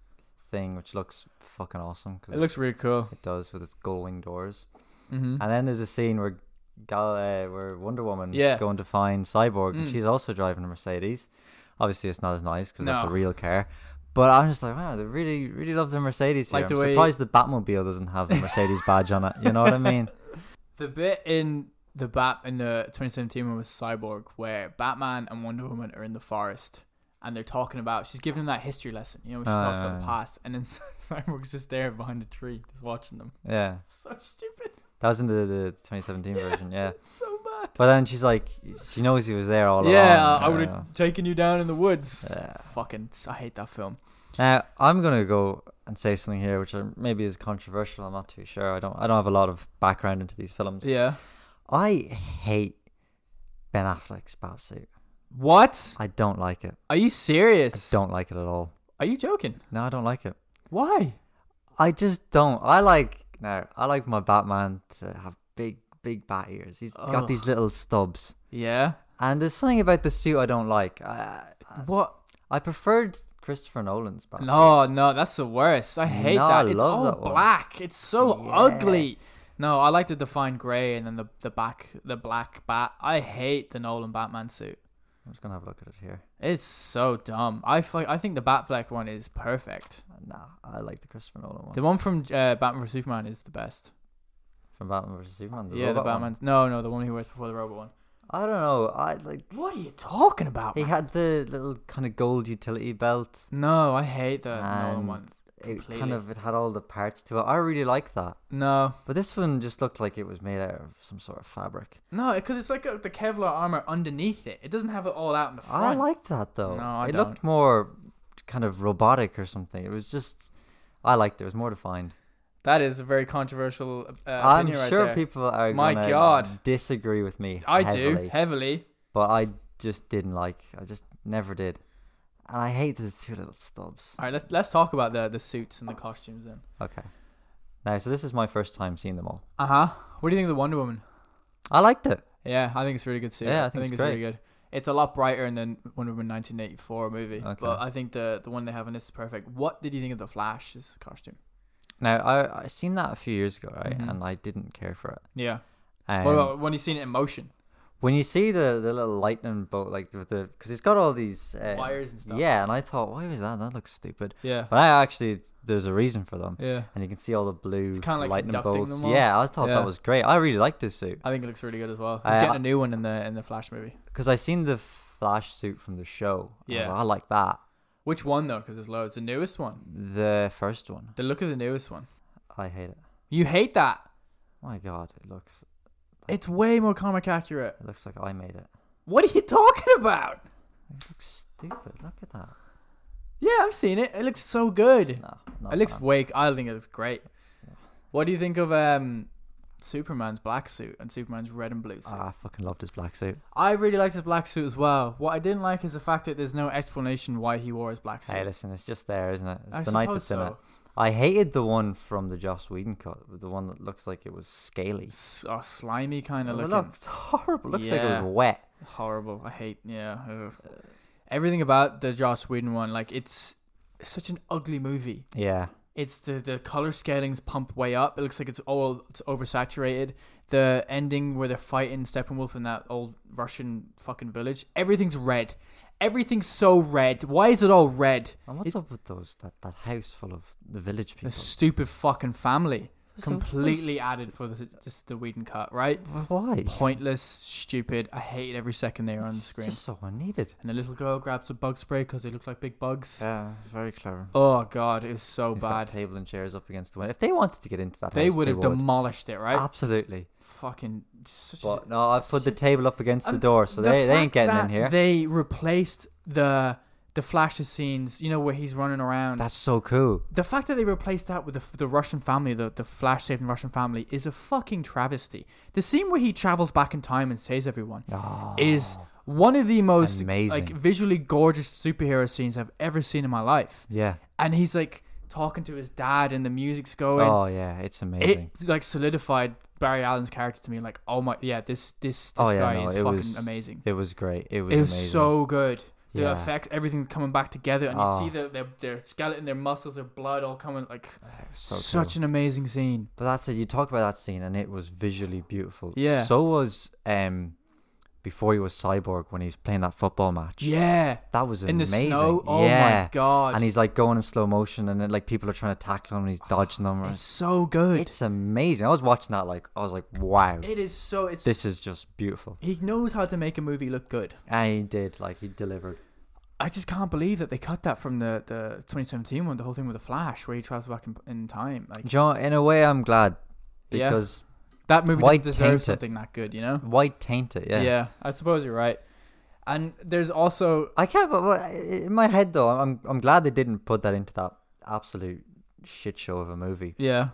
Speaker 2: thing, which looks fucking awesome. 'cause
Speaker 1: It looks really cool.
Speaker 2: it does with its gold wing doors.
Speaker 1: Mm-hmm.
Speaker 2: And then there's a scene where Gal, uh, where Wonder Woman
Speaker 1: Yeah.
Speaker 2: is going to find Cyborg, and
Speaker 1: Mm.
Speaker 2: she's also driving a Mercedes. Obviously, it's not as nice because that's a
Speaker 1: No.
Speaker 2: real car. But I'm just like, wow, they really, really love the Mercedes here.
Speaker 1: Like the
Speaker 2: I'm
Speaker 1: way-
Speaker 2: surprised the Batmobile doesn't have the Mercedes badge on it. You know what I mean?
Speaker 1: The bit in the Bat in the 2017 one with Cyborg, where Batman and Wonder Woman are in the forest and they're talking about. She's giving them that history lesson, you know, when she talks about the
Speaker 2: Uh.
Speaker 1: past, and then Cyborg's just there behind a tree, just watching them.
Speaker 2: Yeah,
Speaker 1: So stupid.
Speaker 2: that was in the, the 2017 version. Yeah,
Speaker 1: It's so bad.
Speaker 2: but then she's like, she knows he was there all
Speaker 1: yeah,
Speaker 2: along.
Speaker 1: I
Speaker 2: you
Speaker 1: would
Speaker 2: know.
Speaker 1: have taken you down in the woods.
Speaker 2: Yeah.
Speaker 1: Fucking, I hate that film.
Speaker 2: Now I'm gonna go and say something here, which are- maybe is controversial. I'm not too sure. I don't. I don't have a lot of background into these films.
Speaker 1: Yeah.
Speaker 2: I hate Ben Affleck's batsuit.
Speaker 1: What?
Speaker 2: I don't like it.
Speaker 1: Are you
Speaker 2: I
Speaker 1: serious?
Speaker 2: don't like it at all.
Speaker 1: Are you joking?
Speaker 2: No, I don't like it.
Speaker 1: Why?
Speaker 2: I just don't. I like now. I like my Batman to have big, big bat ears. He's got
Speaker 1: Ugh.
Speaker 2: these little stubs,
Speaker 1: Yeah.
Speaker 2: and there's something about the suit I don't like. I, I,
Speaker 1: What?
Speaker 2: I preferred Christopher Nolan's batsuit.
Speaker 1: No, no, that's the worst. I hate
Speaker 2: No, I
Speaker 1: that. It's
Speaker 2: love
Speaker 1: all
Speaker 2: that one.
Speaker 1: black. It's so
Speaker 2: Yeah.
Speaker 1: ugly. No, I like the defined gray and then the the back the black bat. I hate the Nolan Batman suit.
Speaker 2: I'm just gonna have a look at it here.
Speaker 1: It's so dumb. I fi- I think the Batfleck one is perfect.
Speaker 2: Nah, I like the Christopher Nolan one
Speaker 1: The one from uh, Batman vs Superman is the best.
Speaker 2: from Batman vs Superman. The
Speaker 1: yeah, the
Speaker 2: robot one.
Speaker 1: Batman. No, no, the one he wears before the robot one.
Speaker 2: I don't know. I like.
Speaker 1: What are you talking about?
Speaker 2: He
Speaker 1: man?
Speaker 2: had the little kind of gold utility belt.
Speaker 1: no, I hate the Nolan
Speaker 2: And
Speaker 1: one.
Speaker 2: It
Speaker 1: Completely.
Speaker 2: kind of it had all the parts to it. I really like that.
Speaker 1: No,
Speaker 2: But this one just looked like it was made out of some sort of fabric.
Speaker 1: no, because it's like uh the Kevlar armor underneath it. It doesn't have it all out in the front.
Speaker 2: I liked that though.
Speaker 1: No, I
Speaker 2: it looked more kind of robotic or something. It was just I liked it. It was more defined.
Speaker 1: That is a very controversial. Uh,
Speaker 2: I'm
Speaker 1: opinion right
Speaker 2: sure
Speaker 1: there.
Speaker 2: people are
Speaker 1: My
Speaker 2: gonna
Speaker 1: God.
Speaker 2: disagree with me.
Speaker 1: I
Speaker 2: heavily,
Speaker 1: do heavily.
Speaker 2: but I just didn't like. I just never did, and I hate the two little stubs.
Speaker 1: All right, let's let's talk about the the suits and the costumes then.
Speaker 2: Okay. Now, so this is my first time seeing them all.
Speaker 1: Uh huh. What do you think of the Wonder Woman?
Speaker 2: I liked it.
Speaker 1: Yeah, I think it's a really good suit.
Speaker 2: Yeah, I think
Speaker 1: it's,
Speaker 2: it's
Speaker 1: really good. It's a lot brighter than Wonder Woman 1984 movie,
Speaker 2: Okay.
Speaker 1: but I think the the one they have in this is perfect. What did you think of the Flash's costume?
Speaker 2: Now, I I seen that a few years ago, right?
Speaker 1: Mhm.
Speaker 2: And I didn't care for it.
Speaker 1: Yeah.
Speaker 2: Um,
Speaker 1: what about when you seen it in motion?
Speaker 2: when you see the the little lightning bolt, like with the because it's got all these uh,
Speaker 1: Wires and stuff.
Speaker 2: Yeah, and I thought, why was that? That looks stupid.
Speaker 1: Yeah.
Speaker 2: But I actually, there's a reason for them,
Speaker 1: Yeah.
Speaker 2: and you can see all the blue
Speaker 1: kinda like
Speaker 2: lightning
Speaker 1: conducting
Speaker 2: bolts.
Speaker 1: them all.
Speaker 2: Yeah, I thought
Speaker 1: Yeah.
Speaker 2: that was great. I really liked this suit
Speaker 1: I think it looks really good as well. He's
Speaker 2: Uh,
Speaker 1: getting a new one in the in the Flash movie.
Speaker 2: because I seen the Flash suit from the show. I was
Speaker 1: Yeah.
Speaker 2: like, I like that.
Speaker 1: Which one though? Because there's loads. The newest one.
Speaker 2: The first one,
Speaker 1: The look of the newest one.
Speaker 2: I hate it.
Speaker 1: You hate that.
Speaker 2: My God, it looks
Speaker 1: It's way more comic accurate.
Speaker 2: it looks like I made it.
Speaker 1: What are you talking about?
Speaker 2: It looks stupid. Look at that.
Speaker 1: Yeah, I've seen it. It looks so good.
Speaker 2: No, not
Speaker 1: it looks
Speaker 2: that.
Speaker 1: wake. I think it looks great. What do you think of um, Superman's black suit and Superman's red and blue suit?
Speaker 2: Ah, I fucking loved his black suit.
Speaker 1: I really liked his black suit as well. What I didn't like is the fact that there's no explanation why he wore his black suit.
Speaker 2: Hey, listen, it's just there, isn't it? It's
Speaker 1: I
Speaker 2: the night
Speaker 1: suppose
Speaker 2: that's in it.
Speaker 1: so.
Speaker 2: I hated the one from the Joss Whedon cut, the one that looks like it was scaly.
Speaker 1: S- oh, slimy kind of
Speaker 2: It
Speaker 1: looking.
Speaker 2: looks horrible. Looks like
Speaker 1: Yeah.
Speaker 2: it was wet.
Speaker 1: horrible. I hate yeah. ugh. Everything about the Joss Whedon one, like it's, it's such an ugly movie.
Speaker 2: Yeah.
Speaker 1: It's the the color scaling's pumped way up. It looks like it's all it's oversaturated. The ending where they're fighting Steppenwolf in that old Russian fucking village. Everything's red. Everything's so red. Why is it all red?
Speaker 2: And what's up with those that, that house full of the village people?
Speaker 1: The stupid fucking family.
Speaker 2: So-
Speaker 1: Completely added for the just the Whedon cut, right?
Speaker 2: Wh- Why?
Speaker 1: Pointless, stupid. I hated every second they were on the screen.
Speaker 2: Just so unneeded.
Speaker 1: And the little girl grabs a bug spray because they look like big bugs.
Speaker 2: Yeah, very clever.
Speaker 1: Oh god, it was so
Speaker 2: He's got
Speaker 1: bad.
Speaker 2: a table and chairs up against the window. If they wanted to get into that,
Speaker 1: They
Speaker 2: house,
Speaker 1: would have demolished it,
Speaker 2: Ah.
Speaker 1: right?
Speaker 2: Absolutely.
Speaker 1: Fucking such a
Speaker 2: But no, I've put the table up against the
Speaker 1: And
Speaker 2: door, so
Speaker 1: the
Speaker 2: they, they ain't
Speaker 1: fact
Speaker 2: getting in
Speaker 1: that
Speaker 2: here.
Speaker 1: They replaced the the flashes scenes, you know, where he's running around.
Speaker 2: That's so cool.
Speaker 1: the fact that they replaced that with the, the Russian family, the, the flash saving Russian family, is a fucking travesty. The scene where he travels back in time and saves everyone
Speaker 2: Oh.
Speaker 1: is one of the most
Speaker 2: Amazing.
Speaker 1: like visually gorgeous superhero scenes I've ever seen in my life.
Speaker 2: Yeah.
Speaker 1: And he's like talking to his dad, and the music's going.
Speaker 2: Oh yeah, it's amazing.
Speaker 1: it like solidified Barry Allen's character to me. Like, oh my, yeah, this this this
Speaker 2: oh yeah,
Speaker 1: guy
Speaker 2: no,
Speaker 1: is
Speaker 2: it
Speaker 1: fucking
Speaker 2: was
Speaker 1: amazing.
Speaker 2: It was great. It was,
Speaker 1: It was
Speaker 2: amazing.
Speaker 1: so good. The
Speaker 2: Yeah.
Speaker 1: effects, everything coming back together, and you
Speaker 2: Oh.
Speaker 1: see their, their their skeleton, their muscles, their blood all coming like
Speaker 2: It was so
Speaker 1: such
Speaker 2: cool.
Speaker 1: an amazing scene.
Speaker 2: But that's it. You talk about that scene, and it was visually beautiful.
Speaker 1: Yeah.
Speaker 2: So was um, before he was cyborg when he's playing that football match.
Speaker 1: Yeah,
Speaker 2: That was
Speaker 1: in the
Speaker 2: amazing.
Speaker 1: snow. Oh
Speaker 2: yeah.
Speaker 1: my god,
Speaker 2: And he's like going in slow motion, and then like people are trying to tackle him, and he's dodging them.
Speaker 1: it's so good.
Speaker 2: It's amazing. I was watching that, like I was like, wow,
Speaker 1: It is so. It's
Speaker 2: this is just beautiful.
Speaker 1: he knows how to make a movie look good.
Speaker 2: And he did, like he delivered.
Speaker 1: I just can't believe that they cut that from the, the 2017 one, the whole thing with the Flash, where he travels back in, in time. Like
Speaker 2: John, in a way, I'm glad
Speaker 1: Yeah.
Speaker 2: because
Speaker 1: that movie
Speaker 2: Why
Speaker 1: didn't
Speaker 2: taint
Speaker 1: deserve
Speaker 2: it?
Speaker 1: something that good, you know?
Speaker 2: white taint it. Yeah.
Speaker 1: I suppose you're right. And there's also
Speaker 2: I can't. But but in my head though, I'm I'm glad they didn't put that into that absolute shit show of a movie.
Speaker 1: yeah,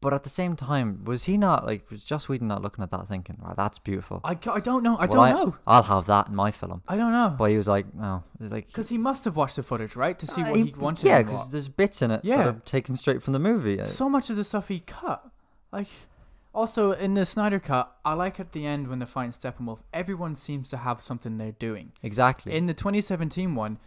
Speaker 2: But at the same time, was he not like was Joss Whedon not looking at that thinking, wow, that's beautiful.
Speaker 1: I, ca- I don't know. I
Speaker 2: Well,
Speaker 1: don't know.
Speaker 2: I'll have that in my film.
Speaker 1: I don't know.
Speaker 2: But he was like, no, it was like
Speaker 1: Because he must have watched the footage, right, to see
Speaker 2: Uh,
Speaker 1: what he wanted.
Speaker 2: Yeah,
Speaker 1: and
Speaker 2: because
Speaker 1: what.
Speaker 2: there's bits in it that
Speaker 1: Yeah.
Speaker 2: are taken straight from the movie. Uh,
Speaker 1: so much of the stuff he cut, like. Also, in the Snyder Cut, I like at the end when they find Steppenwolf, everyone seems to have something they're doing.
Speaker 2: exactly.
Speaker 1: In the 2017 one,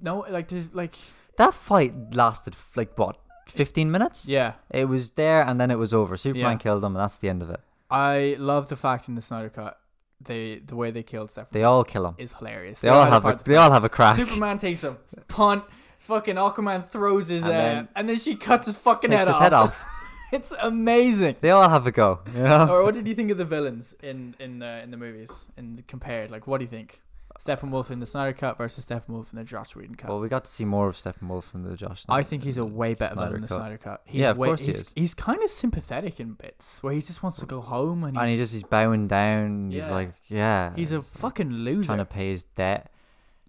Speaker 1: no, like, there's, like,
Speaker 2: that fight lasted f- like what, 15 minutes?
Speaker 1: yeah,
Speaker 2: It was there and then it was over. Superman
Speaker 1: Yeah.
Speaker 2: killed him, and that's the end of it.
Speaker 1: I love the fact in the Snyder Cut, they the way they killed Steppenwolf
Speaker 2: They all kill him.
Speaker 1: is hilarious.
Speaker 2: They all
Speaker 1: are the
Speaker 2: have
Speaker 1: part
Speaker 2: a
Speaker 1: that-
Speaker 2: they all have a crack.
Speaker 1: Superman takes a punt. Fucking Aquaman throws his
Speaker 2: And
Speaker 1: and
Speaker 2: then-
Speaker 1: and then she cuts his fucking head,
Speaker 2: Takes his
Speaker 1: off.
Speaker 2: head off.
Speaker 1: it's amazing.
Speaker 2: They all have a go. You know?
Speaker 1: or what did you think of the villains in in the in the movies and compared? Like, what do you think? Steppenwolf in the Snyder Cut versus Steppenwolf in the Josh Whedon cut.
Speaker 2: Well, we got to see more of Steppenwolf from the Josh.
Speaker 1: I think he's a way better
Speaker 2: Snyder
Speaker 1: villain in the
Speaker 2: Cut.
Speaker 1: Snyder Cut. He's
Speaker 2: Yeah, of
Speaker 1: way,
Speaker 2: course he
Speaker 1: he's,
Speaker 2: is.
Speaker 1: He's kind of sympathetic in bits where he just wants to go home and he's,
Speaker 2: and he just he's bowing down. He's
Speaker 1: Yeah.
Speaker 2: like, yeah.
Speaker 1: he's a fucking loser.
Speaker 2: trying to pay his debt.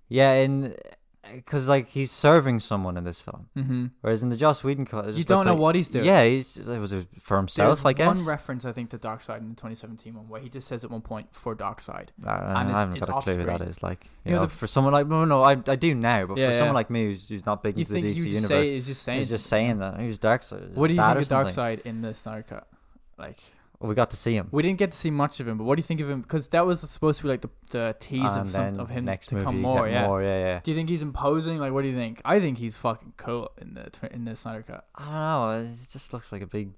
Speaker 2: Yeah, and because like he's serving someone in this film,
Speaker 1: mm-hmm.
Speaker 2: whereas in the Joss Whedon cut, it
Speaker 1: You
Speaker 2: just
Speaker 1: don't
Speaker 2: looks
Speaker 1: know
Speaker 2: like-
Speaker 1: what he's doing.
Speaker 2: Yeah, he's it was a- for himself,
Speaker 1: There's
Speaker 2: I guess.
Speaker 1: one reference I think to Dark Side in the 2017 one where he just says at one point for Dark Side.
Speaker 2: I, I
Speaker 1: and it's-
Speaker 2: haven't
Speaker 1: it's
Speaker 2: got a clue who that
Speaker 1: off-screen.
Speaker 2: is. Like, you
Speaker 1: You know,
Speaker 2: know,
Speaker 1: the-
Speaker 2: for someone like no, no, I, I do now, but
Speaker 1: Yeah,
Speaker 2: for someone
Speaker 1: yeah.
Speaker 2: like me who's, who's not big
Speaker 1: You
Speaker 2: into the
Speaker 1: think
Speaker 2: DC
Speaker 1: you just
Speaker 2: universe,
Speaker 1: say it's just saying?
Speaker 2: he's just saying that he was dark side.
Speaker 1: What do you think of Dark Side in the Snyder Cut? Like
Speaker 2: we got to see him.
Speaker 1: we didn't get to see much of him, but what do you think of him? Because that was supposed to be like the the tease
Speaker 2: And
Speaker 1: of some,
Speaker 2: then
Speaker 1: of him
Speaker 2: next
Speaker 1: to
Speaker 2: movie,
Speaker 1: come
Speaker 2: you
Speaker 1: more.
Speaker 2: get
Speaker 1: Yeah.
Speaker 2: more, yeah, yeah.
Speaker 1: Do you think he's imposing? Like, what do you think? I think he's fucking cool in the tw- in the Snyder Cut.
Speaker 2: I don't know. It just looks like a big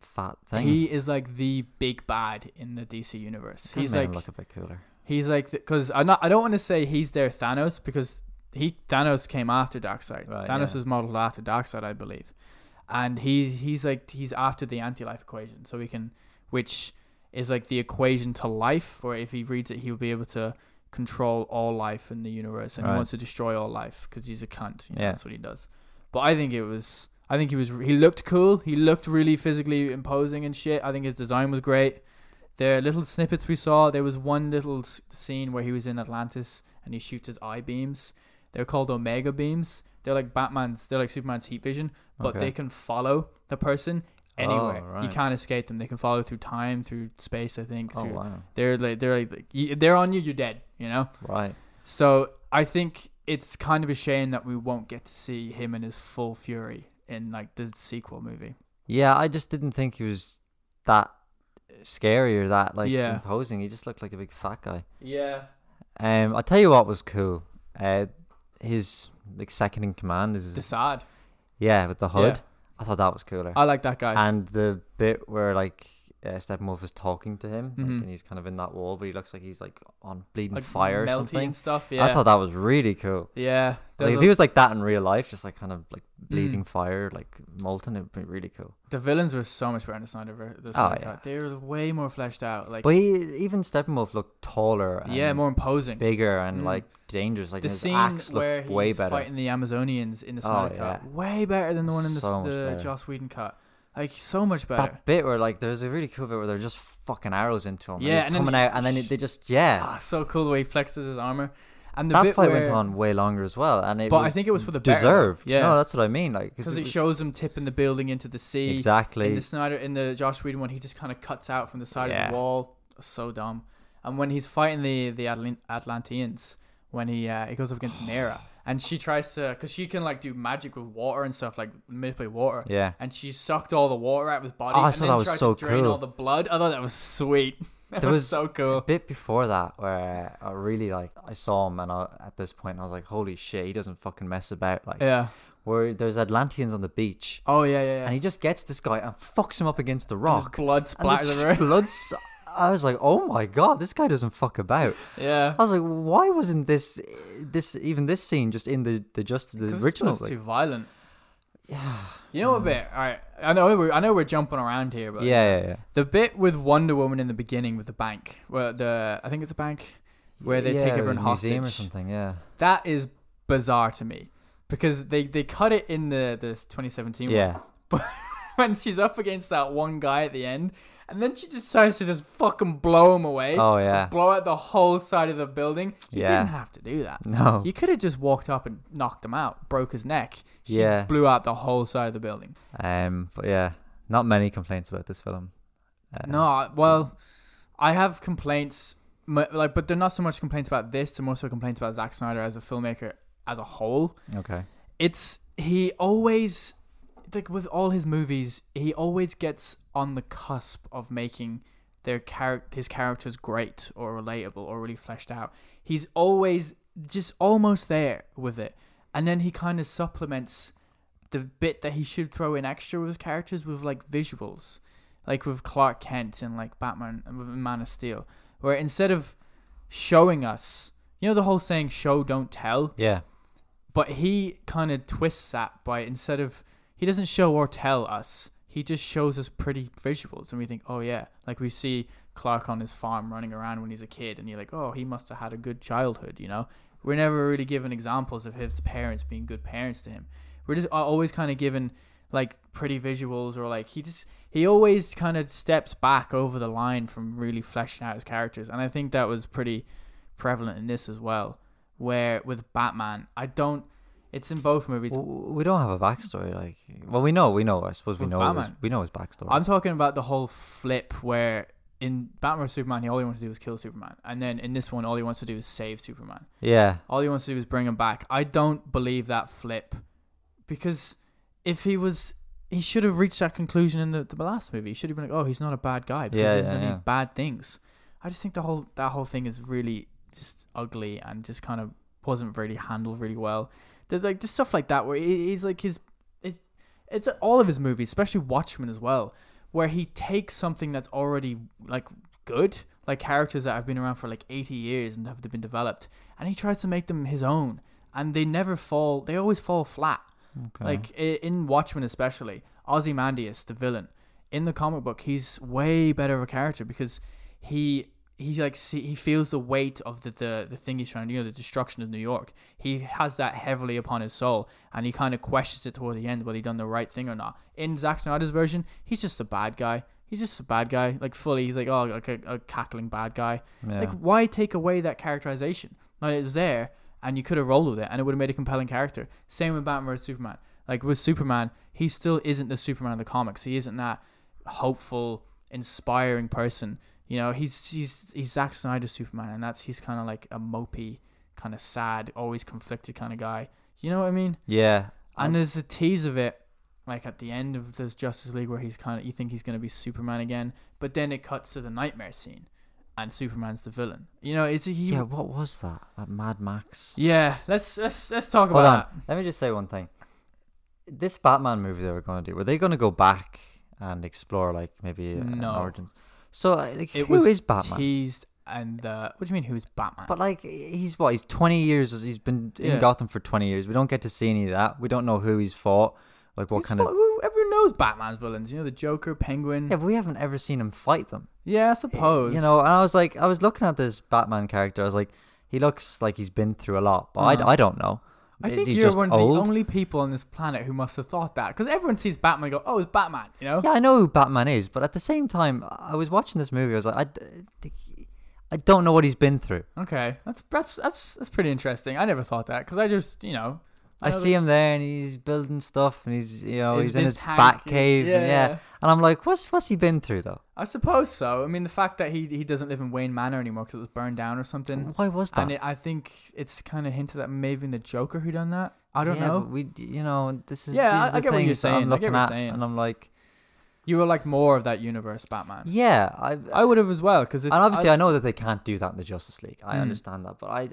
Speaker 2: fat thing.
Speaker 1: He is like the big bad in the DC universe.
Speaker 2: Could've
Speaker 1: He's
Speaker 2: made
Speaker 1: like
Speaker 2: him look a bit cooler.
Speaker 1: he's like because I'm not. I don't want to say he's their Thanos because he Thanos came after Darkseid.
Speaker 2: Right,
Speaker 1: Thanos
Speaker 2: yeah.
Speaker 1: was modeled after Darkseid, I believe, and he's he's like he's after the anti-life equation, so we can which is like the equation to life. Where if he reads it, he'll be able to control all life in the universe, and
Speaker 2: Right.
Speaker 1: he wants to destroy all life because he's a cunt. You know,
Speaker 2: Yeah.
Speaker 1: that's what he does. But I think it was. I think he was. He looked cool. He looked really physically imposing and shit. I think his design was great. The little snippets we saw, there was one little s- scene where he was in Atlantis and he shoots his eye beams. They're called Omega beams. They're like Batman's. They're like Superman's heat vision, but
Speaker 2: Okay.
Speaker 1: they can follow the person anywhere.
Speaker 2: Oh, right.
Speaker 1: You can't escape them. They can follow through time, through space. I think.
Speaker 2: Oh
Speaker 1: through,
Speaker 2: wow!
Speaker 1: They're like they're like like, y- they're on you. You're dead. You know.
Speaker 2: Right.
Speaker 1: So I think it's kind of a shame that we won't get to see him in his full fury in like the sequel movie.
Speaker 2: Yeah, I just didn't think he was that scary or that like
Speaker 1: Yeah.
Speaker 2: imposing. He just looked like a big fat guy.
Speaker 1: Yeah.
Speaker 2: Um, I tell you what was cool. Uh, his like second in command is
Speaker 1: Desaad.
Speaker 2: yeah with the hood. I thought that was cooler.
Speaker 1: I like that guy.
Speaker 2: and the bit where like uh, Steppenwolf is talking to him, like,
Speaker 1: Mhm.
Speaker 2: and he's kind of in that wall, but he looks like he's like on bleeding
Speaker 1: like
Speaker 2: fire or
Speaker 1: melty
Speaker 2: something.
Speaker 1: and stuff. Yeah.
Speaker 2: I thought that was really cool.
Speaker 1: yeah.
Speaker 2: Like,
Speaker 1: there's
Speaker 2: if
Speaker 1: a- Mm.
Speaker 2: he was like that in real life, just like kind of like bleeding fire, like molten, it would be really cool.
Speaker 1: the villains were so much better in the Snyder. The Snyder
Speaker 2: Oh, yeah.
Speaker 1: Cut. They were way more fleshed out. Like
Speaker 2: But he, even Steppenwolf looked taller. And
Speaker 1: yeah, more imposing.
Speaker 2: bigger and
Speaker 1: Mm.
Speaker 2: like dangerous. Like
Speaker 1: the
Speaker 2: his
Speaker 1: scene
Speaker 2: axe
Speaker 1: where
Speaker 2: looked
Speaker 1: he's
Speaker 2: way better.
Speaker 1: fighting the Amazonians in the
Speaker 2: Oh,
Speaker 1: Snyder Cut,
Speaker 2: yeah.
Speaker 1: way better than the one in the,
Speaker 2: So much
Speaker 1: the
Speaker 2: better.
Speaker 1: Joss Whedon cut. Like so much better.
Speaker 2: That bit where like there's a really cool bit where they're just fucking arrows into him.
Speaker 1: Yeah,
Speaker 2: Yeah,
Speaker 1: and
Speaker 2: and he's
Speaker 1: then
Speaker 2: coming
Speaker 1: he-
Speaker 2: out, and then it- they just yeah.
Speaker 1: ah, so cool the way he flexes his armor. And the
Speaker 2: that
Speaker 1: bit
Speaker 2: fight
Speaker 1: where,
Speaker 2: went on way longer as well, and it
Speaker 1: But
Speaker 2: was
Speaker 1: I think it was for the better.
Speaker 2: deserved.
Speaker 1: Yeah.
Speaker 2: no, that's what I mean. Like
Speaker 1: because
Speaker 2: it
Speaker 1: it
Speaker 2: was-
Speaker 1: shows him tipping the building into the sea. In
Speaker 2: exactly.
Speaker 1: the Snyder, in the Josh Whedon one, he just kind of cuts out from the side
Speaker 2: Yeah.
Speaker 1: of the wall. So dumb. And when he's fighting the the Atlan- Atlanteans, when he uh, he goes up against Mera, and she tries to, cause she can like do magic with water and stuff, like manipulate water.
Speaker 2: Yeah.
Speaker 1: And she sucked all the water out of his body.
Speaker 2: Oh, I
Speaker 1: and
Speaker 2: thought
Speaker 1: then
Speaker 2: that was
Speaker 1: tried
Speaker 2: so
Speaker 1: to drain
Speaker 2: cool.
Speaker 1: all the blood. I thought that was sweet. That
Speaker 2: There
Speaker 1: was,
Speaker 2: was-
Speaker 1: so
Speaker 2: A
Speaker 1: cool.
Speaker 2: bit before that, where I really like, I saw him, and I, at this point, I was like, "Holy shit, he doesn't fucking mess about!" Like,
Speaker 1: Yeah.
Speaker 2: where there's Atlanteans on the beach,
Speaker 1: Oh yeah, yeah, yeah.
Speaker 2: and he just gets this guy and fucks him up against the
Speaker 1: And his
Speaker 2: rock.
Speaker 1: blood
Speaker 2: and there's
Speaker 1: splatters
Speaker 2: just
Speaker 1: everywhere.
Speaker 2: blood s- I was like, "Oh my god, this guy doesn't fuck about."
Speaker 1: yeah.
Speaker 2: I was like, "Why wasn't this, this even this scene just in the the just the
Speaker 1: 'Cause it's
Speaker 2: original?"
Speaker 1: supposed
Speaker 2: Like,
Speaker 1: too violent.
Speaker 2: yeah,
Speaker 1: You know a bit. All right. I know. We're, I know we're jumping around here, but
Speaker 2: yeah, yeah, yeah.
Speaker 1: The bit with Wonder Woman in the beginning with the bank, where the I think it's a bank, where they
Speaker 2: Yeah,
Speaker 1: take everyone
Speaker 2: a museum or
Speaker 1: hostage.
Speaker 2: something. Yeah,
Speaker 1: That is bizarre to me because they they cut it in the this 2017 one
Speaker 2: yeah.
Speaker 1: when she's up against that one guy at the end, and then she decides to just fucking blow him away.
Speaker 2: Oh yeah,
Speaker 1: Blow out the whole side of the building. You
Speaker 2: Yeah.
Speaker 1: didn't have to do that.
Speaker 2: no.
Speaker 1: You could have just walked up and knocked him out, broke his neck. She
Speaker 2: Yeah.
Speaker 1: blew out the whole side of the building.
Speaker 2: Um, but yeah, not many complaints about this film. Uh,
Speaker 1: No, I- well, I have complaints, m- like, but they're not so much complaints about this. They're more so complaints about Zack Snyder as a filmmaker as a whole.
Speaker 2: Okay.
Speaker 1: It's he always, like, with all his movies, he always gets on the cusp of making their char- his characters great or relatable or really fleshed out. He's always just almost there with it, and then he kind of supplements the bit that he should throw in extra with his characters with like visuals, like with Clark Kent and like Batman and with Man of Steel, where instead of showing us, you know, the whole saying "show don't tell,"
Speaker 2: Yeah.
Speaker 1: but he kind of twists that by instead of he doesn't show or tell us, he just shows us pretty visuals, and we think, oh yeah, like we see Clark on his farm running around when he's a kid, and you're like, oh, he must have had a good childhood, you know. We're never really given examples of his parents being good parents to him. We're just al- always kind of given like pretty visuals or like he just he always kind of steps back over the line from really fleshing out his characters, and I think that was pretty prevalent in this as well. Where with Batman, I don't. It's in both movies.
Speaker 2: W- We don't have a backstory. Like, well, we know, we know. I suppose we
Speaker 1: With
Speaker 2: know. His,
Speaker 1: Batman.
Speaker 2: we know his backstory.
Speaker 1: I'm talking about the whole flip where in Batman or Superman, he all he wants to do is kill Superman, and then in this one, all he wants to do is save Superman.
Speaker 2: yeah.
Speaker 1: All he wants to do is bring him back. I don't believe that flip because if he was, he should have reached that conclusion in the, the last movie. He should have been like, oh, he's not a bad guy because
Speaker 2: Yeah,
Speaker 1: he hasn't
Speaker 2: yeah,
Speaker 1: done
Speaker 2: yeah.
Speaker 1: any bad things. I just think the whole that whole thing is really just ugly and just kind of wasn't really handled really well. There's like just stuff like that where he, he's like his it's it's all of his movies, especially Watchmen as well, where he takes something that's already like good, like characters that have been around for like 80 years and have been developed, and he tries to make them his own, and they never fall. They always fall flat.
Speaker 2: Okay.
Speaker 1: Like i- in Watchmen, especially Ozymandias, the villain in the comic book, he's way better of a character because he he's like see, he feels the weight of the, the the thing he's trying to do, you know, the destruction of New York. He has that heavily upon his soul, and he kind of questions it toward the end whether he done the right thing or not. In Zack Snyder's version, he's just a bad guy. He's just a bad guy, like fully. He's like oh, like a, a cackling bad guy.
Speaker 2: yeah.
Speaker 1: Like, why take away that characterization? Like, it was there, and you could have rolled with it, and it would have made a compelling character. Same with Batman vs Superman. Like with Superman, he still isn't the Superman of the comics. He isn't that hopeful, inspiring person. You know, he's he's he's Zack Snyder's Superman, and that's he's kind of like a mopey, kind of sad, always conflicted kind of guy. You know what I mean?
Speaker 2: yeah.
Speaker 1: And there's a tease of it, like at the end of this Justice League, where he's kind of you think he's gonna be Superman again, but then it cuts to the nightmare scene, and Superman's the villain. You know, it's a, he,
Speaker 2: yeah.
Speaker 1: yeah.
Speaker 2: What was that? That Mad Max.
Speaker 1: Let's let's let's talk
Speaker 2: Hold on.
Speaker 1: about
Speaker 2: Let me just say one thing. This Batman movie they were going to do, were they going to go back and explore like maybe uh, an
Speaker 1: No.
Speaker 2: origins? So uh, like,
Speaker 1: that. It
Speaker 2: who
Speaker 1: was
Speaker 2: is Batman?
Speaker 1: teased, and uh, what do you mean? Who is Batman?
Speaker 2: But like he's what he's twenty years. He's been in
Speaker 1: Yeah.
Speaker 2: Gotham for twenty years. We don't get to see any of that. We don't know who he's fought. Like what
Speaker 1: He's
Speaker 2: kind
Speaker 1: fu-
Speaker 2: of
Speaker 1: who- everyone knows Batman's villains. You know, the Joker, Penguin.
Speaker 2: yeah, but we haven't ever seen him fight them.
Speaker 1: Yeah, I suppose.
Speaker 2: You know, and I was like, I was looking at this Batman character. I was like, he looks like he's been through a lot, but
Speaker 1: Uh-huh.
Speaker 2: I, I don't know.
Speaker 1: I
Speaker 2: Is
Speaker 1: think
Speaker 2: he
Speaker 1: you're
Speaker 2: just
Speaker 1: one of
Speaker 2: old?
Speaker 1: the only people on this planet who must have thought that, because everyone sees Batman and go, "Oh, it's Batman," you know.
Speaker 2: Yeah, I know who Batman is, but at the same time, I was watching this movie. I was like, I, d- I don't know what he's been through.
Speaker 1: Okay, that's that's that's that's pretty interesting. I never thought that because I just you know
Speaker 2: I see him there and he's building stuff and he's you know
Speaker 1: His-
Speaker 2: he's in
Speaker 1: his
Speaker 2: his
Speaker 1: tank,
Speaker 2: bat
Speaker 1: yeah.
Speaker 2: cave and
Speaker 1: Yeah.
Speaker 2: yeah. and I'm like what's what's he been through though
Speaker 1: I suppose so. I mean, the fact that he he doesn't live in Wayne Manor anymore because it was burned down or something.
Speaker 2: why was that
Speaker 1: And it, I think it's kind of hinted that maybe the Joker who done that. I don't
Speaker 2: Yeah,
Speaker 1: know.
Speaker 2: but we d- you know this is
Speaker 1: Yeah,
Speaker 2: these
Speaker 1: I-
Speaker 2: are the
Speaker 1: I get what you're
Speaker 2: things that I'm
Speaker 1: saying, I get what
Speaker 2: looking
Speaker 1: you're
Speaker 2: at
Speaker 1: saying.
Speaker 2: and I'm like
Speaker 1: You were like more of that universe, Batman.
Speaker 2: yeah I
Speaker 1: I would have as well because
Speaker 2: and obviously I, know that they can't do that in the Justice League I
Speaker 1: Mm.
Speaker 2: understand that but I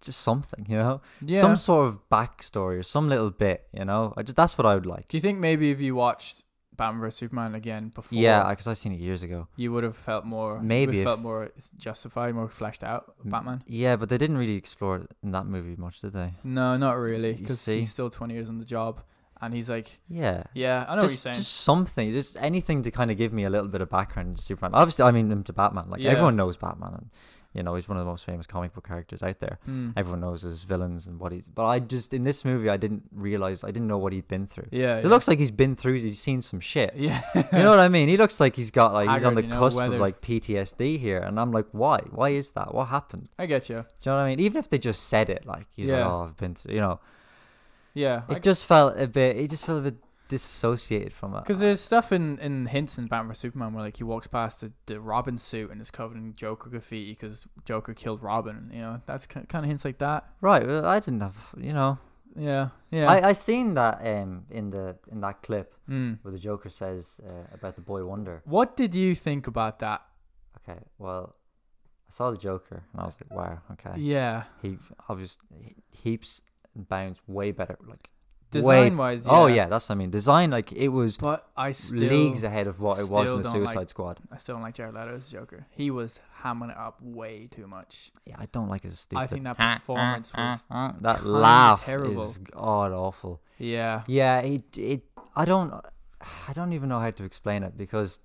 Speaker 2: just something you know
Speaker 1: yeah.
Speaker 2: some sort of backstory or some little bit you know I just that's what I would like
Speaker 1: Do you think maybe if you watched Batman vs Superman again before,
Speaker 2: yeah because I seen it years ago
Speaker 1: you would have felt more
Speaker 2: Maybe
Speaker 1: you would have
Speaker 2: if- Mm.
Speaker 1: felt more justified, more fleshed out
Speaker 2: M-
Speaker 1: Batman.
Speaker 2: yeah but they didn't really explore it in that movie much did they
Speaker 1: No, not really,
Speaker 2: You
Speaker 1: because
Speaker 2: see.
Speaker 1: he's still twenty years on the job, and he's like,
Speaker 2: yeah
Speaker 1: yeah, I know
Speaker 2: just,
Speaker 1: what you're saying.
Speaker 2: just something, just anything to kind of give me a little bit of background to Superman. Obviously, I mean him to Batman. Like
Speaker 1: Yeah.
Speaker 2: everyone knows Batman, and you know he's one of the most famous comic book characters out there.
Speaker 1: Hmm.
Speaker 2: Everyone knows his villains and what he's. But I just in this movie, I didn't realize, I didn't know what he'd been through.
Speaker 1: Yeah,
Speaker 2: It
Speaker 1: yeah.
Speaker 2: looks like he's been through. He's seen some shit.
Speaker 1: Yeah,
Speaker 2: You know what I mean? He looks like he's got like he's on
Speaker 1: Haggard,
Speaker 2: the
Speaker 1: you know,
Speaker 2: cusp of
Speaker 1: weathered.
Speaker 2: like PTSD here, and I'm like, why? Why is that? What happened?
Speaker 1: I get you.
Speaker 2: Do you know what I mean? Even if they just said it, like he's like,
Speaker 1: Yeah.
Speaker 2: oh, I've been, to, you know,
Speaker 1: Yeah,
Speaker 2: it just felt a bit. It just felt a bit disassociated from it.
Speaker 1: because there's stuff in in hints in Batman vs Superman where like he walks past the, the Robin suit and it's covered in Joker graffiti because Joker killed Robin. You know, that's kind of hints like that.
Speaker 2: Right, well, I didn't have, you know,
Speaker 1: Yeah, yeah.
Speaker 2: I, I seen that um in the in that clip
Speaker 1: Hmm.
Speaker 2: where the Joker says uh, about the boy wonder.
Speaker 1: What did you think about that?
Speaker 2: Okay, well, I saw the Joker and I was like, wow, okay,
Speaker 1: Yeah,
Speaker 2: he obviously he- heaps and bounds way better, like way.
Speaker 1: design wise.
Speaker 2: Oh yeah, that's what I mean. Design like it was
Speaker 1: but I still
Speaker 2: leagues ahead of what it was
Speaker 1: still
Speaker 2: in the
Speaker 1: don't like-
Speaker 2: Suicide Squad.
Speaker 1: I still don't like Jared Leto as Joker. He was hamming it up way too much.
Speaker 2: Yeah, I don't like his stupid.
Speaker 1: I think that performance was
Speaker 2: that
Speaker 1: kinda
Speaker 2: laugh
Speaker 1: terrible.
Speaker 2: is god awful.
Speaker 1: yeah.
Speaker 2: Yeah, it it I don't I don't even know how to explain it because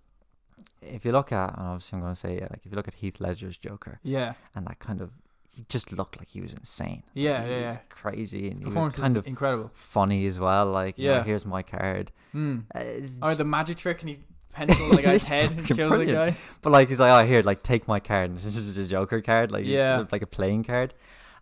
Speaker 2: if you look at and obviously I'm gonna say it, like if you look at Heath Ledger's Joker
Speaker 1: Yeah,
Speaker 2: and that kind of he just looked like he was insane. Like,
Speaker 1: Yeah,
Speaker 2: he
Speaker 1: yeah,
Speaker 2: was
Speaker 1: yeah.
Speaker 2: crazy and he was
Speaker 1: performance
Speaker 2: kind of
Speaker 1: incredible.
Speaker 2: funny as well. Like yeah,
Speaker 1: Yeah.
Speaker 2: here's my card.
Speaker 1: Mm.
Speaker 2: Uh,
Speaker 1: Or the magic trick, and he pencils the
Speaker 2: It's
Speaker 1: guy's head and
Speaker 2: fucking
Speaker 1: kills
Speaker 2: brilliant.
Speaker 1: the guy.
Speaker 2: but like he's like, oh here, like take my card. And this is a Joker card, like it's
Speaker 1: Yeah.
Speaker 2: sort of like a playing card.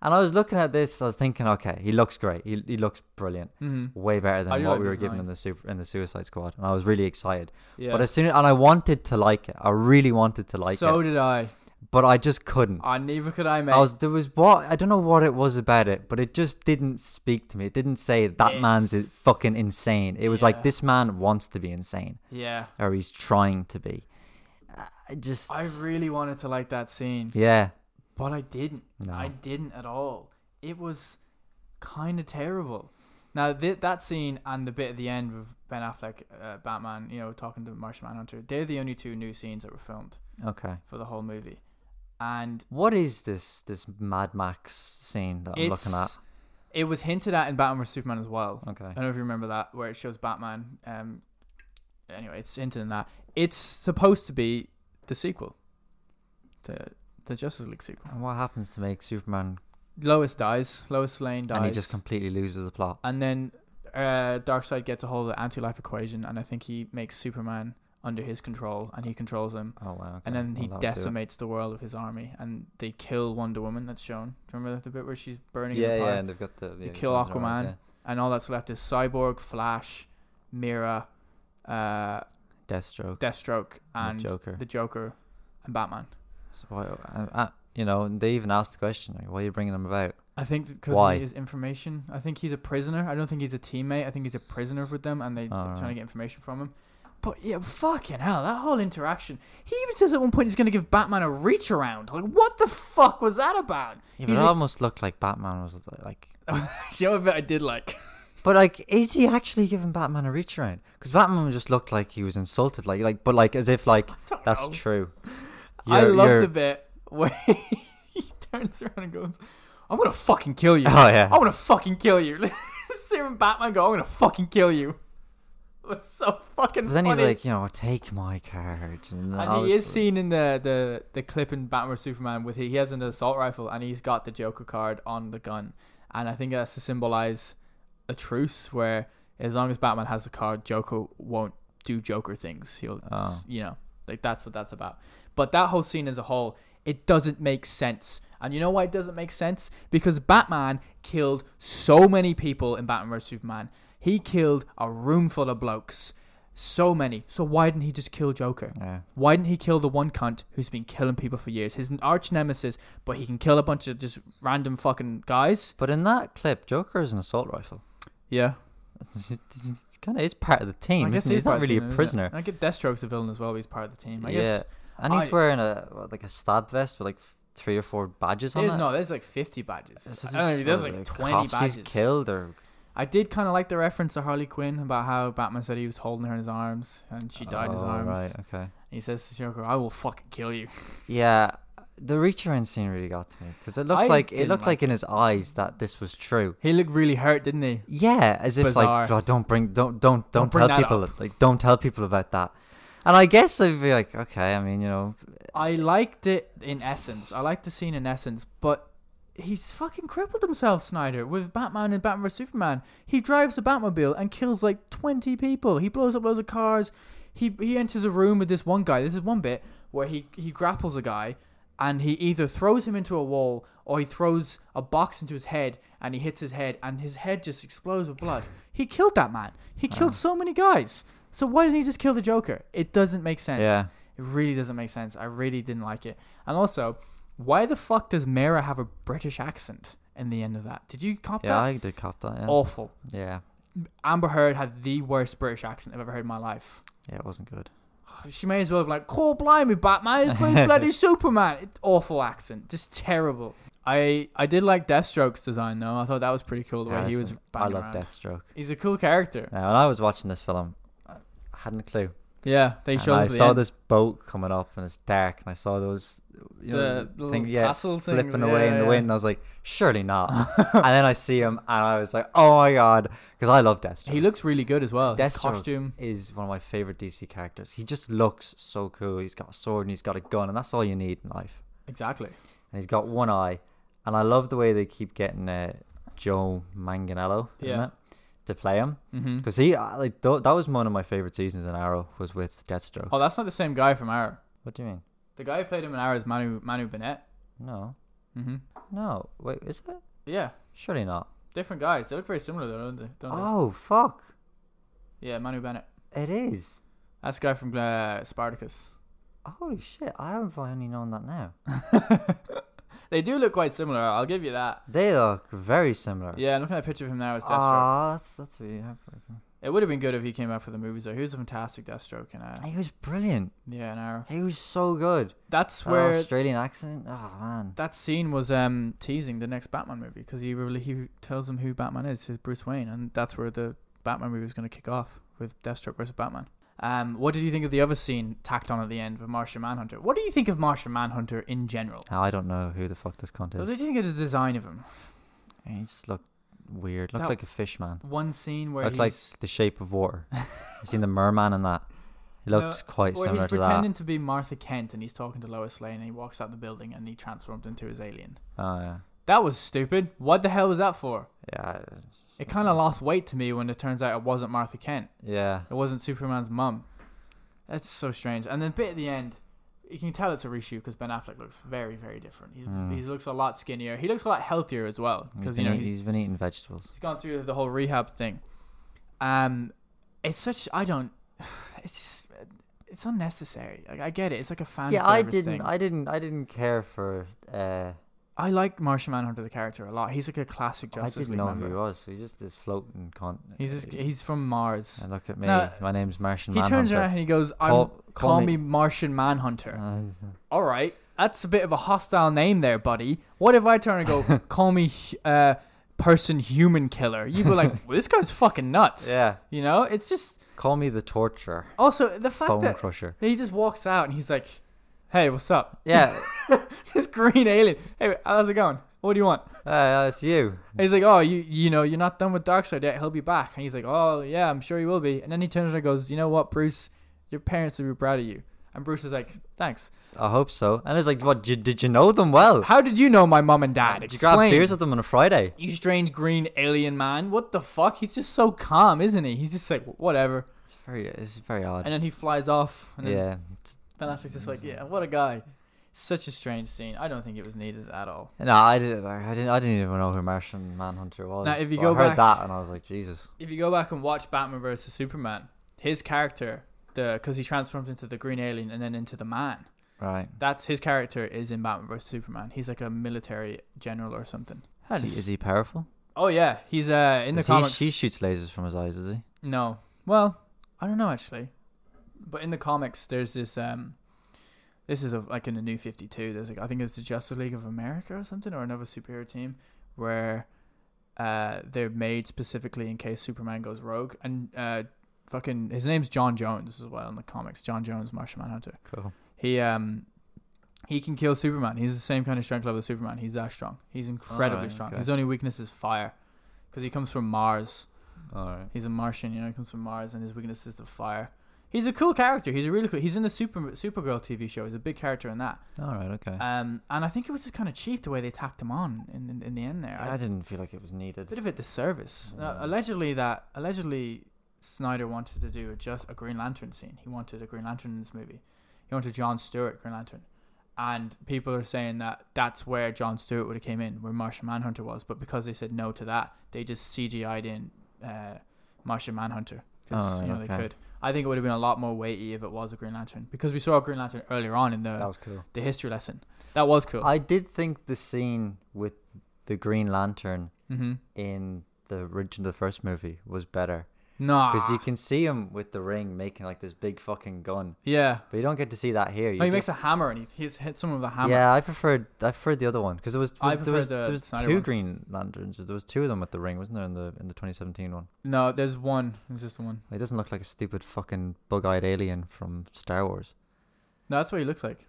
Speaker 2: And I was looking at this, I was thinking, okay, he looks great. He he looks brilliant.
Speaker 1: Mm-hmm.
Speaker 2: Way better
Speaker 1: I
Speaker 2: than
Speaker 1: do
Speaker 2: what
Speaker 1: like
Speaker 2: we
Speaker 1: the
Speaker 2: were given
Speaker 1: design.
Speaker 2: in the super in the Suicide Squad, and I was really excited.
Speaker 1: Yeah.
Speaker 2: But as soon and I wanted to like it, I really wanted to like
Speaker 1: so
Speaker 2: it,
Speaker 1: did I.
Speaker 2: but I just couldn't. I,
Speaker 1: I neither could I, mate.
Speaker 2: was there was what I don't know what it was about it, but it just didn't speak to me. It didn't say that
Speaker 1: It-
Speaker 2: man's i- fucking insane. It was
Speaker 1: Yeah.
Speaker 2: like this man wants to be insane,
Speaker 1: yeah.
Speaker 2: or he's trying to be. Uh, I just
Speaker 1: I really wanted to like that scene,
Speaker 2: yeah
Speaker 1: but I didn't.
Speaker 2: no
Speaker 1: I didn't at all. It was kind of terrible. Now th- that scene and the bit at the end with Ben Affleck, uh, Batman, you know, talking to Martian Manhunter, they're the only two new scenes that were filmed
Speaker 2: okay.
Speaker 1: for the whole movie, and
Speaker 2: What is this this Mad Max scene that I'm
Speaker 1: it's
Speaker 2: looking at?
Speaker 1: it was hinted at in Batman vs Superman as well.
Speaker 2: Okay,
Speaker 1: I don't know if you remember that, where it shows Batman. Um, anyway, it's hinted in that. It's supposed to be the sequel, the the Justice League sequel.
Speaker 2: and what happens to make Superman
Speaker 1: Lois dies. Lois Lane dies.
Speaker 2: and he just completely loses the plot?
Speaker 1: And then uh, Darkseid gets a hold of the anti life equation, and I think he makes Superman under his control, and he controls him.
Speaker 2: Oh wow!
Speaker 1: And
Speaker 2: okay.
Speaker 1: then he
Speaker 2: Well, that would do it.
Speaker 1: decimates the world with his army, and they kill Wonder Woman. That's shown. Do you remember the bit where she's burning
Speaker 2: Yeah,
Speaker 1: in the
Speaker 2: yeah,
Speaker 1: pyre?
Speaker 2: and they've got the yeah,
Speaker 1: kill
Speaker 2: guns and arrows,
Speaker 1: Aquaman.
Speaker 2: yeah.
Speaker 1: And all that's left is Cyborg, Flash, Mira, uh,
Speaker 2: Deathstroke.
Speaker 1: Deathstroke,
Speaker 2: And
Speaker 1: and
Speaker 2: the Joker.
Speaker 1: the Joker, and Batman.
Speaker 2: So why, I, I, you know, and they even asked the question, like, why are you bringing them about?
Speaker 1: I think because
Speaker 2: Why?
Speaker 1: he is information. I think he's a prisoner. I don't think he's a teammate. I think he's a prisoner with them, and they, they're
Speaker 2: Alright.
Speaker 1: trying to get information from him. But yeah, fucking hell, that whole interaction. He even says at one point he's going to give Batman a reach around. Like, what the fuck was that about?
Speaker 2: Yeah, but
Speaker 1: He's
Speaker 2: it
Speaker 1: a-
Speaker 2: almost looked like Batman was like.
Speaker 1: you know, a bit I did like.
Speaker 2: But like, is he actually giving Batman a reach around? Because Batman just looked like he was insulted, like, like, but like as if like
Speaker 1: Don't
Speaker 2: that's
Speaker 1: know.
Speaker 2: true.
Speaker 1: I
Speaker 2: You're-
Speaker 1: love
Speaker 2: you're-
Speaker 1: the bit where he turns around and goes, "I'm gonna fucking kill you.
Speaker 2: Oh, yeah.
Speaker 1: I'm gonna fucking kill you." See him Batman go, "I'm gonna fucking kill you." That's so fucking.
Speaker 2: But then
Speaker 1: funny.
Speaker 2: he's like, you know, take my card, and, I
Speaker 1: And he
Speaker 2: was
Speaker 1: is
Speaker 2: like-
Speaker 1: seen in the, the, the clip in Batman vs Superman with he, he has an assault rifle and he's got the Joker card on the gun, and I think that's to symbolize a truce where as long as Batman has the card, Joker won't do Joker things. He'll
Speaker 2: Oh.
Speaker 1: you know like that's what that's about. But that whole scene as a whole, It doesn't make sense. And you know why it doesn't make sense? Because Batman killed so many people in Batman vs Superman. He killed a room full of blokes. So many. So why didn't he just kill Joker?
Speaker 2: Yeah.
Speaker 1: Why didn't he kill the one cunt who's been killing people for years? His arch nemesis, but he can kill a bunch of just random fucking guys.
Speaker 2: But in that clip, Joker is an assault rifle.
Speaker 1: Yeah,
Speaker 2: kind of is part of the team. Isn't he? He's not
Speaker 1: part of the
Speaker 2: really
Speaker 1: team,
Speaker 2: a
Speaker 1: isn't he?
Speaker 2: prisoner.
Speaker 1: I get Deathstroke's a villain as well. But he's part of the team. I
Speaker 2: yeah,
Speaker 1: guess.
Speaker 2: and he's
Speaker 1: I-
Speaker 2: wearing a what, like a stab vest with like f- three or four badges on
Speaker 1: There's-
Speaker 2: it.
Speaker 1: no, there's like 50 badges.
Speaker 2: This is
Speaker 1: I don't know,
Speaker 2: just
Speaker 1: there's
Speaker 2: what,
Speaker 1: like
Speaker 2: the
Speaker 1: 20
Speaker 2: cops
Speaker 1: badges.
Speaker 2: He's killed or
Speaker 1: I did kind of like the reference to Harley Quinn about how Batman said he was holding her in his arms and she died in his
Speaker 2: Oh,
Speaker 1: arms.
Speaker 2: Right. Okay.
Speaker 1: He says to Joker, "I will fucking kill you."
Speaker 2: Yeah, the reacher in scene really got to me because it looked
Speaker 1: I
Speaker 2: like it
Speaker 1: didn't
Speaker 2: looked
Speaker 1: like
Speaker 2: like in his eyes that this was true.
Speaker 1: He looked really hurt, didn't he?
Speaker 2: Yeah, as if like
Speaker 1: Bizarre.
Speaker 2: "Oh, don't bring don't don't don't,
Speaker 1: Don't bring
Speaker 2: tell
Speaker 1: that
Speaker 2: people like don't tell people about that. And I guess I'd be like, okay, I mean, you know,
Speaker 1: I liked it in essence. I liked the scene in essence, but he's fucking crippled himself, Snyder, with Batman and Batman vs Superman. He drives a Batmobile and kills like twenty people. He blows up loads of cars. He he enters a room with this one guy. This is one bit where he he grapples a guy, and he either throws him into a wall or he throws a box into his head and he hits his head and his head just explodes with blood. He killed that man. He killed so many guys. So why didn't he just kill the Joker? It doesn't make sense.
Speaker 2: Yeah.
Speaker 1: It really doesn't make sense. I really didn't like it. And also, why the fuck does Mera have a British accent in the end of that? Did you cop
Speaker 2: yeah,
Speaker 1: that? Oh.
Speaker 2: I did cop that. Yeah.
Speaker 1: Awful.
Speaker 2: yeah,
Speaker 1: Amber Heard had the worst British accent I've ever heard in my life.
Speaker 2: yeah, it wasn't good.
Speaker 1: She may as well be like, "Call blimey, Batman! He's playing bloody Superman!" It's awful accent, just terrible. I I did like Deathstroke's design though. I thought that was pretty cool the
Speaker 2: Yeah,
Speaker 1: way he was.
Speaker 2: listen, I
Speaker 1: banging
Speaker 2: love
Speaker 1: around.
Speaker 2: Deathstroke.
Speaker 1: He's a cool character.
Speaker 2: Now, when I was watching this film, I hadn't a clue.
Speaker 1: Yeah, they
Speaker 2: And
Speaker 1: showed. us
Speaker 2: I
Speaker 1: at the
Speaker 2: saw
Speaker 1: end.
Speaker 2: this boat coming up and it's dark, and I saw those you know,
Speaker 1: the, the
Speaker 2: thing-
Speaker 1: little
Speaker 2: yeah,
Speaker 1: castle thing
Speaker 2: flipping away in the wind. And I was like, surely not. and then I see him, and I was like, oh my god, because I love Deathstroke.
Speaker 1: He looks really good as well. His
Speaker 2: Deathstroke.
Speaker 1: costume.
Speaker 2: is one of my favorite DC characters. He just looks so cool. He's got a sword and he's got a gun, and that's all you need in life.
Speaker 1: Exactly.
Speaker 2: And he's got one eye, and I love the way they keep getting uh, Joe Manganello, isn't
Speaker 1: Yeah.
Speaker 2: it, to play him
Speaker 1: Mm-hmm.
Speaker 2: because he uh, like th- that was one of my favorite seasons in Arrow was with Deathstroke.
Speaker 1: Oh, that's not the same guy from Arrow.
Speaker 2: What do you mean?
Speaker 1: The guy who played him in Arrow is Manu Manu Bennett.
Speaker 2: No,
Speaker 1: Mm-hmm.
Speaker 2: no, wait, is it?
Speaker 1: Yeah,
Speaker 2: Surely not.
Speaker 1: different guys. They look very similar though, don't they? Don't
Speaker 2: Oh fuck,
Speaker 1: they? Yeah, Manu Bennett.
Speaker 2: it is.
Speaker 1: That's the guy from uh, Spartacus.
Speaker 2: Holy shit, I haven't finally known that now.
Speaker 1: They do look quite similar. I'll give you that.
Speaker 2: They look very similar.
Speaker 1: Yeah, I'm looking at a picture of him now as Deathstroke.
Speaker 2: Ah, that's that's really heartbreaking.
Speaker 1: it would have been good if he came out for the movies though. He was a fantastic Deathstroke in uh,
Speaker 2: He was brilliant.
Speaker 1: yeah, in Arrow.
Speaker 2: He was so good.
Speaker 1: That's
Speaker 2: That
Speaker 1: where
Speaker 2: Australian accent. Oh man.
Speaker 1: that scene was um teasing the next Batman movie because he really he tells him who Batman is, who's Bruce Wayne, and that's where the Batman movie was going to kick off with Deathstroke versus Batman. Um, what did you think of the other scene tacked on at the end with Martian Manhunter? What do you think of Martian Manhunter in general?
Speaker 2: Now I don't know who the fuck this cunt
Speaker 1: What
Speaker 2: is.
Speaker 1: did you think of the design of him?
Speaker 2: He just looked weird. Looked
Speaker 1: That-
Speaker 2: like a fish man.
Speaker 1: One scene where
Speaker 2: Looked
Speaker 1: he's
Speaker 2: like the shape of water. I've seen the merman and that. He
Speaker 1: No,
Speaker 2: looked quite
Speaker 1: where
Speaker 2: similar
Speaker 1: he's
Speaker 2: to
Speaker 1: pretending
Speaker 2: that.
Speaker 1: to be Martha Kent and he's talking to Lois Lane and he walks out the building and he transformed into his alien.
Speaker 2: Oh yeah.
Speaker 1: That was stupid. What the hell was that for?
Speaker 2: Yeah. it's-
Speaker 1: It kind of lost weight to me when it turns out it wasn't Martha Kent.
Speaker 2: Yeah.
Speaker 1: It wasn't Superman's mum. That's so strange. And then bit at the end, you can tell it's a reshoot because Ben Affleck looks very, very different. He's,
Speaker 2: Mm.
Speaker 1: He looks a lot skinnier. He looks a lot healthier as well
Speaker 2: He's
Speaker 1: because you
Speaker 2: been,
Speaker 1: know
Speaker 2: eat-
Speaker 1: he's,
Speaker 2: he's been eating vegetables.
Speaker 1: he's gone through the whole rehab thing. Um, it's such I don't. It's just it's unnecessary. Like, I get it. It's like a fan.
Speaker 2: Yeah, I
Speaker 1: service
Speaker 2: didn't.
Speaker 1: thing.
Speaker 2: I didn't. I didn't care for. Uh,
Speaker 1: I like Martian Manhunter the character a lot. He's like a classic
Speaker 2: I
Speaker 1: Justice
Speaker 2: didn't
Speaker 1: League
Speaker 2: know
Speaker 1: member.
Speaker 2: who he was. So he's just this floating cunt. Uh,
Speaker 1: He's just, he's from Mars.
Speaker 2: And look at me.
Speaker 1: No,
Speaker 2: My name's Martian
Speaker 1: He turns around and he goes, "I'm
Speaker 2: Call-
Speaker 1: call,
Speaker 2: call
Speaker 1: me
Speaker 2: me-
Speaker 1: Martian Manhunter."
Speaker 2: around.
Speaker 1: all right, that's a bit of a hostile name there, buddy. What if I turn and go, call me uh, person human killer? You'd be like, well, this guy's fucking nuts.
Speaker 2: Uh, yeah.
Speaker 1: You know, it's just
Speaker 2: Call me the torturer,
Speaker 1: also the fact
Speaker 2: bone
Speaker 1: that
Speaker 2: crusher.
Speaker 1: he just walks out and he's like, hey, what's up?
Speaker 2: Yeah,
Speaker 1: This green alien. Hey, how's it going? What do you want?
Speaker 2: uh, it's you.
Speaker 1: And he's like, oh, you you know, you're not done with Darkseid yet. He'll be back. And he's like, oh, yeah, I'm sure he will be. And then he turns around and goes, you know what, Bruce? Your parents will be proud of you. And Bruce is like, thanks.
Speaker 2: I hope so. And it's like, what? Did, did you know them well?
Speaker 1: How did you know my mom and dad?
Speaker 2: Did you grab
Speaker 1: Explain."
Speaker 2: beers with them on a Friday?
Speaker 1: You strange green alien man. What the fuck? He's just so calm, isn't he? He's just like, whatever.
Speaker 2: It's very, it's very odd.
Speaker 1: And then he flies off. And then
Speaker 2: yeah,
Speaker 1: Ben Affleck's just like, yeah, what a guy. Such a strange scene. I don't think it was needed at all.
Speaker 2: No, I didn't. I didn't. I didn't even know who Martian Manhunter was.
Speaker 1: Now, if you
Speaker 2: but
Speaker 1: go
Speaker 2: I heard
Speaker 1: back-
Speaker 2: that and I was like, Jesus.
Speaker 1: If you go back and watch Batman versus Superman, his character, the because he transforms into the green alien and then into the man.
Speaker 2: Right.
Speaker 1: That's his character is in Batman vs Superman. He's like a military general or something.
Speaker 2: Is he, is he powerful?
Speaker 1: Oh yeah, he's uh in the
Speaker 2: Is he-
Speaker 1: comics.
Speaker 2: she shoots lasers from his eyes. Is he?
Speaker 1: No. Well, I don't know actually. But in the comics there's this um this is a, like in the new 52 there's like I think it's the Justice League of America or something or another superhero team where uh they're made specifically in case Superman goes rogue and uh fucking his name's John Jones as well in the comics John Jones Martian Manhunter.
Speaker 2: Cool.
Speaker 1: He um he can kill Superman. He's the same kind of strength level as Superman. He's that strong. He's incredibly
Speaker 2: Alright,
Speaker 1: strong.
Speaker 2: okay.
Speaker 1: His only weakness is fire because he comes from Mars.
Speaker 2: All right.
Speaker 1: He's a Martian, you know. He comes from Mars, and his weakness is the fire. He's a cool character. He's a really cool. He's in the Super Supergirl TV show. He's a big character in that.
Speaker 2: All right. Okay.
Speaker 1: Um, and I think it was just kind of cheap the way they tacked him on in in, in the end there.
Speaker 2: I
Speaker 1: A
Speaker 2: didn't feel like it was needed.
Speaker 1: bit of a disservice. Now,
Speaker 2: Yeah.
Speaker 1: allegedly that allegedly Snyder wanted to do a just a Green Lantern scene. He wanted a Green Lantern in this movie. He wanted John Stewart Green Lantern. And people are saying that that's where John Stewart would have came in, where Martian Manhunter was. But because they said no to that, they just CGI'd in uh, Martian Manhunter. 'Cause,
Speaker 2: Oh,
Speaker 1: you know, they
Speaker 2: okay.
Speaker 1: could. I think it would have been a lot more weighty if it was a Green Lantern because we saw a Green Lantern earlier on in the
Speaker 2: That was cool.
Speaker 1: the history lesson. That was cool.
Speaker 2: I did think the scene with the Green Lantern
Speaker 1: mm-hmm.
Speaker 2: in the origin of the first movie was better
Speaker 1: Nah.
Speaker 2: because you can see him with the ring making like this big fucking gun,
Speaker 1: yeah.
Speaker 2: but you don't get to see that here. You
Speaker 1: No, Oh, he makes a
Speaker 2: just-
Speaker 1: hammer and he, he's hit someone with a hammer.
Speaker 2: Yeah, I preferred I preferred the other one because there was,
Speaker 1: I
Speaker 2: was- there was
Speaker 1: preferred the
Speaker 2: there was
Speaker 1: Snyder
Speaker 2: two
Speaker 1: one.
Speaker 2: Green Lanterns. There was two of them with the ring, wasn't there? In the in the 2017 one,
Speaker 1: No, there's one. There's just the one.
Speaker 2: it doesn't look like a stupid fucking bug-eyed alien from Star Wars.
Speaker 1: No, that's what he looks like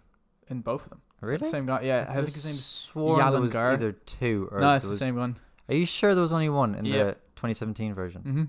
Speaker 1: in both of them.
Speaker 2: Really?
Speaker 1: Same guy. Yeah, uh, I think his name's.
Speaker 2: sworn there was
Speaker 1: Yalangar.
Speaker 2: either two or
Speaker 1: No,
Speaker 2: there
Speaker 1: it's the
Speaker 2: was-
Speaker 1: same one.
Speaker 2: Are you sure there was only one in
Speaker 1: Yep.
Speaker 2: the 2017 version?
Speaker 1: hmm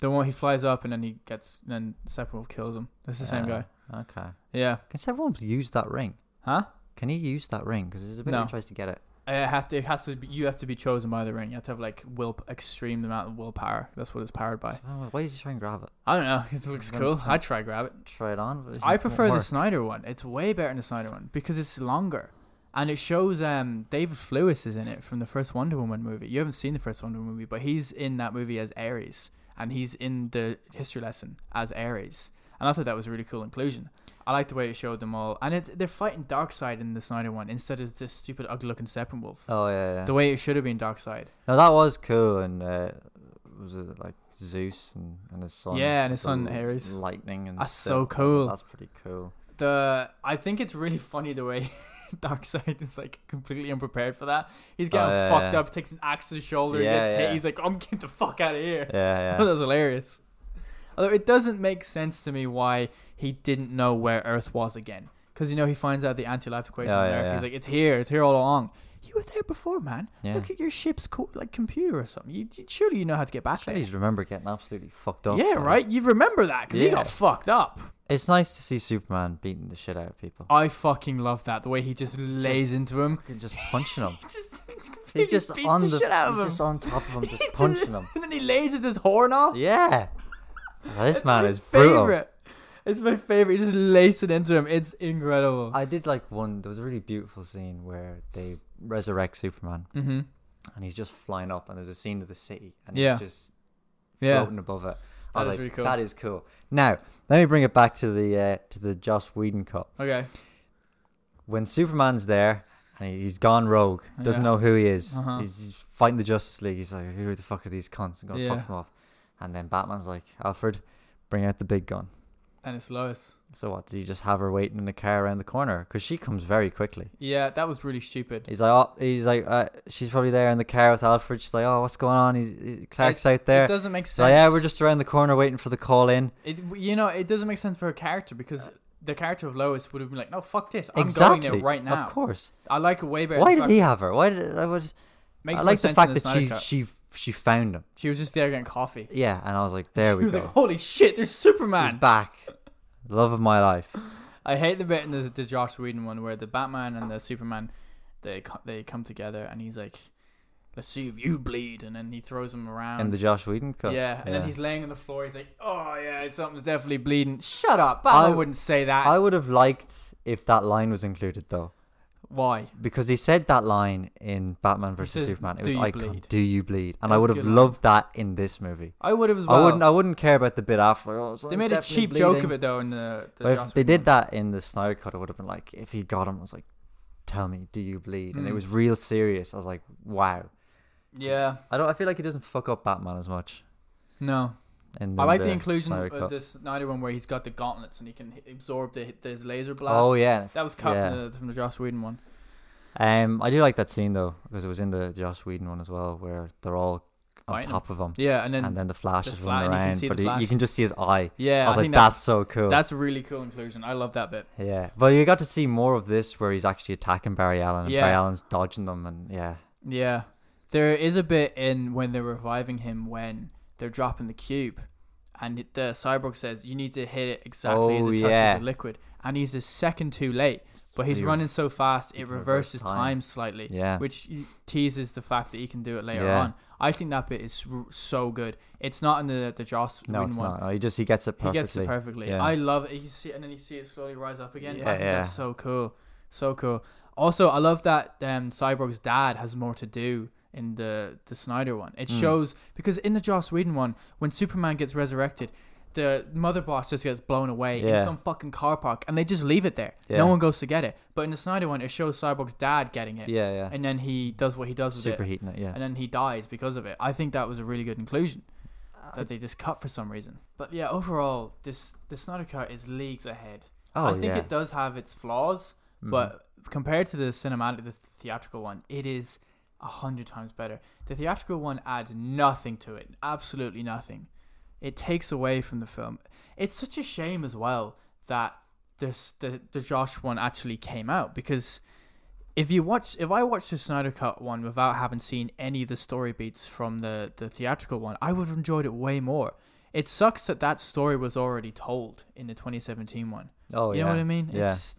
Speaker 1: The one he flies up and then he gets, then Steppenwolf kills him. That's the same
Speaker 2: Yeah.
Speaker 1: guy.
Speaker 2: Okay.
Speaker 1: Yeah.
Speaker 2: Can Steppenwolf use that ring?
Speaker 1: Huh?
Speaker 2: Can he use that ring? Because there's a bit where
Speaker 1: No.
Speaker 2: he tries to get it.
Speaker 1: It have to. It has to. Be, you have to be chosen by the ring. You have to have like will, extreme amount of willpower. That's what it's powered by.
Speaker 2: Oh, Why does he try and grab it?
Speaker 1: I don't know. It looks
Speaker 2: Then-
Speaker 1: cool. I'd try grab it.
Speaker 2: Try it on. But it
Speaker 1: I
Speaker 2: won't
Speaker 1: prefer the
Speaker 2: work.
Speaker 1: Snyder one. It's way better than the Snyder one because it's longer. And it shows um, David Lewis is in it from the first Wonder Woman movie. You haven't seen the first Wonder Woman movie, but he's in that movie as Ares, and he's in the history lesson as Ares. And I thought that was a really cool inclusion. I like the way it showed them all, and it, they're fighting Darkseid in the Snyder one instead of this stupid ugly-looking Steppenwolf.
Speaker 2: Oh yeah. yeah.
Speaker 1: The way it should have been Darkseid.
Speaker 2: No, that was cool, and uh, was it like Zeus and, and his son?
Speaker 1: Yeah, and his
Speaker 2: the
Speaker 1: son
Speaker 2: l-
Speaker 1: Ares.
Speaker 2: Lightning and
Speaker 1: That's
Speaker 2: stuff.
Speaker 1: so cool.
Speaker 2: That's pretty cool.
Speaker 1: The I think it's really funny the way Darkseid is like completely unprepared for that. He's getting
Speaker 2: Oh, yeah,
Speaker 1: fucked
Speaker 2: yeah.
Speaker 1: up, takes an axe to the shoulder,
Speaker 2: Yeah,
Speaker 1: gets hit.
Speaker 2: yeah.
Speaker 1: He's like, I'm getting the fuck out of here.
Speaker 2: Yeah,
Speaker 1: that
Speaker 2: yeah.
Speaker 1: was hilarious. Although it doesn't make sense to me why he didn't know where Earth was again. Because, you know, he finds out the anti life equation
Speaker 2: Oh,
Speaker 1: on
Speaker 2: yeah,
Speaker 1: Earth. He's
Speaker 2: yeah.
Speaker 1: like, it's here, it's here all along. You were there before, man.
Speaker 2: Yeah.
Speaker 1: Look at your ship's co- like computer or something. You, you, surely you know how to get back
Speaker 2: Surely
Speaker 1: there.
Speaker 2: you remember getting absolutely fucked up.
Speaker 1: yeah,
Speaker 2: by it.
Speaker 1: right? You remember that because he got
Speaker 2: Yeah.
Speaker 1: fucked up.
Speaker 2: It's nice to see Superman beating the shit out of people.
Speaker 1: I fucking love that. The way he just lays into him.
Speaker 2: Fucking just punching them.
Speaker 1: just, Um, he
Speaker 2: he's just
Speaker 1: beats
Speaker 2: on
Speaker 1: the,
Speaker 2: the,
Speaker 1: shit out of
Speaker 2: he's
Speaker 1: him.
Speaker 2: just on top of him,
Speaker 1: He
Speaker 2: just
Speaker 1: does
Speaker 2: punching
Speaker 1: it,
Speaker 2: them.
Speaker 1: And then he lasers his horn off.
Speaker 2: Yeah. This
Speaker 1: It's
Speaker 2: man
Speaker 1: my
Speaker 2: is brutal.
Speaker 1: favorite. It's my favorite. He just laced it into him. It's incredible.
Speaker 2: I did like one. There was a really beautiful scene where they resurrect Superman,
Speaker 1: mm-hmm.
Speaker 2: and he's just flying up, and there's a scene of the city, and
Speaker 1: Yeah.
Speaker 2: he's just
Speaker 1: Yeah.
Speaker 2: floating above it. I
Speaker 1: That
Speaker 2: was
Speaker 1: is
Speaker 2: like,
Speaker 1: really cool.
Speaker 2: That is cool. Now, let me bring it back to the uh, to the Joss Whedon cut.
Speaker 1: Okay.
Speaker 2: When Superman's there and he- he's gone rogue, doesn't
Speaker 1: Yeah.
Speaker 2: know who he is.
Speaker 1: Uh-huh.
Speaker 2: He's, he's fighting the Justice League. He's like, who the fuck are these cons? I'm gonna
Speaker 1: Yeah.
Speaker 2: fuck them off. And then Batman's like, Alfred, bring out the big gun.
Speaker 1: And it's Lois.
Speaker 2: So what? Did he just have her waiting in the car around the corner? Because she comes very quickly.
Speaker 1: Yeah, that was really stupid.
Speaker 2: He's like, oh, he's like, uh, she's probably there in the car with Alfred. She's like, oh, what's going on? He's, he- Clark's
Speaker 1: It's-
Speaker 2: out there.
Speaker 1: It doesn't make sense.
Speaker 2: He's like, yeah, we're just around the corner waiting for the call in.
Speaker 1: It, you know, it doesn't make sense for her character because the character of Lois would have been like, no, fuck this. I'm
Speaker 2: exactly.
Speaker 1: going there right now.
Speaker 2: Of course.
Speaker 1: I like it way better.
Speaker 2: Why
Speaker 1: than
Speaker 2: did
Speaker 1: fuck-
Speaker 2: he have her? Why did I was?
Speaker 1: Makes
Speaker 2: I
Speaker 1: more
Speaker 2: like the
Speaker 1: sense
Speaker 2: fact
Speaker 1: in
Speaker 2: that
Speaker 1: Snyder
Speaker 2: she
Speaker 1: Cut.
Speaker 2: she she found him.
Speaker 1: She was just there getting coffee.
Speaker 2: Yeah, and I was like, there
Speaker 1: she
Speaker 2: we
Speaker 1: was
Speaker 2: go.
Speaker 1: like, "Oh, holy shit, there's Superman.
Speaker 2: He's back. Love of my life.
Speaker 1: I hate the bit in the, the Josh Whedon one where the Batman and the Superman they co- they come together and he's like, "Let's see if you bleed," and then he throws him around.
Speaker 2: And the Josh Whedon cut.
Speaker 1: yeah, and then he's laying on the floor. He's like, "Oh yeah, something's definitely bleeding." Shut up,
Speaker 2: I-
Speaker 1: Batman wouldn't say that.
Speaker 2: I would have liked if that line was included though.
Speaker 1: Why?
Speaker 2: because he said that line in Batman versus
Speaker 1: says,
Speaker 2: Superman. It
Speaker 1: "Do
Speaker 2: was
Speaker 1: you
Speaker 2: icon.
Speaker 1: bleed?"
Speaker 2: Do you bleed? And
Speaker 1: That was
Speaker 2: I
Speaker 1: a
Speaker 2: would have
Speaker 1: good line.
Speaker 2: loved that in this movie.
Speaker 1: I would have as well.
Speaker 2: I wouldn't. I wouldn't care about the bit after. Oh,
Speaker 1: they made a cheap joke of it though in the. the
Speaker 2: But if
Speaker 1: Joss
Speaker 2: they
Speaker 1: Whedon
Speaker 2: did that in the Snyder cut, I would have been like, if he got him, I was like, tell me, do you bleed? And it
Speaker 1: Mm.
Speaker 2: was real serious. I was like, wow.
Speaker 1: one. Yeah.
Speaker 2: I don't. I feel like he doesn't fuck up Batman as much.
Speaker 1: No.
Speaker 2: In
Speaker 1: I like
Speaker 2: the
Speaker 1: the inclusion
Speaker 2: Snyder
Speaker 1: of
Speaker 2: cut.
Speaker 1: this Snyder one where he's got the gauntlets and he can h- absorb the his laser blast.
Speaker 2: Oh yeah.
Speaker 1: That was cut
Speaker 2: Yeah.
Speaker 1: from, the, from the Joss Whedon one.
Speaker 2: Um, I do like that scene though because it was in the Joss Whedon one as well, where they're all on
Speaker 1: Fighting
Speaker 2: top of him,
Speaker 1: Yeah, and then,
Speaker 2: and then the Flash
Speaker 1: the
Speaker 2: is
Speaker 1: Fla- and
Speaker 2: running
Speaker 1: you can
Speaker 2: around,
Speaker 1: see
Speaker 2: but
Speaker 1: the
Speaker 2: he, you
Speaker 1: Flash.
Speaker 2: can just see his eye.
Speaker 1: yeah,
Speaker 2: I was like,
Speaker 1: think
Speaker 2: that's so cool.
Speaker 1: that's, that's a really cool inclusion. I love that bit.
Speaker 2: yeah, but you got to see more of this where he's actually attacking Barry Allen, and Barry
Speaker 1: Yeah.
Speaker 2: Allen's dodging them, and yeah,
Speaker 1: Yeah, there is a bit in when they're reviving him when they're dropping the cube, and it- the cyborg says you need to hit it exactly as
Speaker 2: Oh,
Speaker 1: it touches
Speaker 2: yeah.
Speaker 1: the liquid, and he's a second too late. But he's
Speaker 2: He-
Speaker 1: running so fast
Speaker 2: he
Speaker 1: it
Speaker 2: can reverse
Speaker 1: reverses
Speaker 2: time.
Speaker 1: time. slightly,
Speaker 2: yeah,
Speaker 1: which y- teases the fact that he can do it later
Speaker 2: Yeah.
Speaker 1: on. I think that bit is r- so good. It's not in the the Joss
Speaker 2: no,
Speaker 1: Whedon
Speaker 2: it's
Speaker 1: one.
Speaker 2: not. No, he just he gets it
Speaker 1: He
Speaker 2: perfectly.
Speaker 1: gets it perfectly.
Speaker 2: Yeah.
Speaker 1: I love it. You see, and then you see it slowly rise up again. I
Speaker 2: Yeah,
Speaker 1: think
Speaker 2: yeah.
Speaker 1: That's so cool. So cool. Also, I love that um, Cyborg's dad has more to do in the the Snyder one. It
Speaker 2: Mm.
Speaker 1: shows because in the Joss Whedon one, when Superman gets resurrected, the mother box just gets blown away
Speaker 2: Yeah.
Speaker 1: in some fucking car park, and they just leave it there.
Speaker 2: Yeah.
Speaker 1: No one goes to get it. But in the Snyder one, it shows Cyborg's dad getting it,
Speaker 2: Yeah, yeah,
Speaker 1: and then he does what he does with it,
Speaker 2: superheating it. Yeah,
Speaker 1: and then he dies because of it. I think that was a really good inclusion that they just cut for some reason. But yeah, overall, this the Snyder Cut is leagues ahead.
Speaker 2: oh
Speaker 1: I think
Speaker 2: yeah.
Speaker 1: it does have its flaws,
Speaker 2: Mhm.
Speaker 1: but compared to the cinematic, the theatrical one, it is a hundred times better. The theatrical one adds nothing to it, absolutely nothing. It takes away from the film. It's such a shame as well that this the the Josh one actually came out because if you watch if I watched the Snyder Cut one without having seen any of the story beats from the the theatrical one, I would have enjoyed it way more. It sucks that that story was already told in the 2017 one.
Speaker 2: oh
Speaker 1: you
Speaker 2: yeah.
Speaker 1: know what I mean?
Speaker 2: Yeah.
Speaker 1: It's,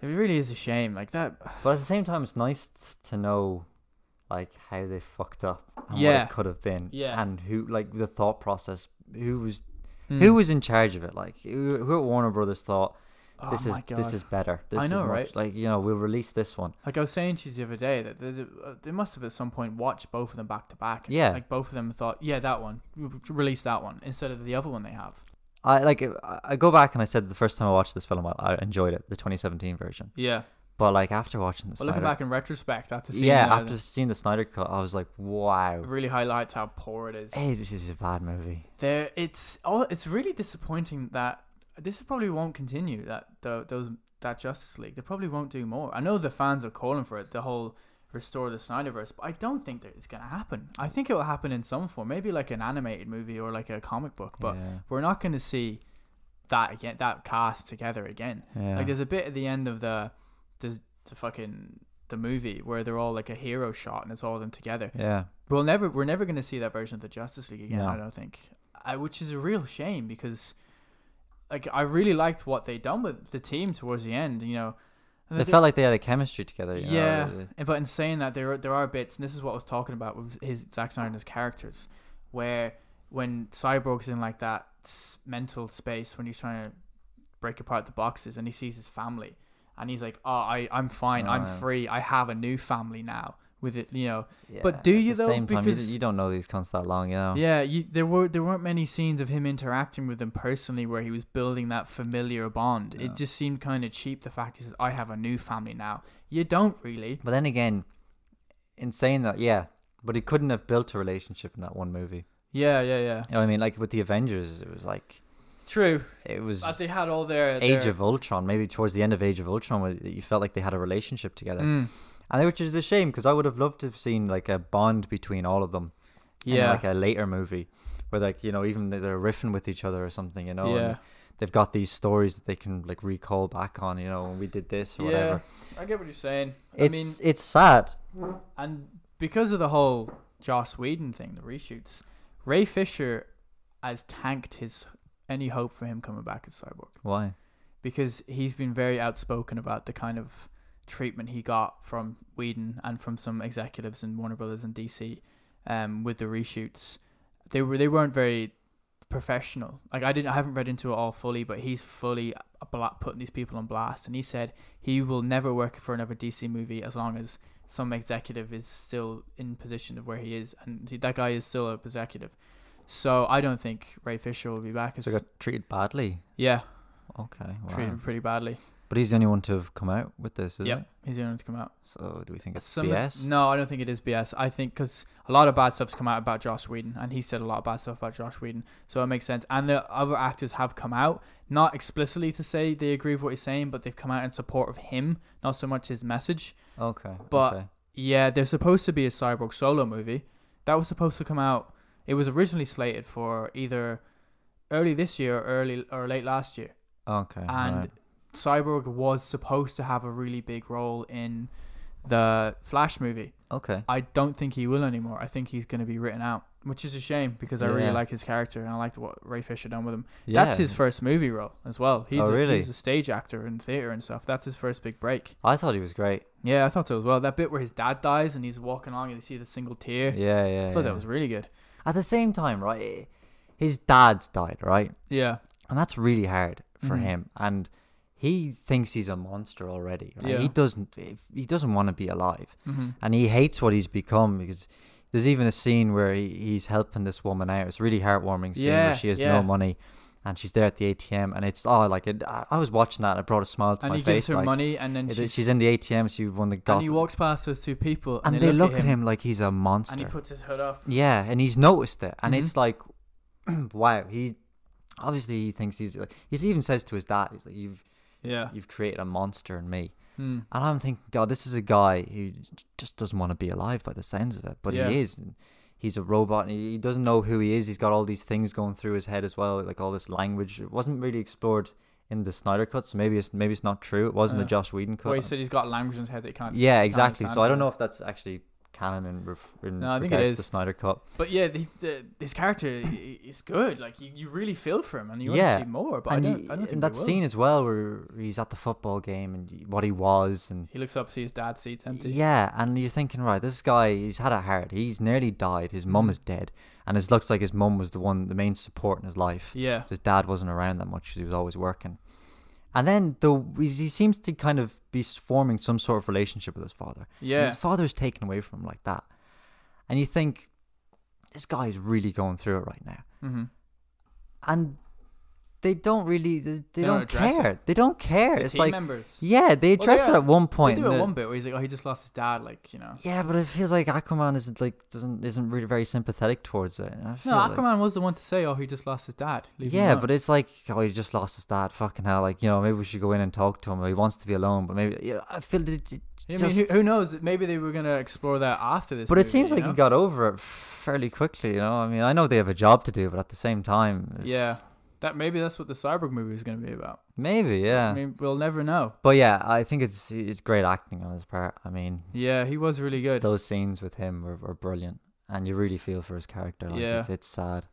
Speaker 1: it really is a shame. Like that.
Speaker 2: But at the same time, it's nice t- to know, like how they fucked up and
Speaker 1: Yeah.
Speaker 2: what it could have been,
Speaker 1: Yeah.
Speaker 2: and who like the thought process, who was
Speaker 1: Mm.
Speaker 2: who was in charge of it, like who, who at Warner Brothers thought
Speaker 1: Oh
Speaker 2: this is
Speaker 1: my God.
Speaker 2: this is better. This
Speaker 1: I know,
Speaker 2: is much-
Speaker 1: right?
Speaker 2: Like you know, we'll release this one.
Speaker 1: Like I was saying to you the other day that there's a, uh, they must have at some point watched both of them back to back.
Speaker 2: Yeah.
Speaker 1: Like both of them thought, yeah, that one, R- release that one instead of the other one they have.
Speaker 2: I like I I go back and I said the first time I watched this film, I, I enjoyed it, the 2017 version.
Speaker 1: Yeah.
Speaker 2: But like after watching the
Speaker 1: But
Speaker 2: Snyder,
Speaker 1: looking back in retrospect, after seeing
Speaker 2: yeah,
Speaker 1: that,
Speaker 2: after seeing the Snyder cut, I was like, wow,
Speaker 1: it really highlights how poor it is.
Speaker 2: hey, this is a bad movie.
Speaker 1: There, it's all. It's really disappointing that this probably won't continue. That tho- those that Justice League, they probably won't do more. I know the fans are calling for it. The whole restore the Snyderverse, but I don't think that it's gonna happen. I think it will happen in some form, maybe like an animated movie or like a comic book. But
Speaker 2: yeah,
Speaker 1: we're not gonna see that again. That cast together again.
Speaker 2: yeah.
Speaker 1: Like there's a bit at the end of the the, the fucking the movie where they're all like a hero shot and it's all of them together.
Speaker 2: yeah.
Speaker 1: We'll never, we're never going to see that version of the Justice League again.
Speaker 2: No.
Speaker 1: I don't think, I, which is a real shame because, like, I really liked what they done with the team towards the end. You know, And
Speaker 2: They
Speaker 1: they-
Speaker 2: felt like they had a chemistry together. you know,
Speaker 1: Yeah.
Speaker 2: they- they-
Speaker 1: and- but in saying that, there are, there are bits, and this is what I was talking about with his Zack Snyder and his characters, where when Cyborg's in like that s- mental space when he's trying to break apart the boxes, and he sees his family, and he's like, "Oh, I, I'm fine. I'm
Speaker 2: Right.
Speaker 1: free. I have a new family now." With it, you know, But
Speaker 2: yeah,
Speaker 1: do
Speaker 2: at
Speaker 1: you
Speaker 2: the
Speaker 1: though?
Speaker 2: Same time, you d-
Speaker 1: Because-
Speaker 2: you don't know these cons that long, you know.
Speaker 1: Yeah, you, there were there weren't many scenes of him interacting with them personally where he was building that familiar bond.
Speaker 2: No.
Speaker 1: It just seemed kind of cheap. The fact he says, "I have a new family now." You don't really.
Speaker 2: But then again, in saying that, yeah, but he couldn't have built a relationship in that one movie.
Speaker 1: Yeah, yeah, yeah.
Speaker 2: You know what I mean? Like with the Avengers, it was like
Speaker 1: True,
Speaker 2: it was
Speaker 1: but they had all their
Speaker 2: Age
Speaker 1: their-
Speaker 2: of Ultron. Maybe towards the end of Age of Ultron, where you felt like they had a relationship together,
Speaker 1: Mm,
Speaker 2: and which is a shame because I would have loved to have seen like a bond between all of them. in,
Speaker 1: yeah,
Speaker 2: like a later movie where like you know even they- they're riffing with each other or something, you know.
Speaker 1: yeah.
Speaker 2: And, They've got these stories that they can like recall back on, you know, when we did this or whatever.
Speaker 1: I get what you're saying.
Speaker 2: It's
Speaker 1: I mean,
Speaker 2: it's sad.
Speaker 1: and because of the whole Joss Whedon thing, the reshoots, Ray Fisher has tanked his any hope for him coming back as Cyborg.
Speaker 2: Why?
Speaker 1: because he's been very outspoken about the kind of treatment he got from Whedon and from some executives in Warner Brothers and DC um, with the reshoots. They were they weren't very professional. Like I didn't, I haven't read into it all fully, but he's fully a bla- putting these people on blast. And he said he will never work for another DC movie as long as some executive is still in position of where he is, and he, that guy is still a executive. So I don't think Ray Fisher will be back. As,
Speaker 2: So got treated badly.
Speaker 1: yeah,
Speaker 2: Okay. Wow.
Speaker 1: treated pretty badly.
Speaker 2: But he's the only one to have come out with this, isn't
Speaker 1: Yep,
Speaker 2: it?
Speaker 1: he's the only one to come out.
Speaker 2: So do we think it's
Speaker 1: Some of-
Speaker 2: BS?
Speaker 1: no, I don't think it is BS. I think because a lot of bad stuff's come out about Josh Whedon, and he said a lot of bad stuff about Josh Whedon, so it makes sense. And the other actors have come out, not explicitly to say they agree with what he's saying, but they've come out in support of him, not so much his message.
Speaker 2: Okay.
Speaker 1: But-
Speaker 2: okay.
Speaker 1: Yeah, there's supposed to be a Cyborg solo movie that was supposed to come out. It was originally slated for either early this year, or early or late last year,
Speaker 2: Okay.
Speaker 1: and
Speaker 2: right.
Speaker 1: Cyborg was supposed to have a really big role in the Flash movie.
Speaker 2: okay.
Speaker 1: I don't think he will anymore. I think he's going to be written out, which is a shame because I really
Speaker 2: Yeah.
Speaker 1: like his character and I liked what Ray Fisher done with him.
Speaker 2: Yeah.
Speaker 1: That's his first movie role as well. He's,
Speaker 2: Oh,
Speaker 1: a,
Speaker 2: really?
Speaker 1: he's a stage actor in theater and stuff. That's his first big break.
Speaker 2: I thought he was great.
Speaker 1: Yeah, I thought so as well. That bit where his dad dies and he's walking along and you see the single tear.
Speaker 2: Yeah, yeah.
Speaker 1: I thought
Speaker 2: yeah.
Speaker 1: that was really good.
Speaker 2: At the same time, right? eh, His dad's died, right?
Speaker 1: Yeah,
Speaker 2: And that's really hard for
Speaker 1: Mhm.
Speaker 2: him. And he thinks he's a monster already. Right?
Speaker 1: Yeah.
Speaker 2: He doesn't. He doesn't want to be alive,
Speaker 1: mm-hmm.
Speaker 2: and he hates what he's become because. There's even a scene where he, he's helping this woman out. It's a really heartwarming scene
Speaker 1: Yeah,
Speaker 2: where she has
Speaker 1: yeah.
Speaker 2: no money, and she's there at the ATM, and it's oh like it, I I was watching that and it brought a smile to
Speaker 1: and
Speaker 2: my
Speaker 1: he
Speaker 2: face.
Speaker 1: gives her
Speaker 2: like,
Speaker 1: money and then
Speaker 2: it-
Speaker 1: she's,
Speaker 2: she's, in the ATM. She won the
Speaker 1: and he
Speaker 2: Gotham,
Speaker 1: walks past those two people and,
Speaker 2: and they look at him,
Speaker 1: him,
Speaker 2: like he's a monster.
Speaker 1: and he puts his hood up.
Speaker 2: Yeah, and he's noticed it, and
Speaker 1: Mhm.
Speaker 2: it's like, wow, he obviously he thinks he's like he even says to his dad, he's like, you've
Speaker 1: Yeah,
Speaker 2: you've created a monster in me,
Speaker 1: mm.
Speaker 2: and I'm thinking, God, this is a guy who just doesn't want to be alive by the sounds of it, but
Speaker 1: Yeah.
Speaker 2: he is. And he's a robot, and he he doesn't know who he is. He's got all these things going through his head as well, like all this language. It wasn't really explored in the Snyder cut, so maybe it's maybe it's not true. It wasn't
Speaker 1: Yeah.
Speaker 2: the Josh Whedon cut.
Speaker 1: Well, he said he's got language in his head that he can't.
Speaker 2: yeah,
Speaker 1: can't
Speaker 2: exactly. So
Speaker 1: understand.
Speaker 2: I don't know if that's actually canon in, ref- in
Speaker 1: No, I think it
Speaker 2: regards to
Speaker 1: is.
Speaker 2: the Snyder cut.
Speaker 1: But yeah, the, the, his character i- i- is good. Like you, you really feel for him, and you
Speaker 2: Yeah.
Speaker 1: want to see more. But
Speaker 2: and
Speaker 1: I
Speaker 2: he-
Speaker 1: don't. I don't think
Speaker 2: and
Speaker 1: we
Speaker 2: that
Speaker 1: will.
Speaker 2: scene as well where he's at the football game and what he was and
Speaker 1: He looks up, see his dad's seat's empty.
Speaker 2: yeah and you're thinking right this guy he's had a hard he's nearly died his
Speaker 1: Hmm.
Speaker 2: mum is dead and it looks like his mum was the one the main support in his life
Speaker 1: Yeah.
Speaker 2: so his dad wasn't around that much 'cause he was always working and then the he's- he seems to kind of be forming some sort of relationship with his father and
Speaker 1: Yeah.
Speaker 2: his father's taken away from him like that and you think this guy is really going through it right now
Speaker 1: Mm-hmm.
Speaker 2: and they don't really they, they
Speaker 1: don't
Speaker 2: don't,
Speaker 1: address it.
Speaker 2: care they don't care it's
Speaker 1: Team
Speaker 2: like
Speaker 1: members.
Speaker 2: yeah they
Speaker 1: they
Speaker 2: address
Speaker 1: are-
Speaker 2: it at one
Speaker 1: They
Speaker 2: point
Speaker 1: do it
Speaker 2: the-
Speaker 1: one bit where he's like, "Oh, he just lost his dad." Like you know.
Speaker 2: yeah but it feels like aquaman isn't like doesn't isn't really very sympathetic towards it I feel
Speaker 1: No,
Speaker 2: like-
Speaker 1: Aquaman was the one to say, "Oh, he just lost his dad." Leave him
Speaker 2: yeah
Speaker 1: alone."
Speaker 2: but it's like oh he just lost his dad fucking hell like you know maybe we should go in and talk to him he wants to be alone but maybe you know, i feel that it, it
Speaker 1: I mean,
Speaker 2: just-
Speaker 1: who, who knows? Maybe they were gonna explore that after this.
Speaker 2: but it
Speaker 1: movie,
Speaker 2: seems
Speaker 1: you
Speaker 2: like
Speaker 1: know?
Speaker 2: he got over it fairly quickly you know i mean i know they have a job to do but at the same time it's-
Speaker 1: Yeah. That maybe that's what the Cyborg movie is gonna be about.
Speaker 2: maybe yeah
Speaker 1: I mean, we'll never know.
Speaker 2: but yeah i think it's it's great acting on his part i mean
Speaker 1: Yeah, he was really good.
Speaker 2: those scenes with him were, were brilliant and you really feel for his character like
Speaker 1: Yeah.
Speaker 2: it's, it's sad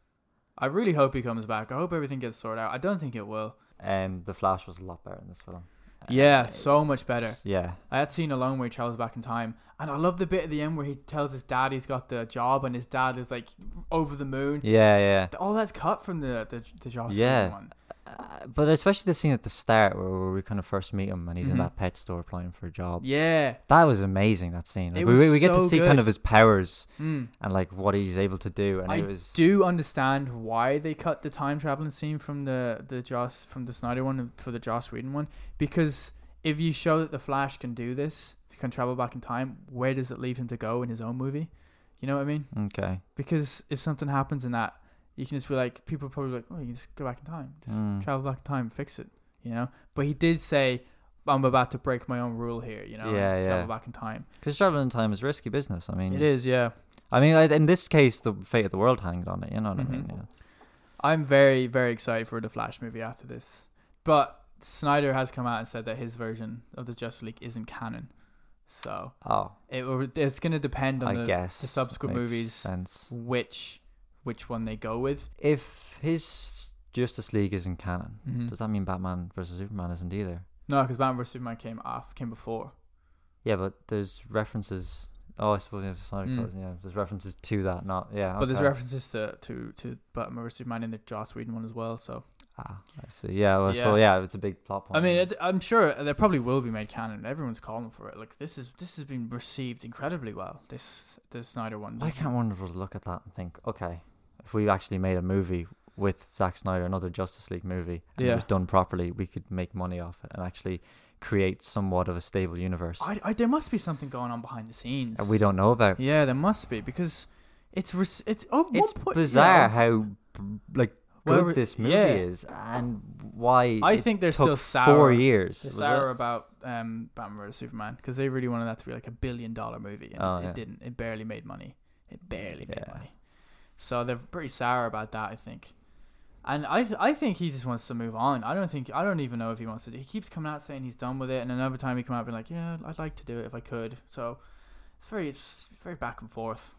Speaker 1: I really hope he comes back. I hope everything gets sorted out. I don't think it will.
Speaker 2: um the flash was a lot better in this film Uh,
Speaker 1: Yeah, so much better.
Speaker 2: yeah
Speaker 1: I had seen a long way travels back in time, and I love the bit at the end where he tells his dad he's got the job, and his dad is like over the moon.
Speaker 2: yeah yeah
Speaker 1: All that's cut from the the, the Joss Whedon
Speaker 2: Yeah.
Speaker 1: one.
Speaker 2: uh, but especially the scene at the start where, where we kind of first meet him and he's in
Speaker 1: Mhm.
Speaker 2: that pet store applying for a job
Speaker 1: Yeah,
Speaker 2: that was amazing that scene like,
Speaker 1: It
Speaker 2: we,
Speaker 1: was
Speaker 2: we we get to
Speaker 1: so
Speaker 2: see kind
Speaker 1: good.
Speaker 2: of his powers
Speaker 1: Mm.
Speaker 2: and like what he's able to do and
Speaker 1: I
Speaker 2: it was
Speaker 1: do understand why they cut the time traveling scene from the the Joss from the Snyder one for the Joss Whedon one because if you show that the Flash can do this, can travel back in time, where does it leave him to go in his own movie? You know what I mean?
Speaker 2: okay
Speaker 1: because if something happens in that, you can just be like, people are probably like, oh, you just go back in time, just
Speaker 2: Mm.
Speaker 1: travel back in time, fix it, you know. But he did say, I'm about to break my own rule here, you know. and
Speaker 2: Yeah, yeah.
Speaker 1: Travel back in time.
Speaker 2: because traveling in time is risky business i mean
Speaker 1: It is, yeah.
Speaker 2: i mean I, in this case the fate of the world hanged on it you know what
Speaker 1: Mhm.
Speaker 2: i mean yeah.
Speaker 1: I'm very, very excited for the Flash movie after this. But Snyder has come out and said that his version of the Justice League isn't canon, so
Speaker 2: oh
Speaker 1: it will- it's gonna depend on
Speaker 2: i
Speaker 1: the,
Speaker 2: guess
Speaker 1: the subsequent
Speaker 2: makes
Speaker 1: movies.
Speaker 2: sense
Speaker 1: which which one they go with.
Speaker 2: if his Justice League isn't canon,
Speaker 1: Mhm.
Speaker 2: does that mean Batman versus Superman isn't either?
Speaker 1: No, because Batman vs Superman came off, came before.
Speaker 2: Yeah, but there's references Oh, I suppose you have Snyder
Speaker 1: Mm.
Speaker 2: Cut. Yeah, there's references to that. Not yeah.
Speaker 1: But there's
Speaker 2: okay.
Speaker 1: references to to to Batman vs Superman in the Joss Whedon one as well. So
Speaker 2: Ah, I see. Yeah, well, I
Speaker 1: Yeah.
Speaker 2: suppose, yeah, it's a big plot point.
Speaker 1: I mean,
Speaker 2: yeah.
Speaker 1: it, I'm sure there probably will be made canon. Everyone's calling for it. Like this is this has been received incredibly well. This the Snyder one.
Speaker 2: I can't wonder to look at that and think, okay, if we actually made a movie with Zack Snyder, another Justice League movie, and
Speaker 1: Yeah.
Speaker 2: it was done properly, we could make money off it and actually create somewhat of a stable universe
Speaker 1: I, I there must be something going on behind the scenes.
Speaker 2: that we don't know about.
Speaker 1: Yeah, there must be because it's res- it's oh
Speaker 2: It's
Speaker 1: point,
Speaker 2: bizarre
Speaker 1: yeah.
Speaker 2: how b- like
Speaker 1: Well,
Speaker 2: good
Speaker 1: re-
Speaker 2: this movie
Speaker 1: yeah.
Speaker 2: is and why
Speaker 1: I
Speaker 2: it
Speaker 1: think they're
Speaker 2: took
Speaker 1: still sour.
Speaker 2: four years.
Speaker 1: They're
Speaker 2: was it?
Speaker 1: sour about um, Batman vs Superman because they really wanted that to be like a billion dollar movie, and
Speaker 2: Oh,
Speaker 1: it
Speaker 2: yeah.
Speaker 1: didn't. It barely made money. It barely made
Speaker 2: Yeah.
Speaker 1: money. So they're pretty sour about that, I think. And I, th- I think he just wants to move on. I don't think I don't even know if he wants to. do He keeps coming out saying he's done with it, and another time he come out being like, "Yeah, I'd like to do it if I could." So it's very it's very back and forth.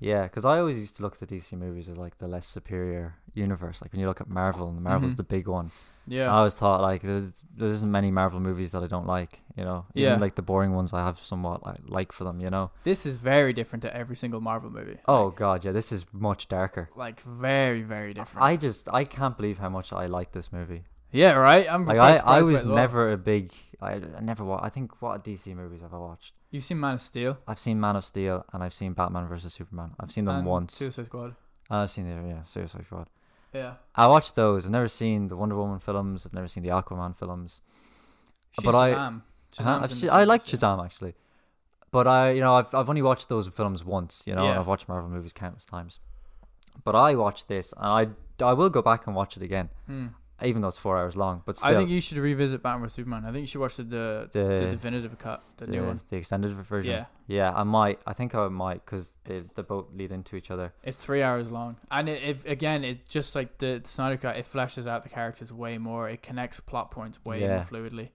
Speaker 2: Yeah, because I always used to look at the DC movies as like the less superior universe. Like when you look at Marvel, and Marvel's
Speaker 1: Mhm.
Speaker 2: the big one.
Speaker 1: Yeah,
Speaker 2: I always thought like there's there isn't many Marvel movies that I don't like. You know, even
Speaker 1: Yeah.
Speaker 2: like the boring ones I have somewhat like like for them. You know.
Speaker 1: this is very different to every single Marvel movie.
Speaker 2: Oh
Speaker 1: like,
Speaker 2: god, yeah, this is much darker.
Speaker 1: like very very different.
Speaker 2: I just I can't believe how much I like this movie.
Speaker 1: yeah, right. I'm
Speaker 2: Like
Speaker 1: quite
Speaker 2: I, I
Speaker 1: surprised by it
Speaker 2: was
Speaker 1: as well.
Speaker 2: never a big I, I never wa- I think what DC movies have I watched?
Speaker 1: You've seen Man of Steel.
Speaker 2: I've seen Man of Steel and I've seen Batman versus Superman. I've seen them
Speaker 1: and
Speaker 2: once.
Speaker 1: Suicide Squad.
Speaker 2: And I've seen the yeah Suicide Squad.
Speaker 1: Yeah.
Speaker 2: I watched those. I've never seen the Wonder Woman films. I've never seen the Aquaman films.
Speaker 1: She's
Speaker 2: But I-
Speaker 1: Shazam.
Speaker 2: And I-
Speaker 1: Shazam's
Speaker 2: I've
Speaker 1: in
Speaker 2: se-
Speaker 1: the
Speaker 2: I like
Speaker 1: series,
Speaker 2: Shazam actually, but I you know I've I've only watched those films once. You know, and
Speaker 1: Yeah.
Speaker 2: I've watched Marvel movies countless times. But I watched this, and I I will go back and watch it again,
Speaker 1: yeah. Hmm.
Speaker 2: even though it's four hours long. But still,
Speaker 1: I think you should revisit Batman vs Superman. I think you should watch the the, the,
Speaker 2: The-
Speaker 1: definitive cut, the,
Speaker 2: the,
Speaker 1: new one.
Speaker 2: the extended version.
Speaker 1: Yeah,
Speaker 2: Yeah, I might. I think I might because they they both lead into each other.
Speaker 1: it's three hours long, and it, it again, it just like the Snyder cut, it fleshes out the characters way more. It connects plot points way
Speaker 2: Yeah.
Speaker 1: more fluidly.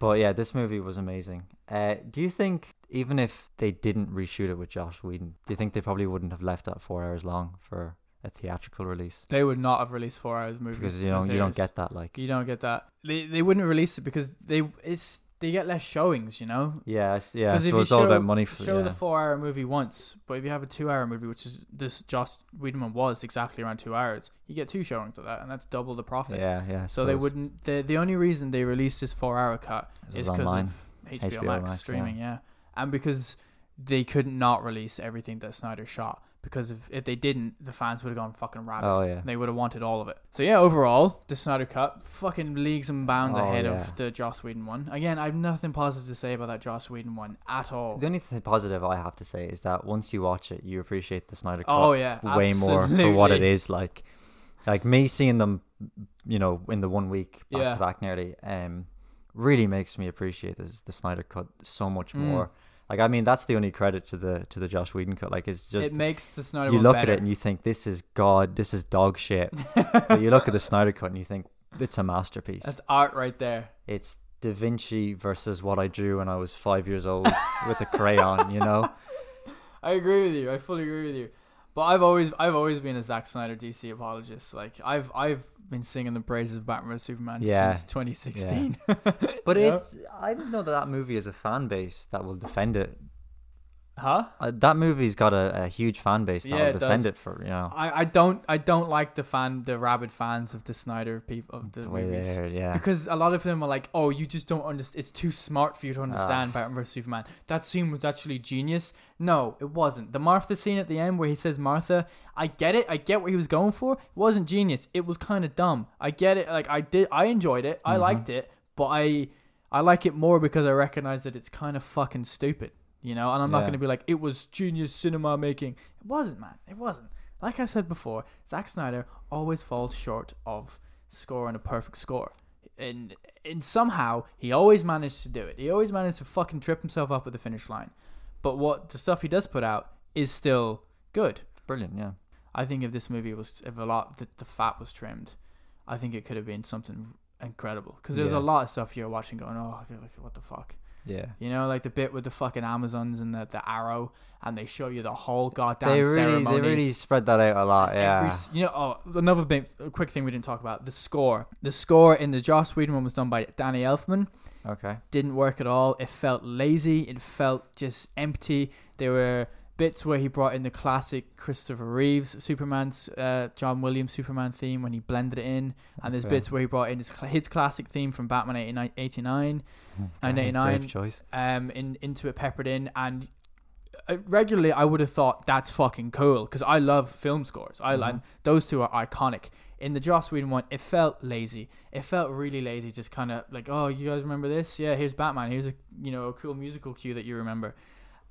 Speaker 2: But yeah, this movie was amazing. Uh, do you think even if they didn't reshoot it with Josh Whedon, do you think they probably wouldn't have left that four hours long for a theatrical release?
Speaker 1: They would not have released four hours movies
Speaker 2: Because
Speaker 1: to
Speaker 2: you know you don't
Speaker 1: theaters.
Speaker 2: get that like.
Speaker 1: you don't get that. They they wouldn't release it because they it's they get less showings. You know,
Speaker 2: Yeah, I s- yeah.
Speaker 1: 'Cause if
Speaker 2: So
Speaker 1: you
Speaker 2: it's all
Speaker 1: show-
Speaker 2: about money for
Speaker 1: show
Speaker 2: yeah.
Speaker 1: the four hour movie once, but if you have a two hour movie, which is this Joss Whedon one was exactly around two hours, you get two showings of that, and that's double the profit.
Speaker 2: yeah, yeah. I
Speaker 1: So they
Speaker 2: suppose.
Speaker 1: wouldn't. The the only reason they released this four hour cut
Speaker 2: This
Speaker 1: is
Speaker 2: is
Speaker 1: because of
Speaker 2: online.
Speaker 1: HBO,
Speaker 2: HBO
Speaker 1: Max,
Speaker 2: Max, yeah.
Speaker 1: streaming, yeah. and because they could not release everything that Snyder shot because if, if they didn't, the fans would have gone fucking rabid.
Speaker 2: Oh yeah.
Speaker 1: And They would have wanted all of it. So yeah, overall, the Snyder Cut fucking leagues and bounds
Speaker 2: Oh,
Speaker 1: ahead
Speaker 2: yeah.
Speaker 1: of the Joss Whedon one. Again, I have nothing positive to say about that Joss Whedon one at all.
Speaker 2: The only thing positive I have to say is that once you watch it, you appreciate the Snyder Cut
Speaker 1: Oh yeah,
Speaker 2: way more for what it
Speaker 1: absolutely.
Speaker 2: is like. Like me seeing them, you know, in the one week back
Speaker 1: Yeah.
Speaker 2: to back nearly, um, really makes me appreciate this the Snyder Cut so much
Speaker 1: Mm.
Speaker 2: more. Like I mean, that's the only credit to the to the Josh Whedon cut. Like it's just
Speaker 1: it makes the Snyder
Speaker 2: you
Speaker 1: one
Speaker 2: look at
Speaker 1: better.
Speaker 2: it and you think this is god, this is dog shit. but you look at the Snyder cut and you think it's a masterpiece.
Speaker 1: That's art right there.
Speaker 2: it's Da Vinci versus what I drew when I was five years old with a crayon, you know?
Speaker 1: I agree with you. I fully agree with you. But I've always I've always been a Zack Snyder DC apologist. Like I've I've been singing the praises of Batman vs Superman
Speaker 2: Yeah.
Speaker 1: since 2016.
Speaker 2: But
Speaker 1: Yeah.
Speaker 2: it's, I don't know that that movie is a fan base that will defend it.
Speaker 1: huh?
Speaker 2: Uh, that movie's got a, a huge fan base that
Speaker 1: Yeah, it
Speaker 2: will defend
Speaker 1: does.
Speaker 2: it for, you know,
Speaker 1: I, I don't I don't like the fan the rabid fans of the Snyder people of the,
Speaker 2: the way
Speaker 1: movies.
Speaker 2: they're, yeah.
Speaker 1: Because a lot of them are like, oh, you just don't understand. It's too smart for you to understand Batman vs Superman. That scene was actually genius. No, it wasn't. The Martha scene at the end where he says Martha, I get it. I get what he was going for. It wasn't genius. It was kind of dumb. I get it. Like I did, I enjoyed it. I liked it, but I, I like it more because I recognize that it's kind of fucking stupid. You know, and I'm not
Speaker 2: Yeah.
Speaker 1: going to be like it was genius cinema making. It wasn't, man. It wasn't. Like I said before, Zack Snyder always falls short of scoring a perfect score. And and somehow he always managed to do it. He always managed to fucking trip himself up at the finish line. But what the stuff he does put out is still good.
Speaker 2: Brilliant, yeah.
Speaker 1: I think if this movie was if a lot the, the fat was trimmed, I think it could have been something incredible. Because there's
Speaker 2: Yeah.
Speaker 1: a lot of stuff you're watching going, oh, like, what the fuck.
Speaker 2: Yeah.
Speaker 1: You know, like the bit with the fucking Amazons and the, the arrow, and they show you the whole goddamn
Speaker 2: They really,
Speaker 1: ceremony.
Speaker 2: they really spread that out a lot, yeah.
Speaker 1: Every, s- you know, oh, another big, a quick thing we didn't talk about the score. The score in the Joss Whedon one was done by Danny Elfman,
Speaker 2: Okay.
Speaker 1: didn't work at all. It felt lazy. It felt just empty. There were bits where he brought in the classic Christopher Reeves Superman's uh, John Williams Superman theme when he blended it in, and there's
Speaker 2: Okay.
Speaker 1: bits where he brought in his, cl- his classic theme from Batman 89, 89
Speaker 2: Okay, Brave
Speaker 1: 99.
Speaker 2: choice.
Speaker 1: um, in into it peppered in and. uh, Regularly, I would have thought that's fucking cool because I love film scores. I
Speaker 2: Mhm.
Speaker 1: and those two are iconic. In the Joss Whedon one, it felt lazy. It felt really lazy, just kind of like, oh, you guys remember this? Yeah, here's Batman. Here's a you know a cool musical cue that you remember.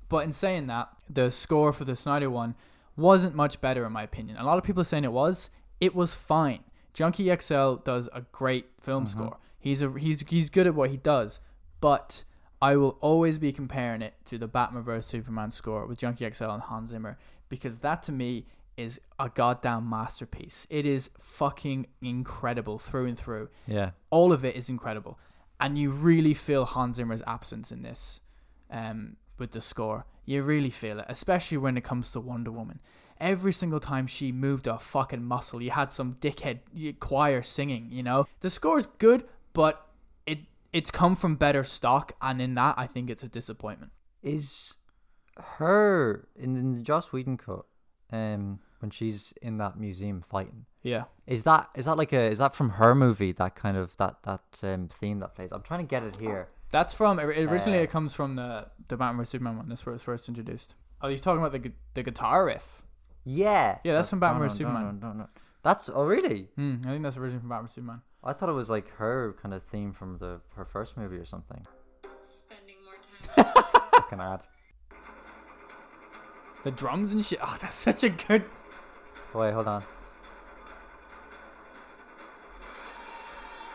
Speaker 1: But in saying that, the score for the Snyder one wasn't much better in my opinion. A lot of people are saying it was. It was fine. Junkie XL does a great film
Speaker 2: Mhm.
Speaker 1: score. He's a he's he's good at what he does, but I will always be comparing it to the Batman vs Superman score with Junkie XL and Hans Zimmer because that to me is a goddamn masterpiece. It is fucking incredible through and through.
Speaker 2: Yeah.
Speaker 1: All of it is incredible, and you really feel Hans Zimmer's absence in this, um, with the score. You really feel it, especially when it comes to Wonder Woman. Every single time she moved a fucking muscle, you had some dickhead y- choir singing. You know, the score's good, but it it's come from better stock, and in that, I think it's a disappointment.
Speaker 2: Is her in, in the Joss Whedon cut? Um, when she's in that museum fighting,
Speaker 1: Yeah,
Speaker 2: is that is that like a is that from her movie? That kind of that that um theme that plays. I'm trying to get it here.
Speaker 1: that's from or- originally.
Speaker 2: Uh,
Speaker 1: it comes from the the Batman vs Superman one. That's where it's first introduced. Oh, you're talking about the gu- the guitar riff.
Speaker 2: Yeah.
Speaker 1: Yeah, that's from
Speaker 2: No,
Speaker 1: Batman
Speaker 2: no,
Speaker 1: vs
Speaker 2: no,
Speaker 1: Superman.
Speaker 2: No, no, no. That's oh really?
Speaker 1: Hmm, I think that's originally from Batman vs Superman.
Speaker 2: I thought it was like her kind of theme from the her first movie or something.
Speaker 4: spending more time.
Speaker 2: Fucking ad.
Speaker 1: The drums and shit. Oh, that's such a good.
Speaker 2: Wait, hold on.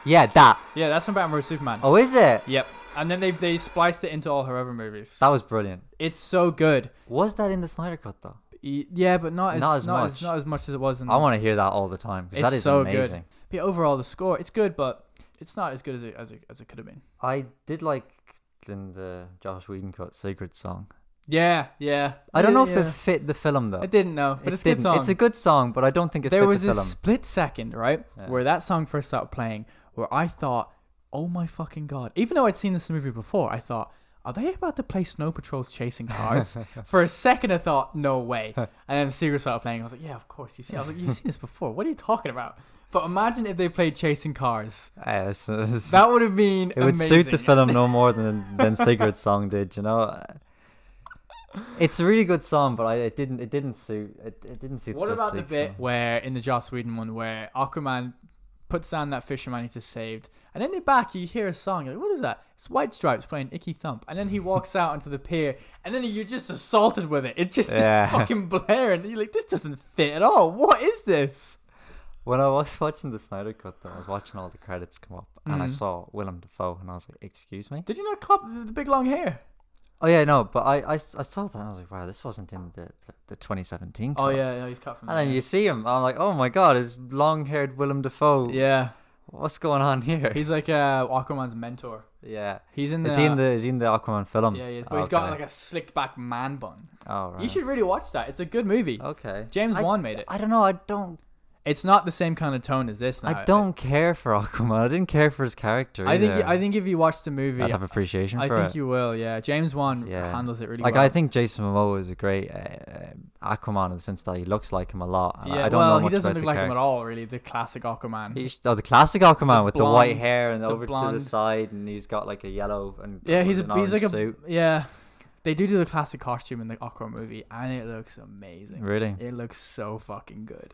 Speaker 2: Yeah, that.
Speaker 1: Yeah, that's from Batman vs Superman.
Speaker 2: Oh, is it?
Speaker 1: Yep. And then they they spliced it into all her other movies.
Speaker 2: That was brilliant.
Speaker 1: It's so good.
Speaker 2: Was that in the Snyder cut though?
Speaker 1: E- Yeah, but not as
Speaker 2: Not
Speaker 1: not
Speaker 2: as
Speaker 1: as
Speaker 2: much.
Speaker 1: much as, not as, much as it was in.
Speaker 2: I want to hear that all the time because
Speaker 1: Mm. It's
Speaker 2: that is
Speaker 1: so
Speaker 2: amazing.
Speaker 1: good. But overall, the score it's good, but it's not as good as it as it, as it could have been.
Speaker 2: I did like in the Josh Whedon cut "Sacred Song."
Speaker 1: Yeah, yeah.
Speaker 2: I don't
Speaker 1: Yeah,
Speaker 2: know if
Speaker 1: yeah.
Speaker 2: it fit the film though.
Speaker 1: I didn't know, but
Speaker 2: It
Speaker 1: it's a good
Speaker 2: didn't.
Speaker 1: song.
Speaker 2: It's a good song, but I don't think it
Speaker 1: there
Speaker 2: fit
Speaker 1: was
Speaker 2: the
Speaker 1: a
Speaker 2: film.
Speaker 1: split second, right,
Speaker 2: Yeah.
Speaker 1: where that song first started playing, where I thought, "Oh my fucking god!" Even though I'd seen this movie before, I thought, "Are they about to play Snow Patrol's Chasing Cars?" For a second, I thought, "No way!" and then the secret started playing. I was like, "Yeah, of course you see." I was like, "You've seen this before. What are you talking about?" But imagine if they played Chasing Cars.
Speaker 2: Yeah, it's- it's-
Speaker 1: That would have been
Speaker 2: it would suit the
Speaker 1: amazing.
Speaker 2: film no more than than "Sacred Song" did. You know, it's a really good song, but I, it didn't it didn't suit it, it didn't suit.
Speaker 1: What about the
Speaker 2: Justice
Speaker 1: bit
Speaker 2: League
Speaker 1: where in the Joss Whedon one where Aquaman puts down that fisherman he just saved, and in the back you hear a song. You're like, what is that? It's White Stripes playing Icky Thump, and then he walks out onto the pier, and then you're just assaulted with it. It just
Speaker 2: Yeah.
Speaker 1: is fucking blaring. You're like, this doesn't fit at all. What is this?
Speaker 2: film. When I was watching the Snyder Cut, though, I was watching all the credits come up, and I
Speaker 1: Mhm.
Speaker 2: saw Willem Dafoe, and I was like, "Excuse me."
Speaker 1: Did you not cop the big long hair?
Speaker 2: Oh yeah, no, but I, I, s- I saw that and I was like, wow, this wasn't in the the, the 2017.
Speaker 1: Oh
Speaker 2: cut."
Speaker 1: yeah, yeah, he's cut from.
Speaker 2: And then
Speaker 1: there.
Speaker 2: you see him, I'm like, oh my god, it's long-haired Willem Dafoe.
Speaker 1: yeah,
Speaker 2: What's going on here?
Speaker 1: he's like uh, Aquaman's mentor.
Speaker 2: yeah.
Speaker 1: He's in the.
Speaker 2: Is he in the is he in the Aquaman film?
Speaker 1: Yeah, yeah, but he's got like a slicked back man bun.
Speaker 2: Oh right.
Speaker 1: You should really watch that. It's a good movie.
Speaker 2: Okay.
Speaker 1: James
Speaker 2: I-
Speaker 1: Wan made it.
Speaker 2: I don't know. I don't.
Speaker 1: It's not the same kind of tone as this. Now.
Speaker 2: I don't care for Aquaman. I didn't care for his character.
Speaker 1: I think
Speaker 2: either.
Speaker 1: I think if you watch the movie,
Speaker 2: I'd have
Speaker 1: I
Speaker 2: appreciation for
Speaker 1: think
Speaker 2: it.
Speaker 1: you will. Yeah, James Wan
Speaker 2: Yeah.
Speaker 1: handles it really
Speaker 2: like
Speaker 1: well.
Speaker 2: I think Jason Momoa is a great uh, uh, Aquaman in the sense that he looks like him a lot. and I-
Speaker 1: yeah,
Speaker 2: I don't
Speaker 1: well,
Speaker 2: know
Speaker 1: he
Speaker 2: much
Speaker 1: doesn't
Speaker 2: about
Speaker 1: look
Speaker 2: the
Speaker 1: like
Speaker 2: character.
Speaker 1: him at all, really. The classic Aquaman.
Speaker 2: He sh- Oh, the classic Aquaman
Speaker 1: The
Speaker 2: with the white
Speaker 1: blonde-
Speaker 2: hair and
Speaker 1: the
Speaker 2: over to the
Speaker 1: blonde.
Speaker 2: side, and he's got like a yellow and
Speaker 1: yeah, he's
Speaker 2: an
Speaker 1: a, he's like
Speaker 2: orange
Speaker 1: a
Speaker 2: suit.
Speaker 1: yeah. They do do the classic costume in the Aquaman movie, and it looks amazing.
Speaker 2: Really,
Speaker 1: It looks so fucking good.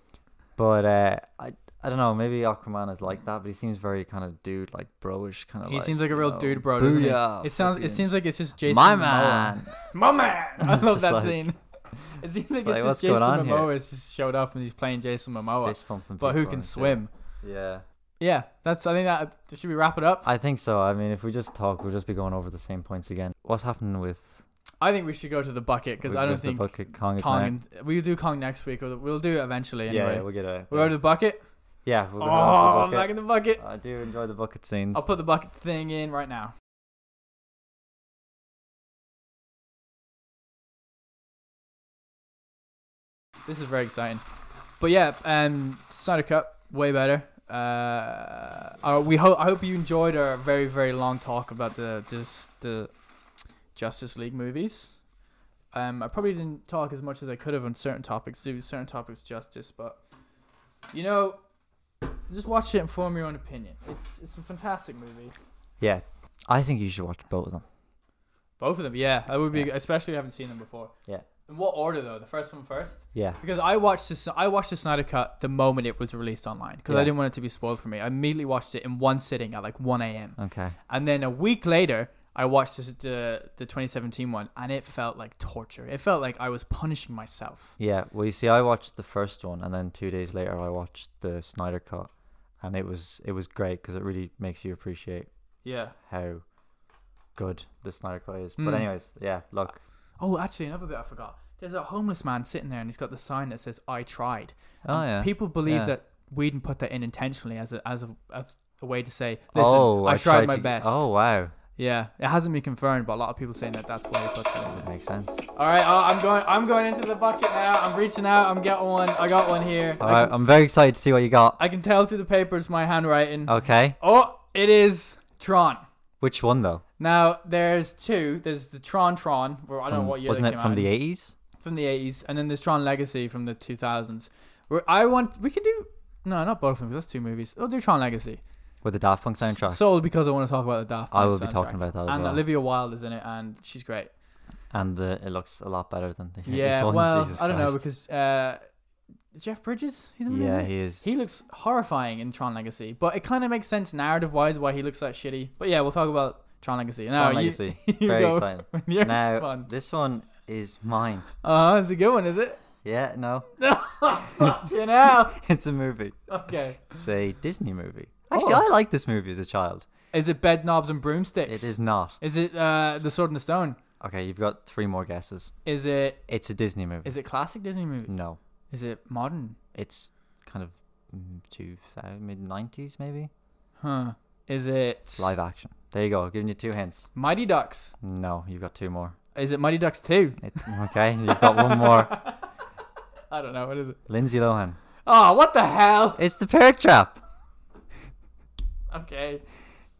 Speaker 2: but uh, I I don't know. Maybe Aquaman is like that, but he seems very kind of dude, like broish kind of.
Speaker 1: he seems like a real dude, bro. Doesn't he?
Speaker 2: Booyah,
Speaker 1: It sounds. It
Speaker 2: Oh, fucking-
Speaker 1: seems like it's just Jason.
Speaker 2: My
Speaker 1: Momoa.
Speaker 2: man.
Speaker 1: my man. I
Speaker 2: It's
Speaker 1: love
Speaker 2: just
Speaker 1: that
Speaker 2: like-
Speaker 1: scene. It seems like it's
Speaker 2: like, what's
Speaker 1: just
Speaker 2: going
Speaker 1: Jason
Speaker 2: on here?
Speaker 1: Momoa has just showed up and he's playing Jason Momoa,
Speaker 2: Fist pumping
Speaker 1: but who
Speaker 2: people
Speaker 1: can
Speaker 2: and shit.
Speaker 1: swim?
Speaker 2: Yeah,
Speaker 1: Yeah, that's. I think that should we wrap it up.
Speaker 2: I think so. I mean, if we just talk, we'll just be going over the same points again. What's happening with?
Speaker 1: I think we should go to the bucket because
Speaker 2: with-
Speaker 1: I don't
Speaker 2: with
Speaker 1: think
Speaker 2: the bucket Kong. is
Speaker 1: Kong.
Speaker 2: next?
Speaker 1: And, we'll do Kong next week, or we'll do it eventually
Speaker 2: yeah,
Speaker 1: anyway.
Speaker 2: yeah, we'll get it.
Speaker 1: we'll go to the bucket.
Speaker 2: yeah, we'll
Speaker 1: Oh, I'm
Speaker 2: go back to the
Speaker 1: back
Speaker 2: bucket.
Speaker 1: in the bucket.
Speaker 2: I do enjoy the bucket scenes.
Speaker 1: I'll put the bucket thing in right now. This is very exciting. But yeah, um, Snyder Cup way better. Uh, uh, we hope I hope you enjoyed our very very long talk about the this the Justice League movies. Um, I probably didn't talk as much as I could have on certain topics, do certain topics justice, but you know, just watch it and form your own opinion. It's it's a fantastic movie.
Speaker 2: Yeah, I think you should watch both of them.
Speaker 1: Both of them, yeah. I would be
Speaker 2: Yeah.
Speaker 1: especially I haven't seen them before.
Speaker 2: Yeah.
Speaker 1: In what order though? The first one first?
Speaker 2: Yeah,
Speaker 1: Because I watched this, I watched the Snyder Cut the moment it was released online because I
Speaker 2: Yeah.
Speaker 1: didn't want it to be spoiled for me. I immediately watched it in one sitting at like 1 a.m.
Speaker 2: okay.
Speaker 1: and then a week later, I watched this, the the 2017 one, and it felt like torture. It felt like I was punishing myself.
Speaker 2: Yeah, well, you see, I watched the first one, and then two days later, I watched the Snyder Cut, and it was it was great because it really makes you appreciate
Speaker 1: Yeah.
Speaker 2: how good the Snyder Cut is.
Speaker 1: Mm.
Speaker 2: But anyways, yeah, look,
Speaker 1: Oh, actually, another bit I forgot. There's a homeless man sitting there, and he's got the sign that says "I tried."
Speaker 2: Oh,
Speaker 1: And
Speaker 2: yeah.
Speaker 1: Um, People believe
Speaker 2: Yeah.
Speaker 1: that Whedon put that in intentionally as a as a, as a way to say, "Listen,
Speaker 2: oh,
Speaker 1: I, tried, my
Speaker 2: to-
Speaker 1: best."
Speaker 2: Oh wow,
Speaker 1: Yeah, it hasn't been confirmed, but a lot of people saying that that's why he put that. in.
Speaker 2: that makes sense.
Speaker 1: All right, uh, I'm going. I'm going into the bucket now. I'm reaching out. I'm getting one. I got one here.
Speaker 2: All
Speaker 1: I,
Speaker 2: right,
Speaker 1: can,
Speaker 2: I'm very excited to see what you got.
Speaker 1: I can tell through the papers my handwriting.
Speaker 2: Okay,
Speaker 1: Oh, it is Tron.
Speaker 2: which one though?
Speaker 1: Now there's two. There's the Tron Tron, where I don't know
Speaker 2: From-
Speaker 1: what year
Speaker 2: wasn't
Speaker 1: they
Speaker 2: it
Speaker 1: came
Speaker 2: from
Speaker 1: out
Speaker 2: the
Speaker 1: in.
Speaker 2: 80s?
Speaker 1: from the 80s, and then there's Tron Legacy from the 2000s. Where I want we could do no, not both of them. 'cause That's two movies. We'll do Tron Legacy
Speaker 2: with the Daft Punk soundtrack,
Speaker 1: solely because I want to talk about the Daft.
Speaker 2: I
Speaker 1: Punk
Speaker 2: will be talking
Speaker 1: soundtrack.
Speaker 2: about that as
Speaker 1: and
Speaker 2: well.
Speaker 1: Olivia Wilde is in it, and she's great.
Speaker 2: and uh, it looks a lot better than the 80s
Speaker 1: Yeah,
Speaker 2: one.
Speaker 1: well,
Speaker 2: Jesus
Speaker 1: I don't know
Speaker 2: Christ.
Speaker 1: because uh, Jeff Bridges, he's in
Speaker 2: yeah,
Speaker 1: it.
Speaker 2: he is.
Speaker 1: He looks horrifying in Tron Legacy, but it kind of makes sense narrative wise why he looks that shitty. But yeah, we'll talk about Tron Legacy. Now,
Speaker 2: Tron Legacy,
Speaker 1: You, you
Speaker 2: very
Speaker 1: go
Speaker 2: exciting.
Speaker 1: with your
Speaker 2: Now
Speaker 1: one.
Speaker 2: this one is mine.
Speaker 1: Uh, it's a good one, is it?
Speaker 2: Yeah, no,
Speaker 1: You know.
Speaker 2: it's a movie.
Speaker 1: Okay.
Speaker 2: It's a Disney movie. Actually,
Speaker 1: Oh.
Speaker 2: I liked this movie as a child.
Speaker 1: Is it bed knobs and broomsticks?
Speaker 2: It is not.
Speaker 1: Is it uh, the Sword and the Stone?
Speaker 2: Okay, you've got three more guesses.
Speaker 1: Is it
Speaker 2: It's a Disney movie.
Speaker 1: is it classic Disney movie?
Speaker 2: No,
Speaker 1: Is it modern?
Speaker 2: it's kind of mm, 2000 mid 90s maybe.
Speaker 1: Huh. Is it
Speaker 2: Live action. There you go. Giving you two hints.
Speaker 1: Mighty Ducks?
Speaker 2: No, you've got two more.
Speaker 1: Is it Mighty Ducks Two?
Speaker 2: It, okay, you've got one more.
Speaker 1: I don't know. What is it?
Speaker 2: Lindsay Lohan.
Speaker 1: Oh, what the hell?
Speaker 2: It's the Parrot Trap.
Speaker 1: Okay.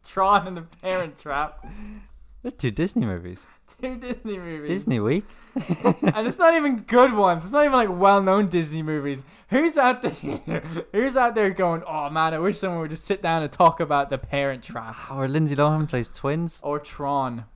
Speaker 1: Tron and the Parent Trap.
Speaker 2: They're two Disney movies.
Speaker 1: Two Disney movies.
Speaker 2: Disney Week.
Speaker 1: and it's not even good ones. It's not even like well-known Disney movies. Who's out there? Who's out there going? Oh man, I wish someone would just sit down and talk about the Parent Trap
Speaker 2: Our Lindsay Lohan plays twins.
Speaker 1: or Tron.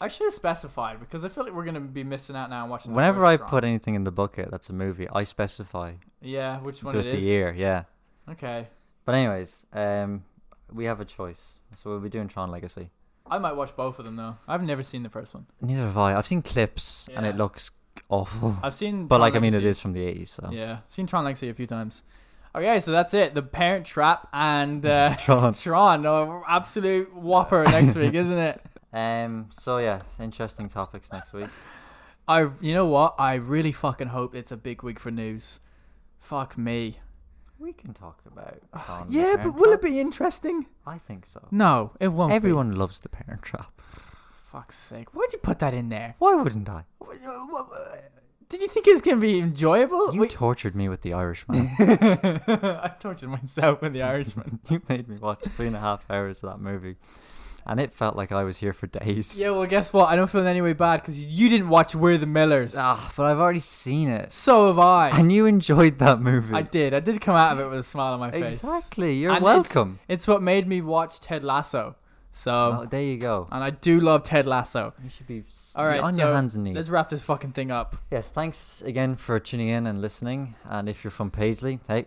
Speaker 1: I should have specified because I feel like we're gonna be missing out now. Watching the
Speaker 2: Whenever
Speaker 1: first
Speaker 2: I
Speaker 1: Tron.
Speaker 2: put anything in the bucket that's a movie, I specify
Speaker 1: yeah, which one
Speaker 2: with
Speaker 1: it is?
Speaker 2: the year. Yeah.
Speaker 1: Okay,
Speaker 2: But anyways, um, we have a choice. So we'll be doing Tron Legacy.
Speaker 1: I might watch both of them though. I've never seen the first one.
Speaker 2: Neither have I. I've seen clips and it
Speaker 1: Yeah.
Speaker 2: looks awful.
Speaker 1: I've seen,
Speaker 2: but
Speaker 1: Tron
Speaker 2: like, I mean, it
Speaker 1: Legacy.
Speaker 2: is from the 80s. So.
Speaker 1: Yeah, seen Tron Legacy a few times. Okay, so that's it. The Parent Trap and uh,
Speaker 2: Tron.
Speaker 1: Tron, oh, absolute whopper next week, isn't it?
Speaker 2: Um. So yeah, interesting topics next week.
Speaker 1: I, you know what? I really fucking hope it's a big week for news. Fuck me.
Speaker 2: We can talk about. Tron the
Speaker 1: Yeah, but
Speaker 2: Parent
Speaker 1: will
Speaker 2: Trap.
Speaker 1: it be interesting?
Speaker 2: I think so.
Speaker 1: No, it won't. be.
Speaker 2: Everyone loves the Parent Trap.
Speaker 1: Fuck's sake! Why'd you put that in there?
Speaker 2: Why wouldn't I?
Speaker 1: Wh- wh- wh- Did you think it was gonna be enjoyable?
Speaker 2: You
Speaker 1: Wait-
Speaker 2: tortured me with the Irishman.
Speaker 1: I tortured myself in The Irishman.
Speaker 2: you made me watch three and a half hours of that movie, and it felt like I was here for days.
Speaker 1: yeah, well, guess what? I don't feel in any way bad because you didn't watch We're the Millers.
Speaker 2: Ah, but I've already seen it,
Speaker 1: So have I.
Speaker 2: and you enjoyed that movie.
Speaker 1: I did. I did come out of it with a smile on my face.
Speaker 2: Exactly. You're
Speaker 1: And it's-
Speaker 2: welcome.
Speaker 1: It's, what made me watch Ted Lasso. So,
Speaker 2: Oh, there you go.
Speaker 1: and I do love Ted Lasso.
Speaker 2: You should be s-
Speaker 1: All right,
Speaker 2: on
Speaker 1: so
Speaker 2: your hands and
Speaker 1: Let's
Speaker 2: knees.
Speaker 1: wrap this fucking thing up.
Speaker 2: Yes, thanks again for tuning in and listening. And if you're from Paisley, hey,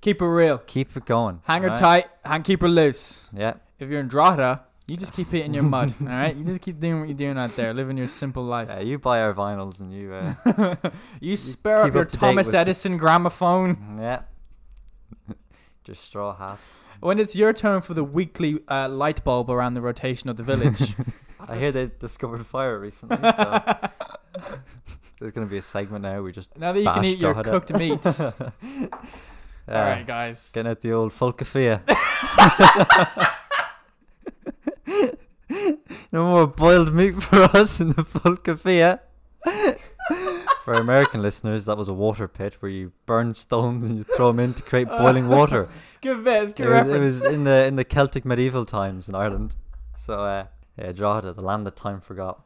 Speaker 1: Keep it real.
Speaker 2: keep it going.
Speaker 1: Hang her
Speaker 2: all right?
Speaker 1: tight and keep her loose.
Speaker 2: Yeah.
Speaker 1: If you're in Drogheda, you just keep hitting your mud. all right, you just keep doing what you're doing out there, living your simple life.
Speaker 2: Yeah, you buy our vinyls and you, uh,
Speaker 1: you spare up
Speaker 2: keep
Speaker 1: your
Speaker 2: up to date
Speaker 1: Thomas
Speaker 2: with the-
Speaker 1: Edison gramophone.
Speaker 2: yeah. Just straw hats.
Speaker 1: When it's your turn for the weekly uh, light bulb around the rotation of the village.
Speaker 2: I hear they discovered fire recently, so there's going to be a segment now. We just.
Speaker 1: now that you can
Speaker 2: Bash
Speaker 1: eat your
Speaker 2: Drogheda.
Speaker 1: cooked meats. All
Speaker 2: Yeah,
Speaker 1: right, guys.
Speaker 2: uh, Getting at the old Fulcafia. no more boiled meat for us in the Fulcafia. For American listeners, that was a water pit where you burn stones and you throw them in to create boiling water.
Speaker 1: It's good bit. It's good
Speaker 2: It was, it
Speaker 1: reference.
Speaker 2: was in the in the Celtic medieval times in Ireland. So uh, yeah, Drogheda, the land that time forgot.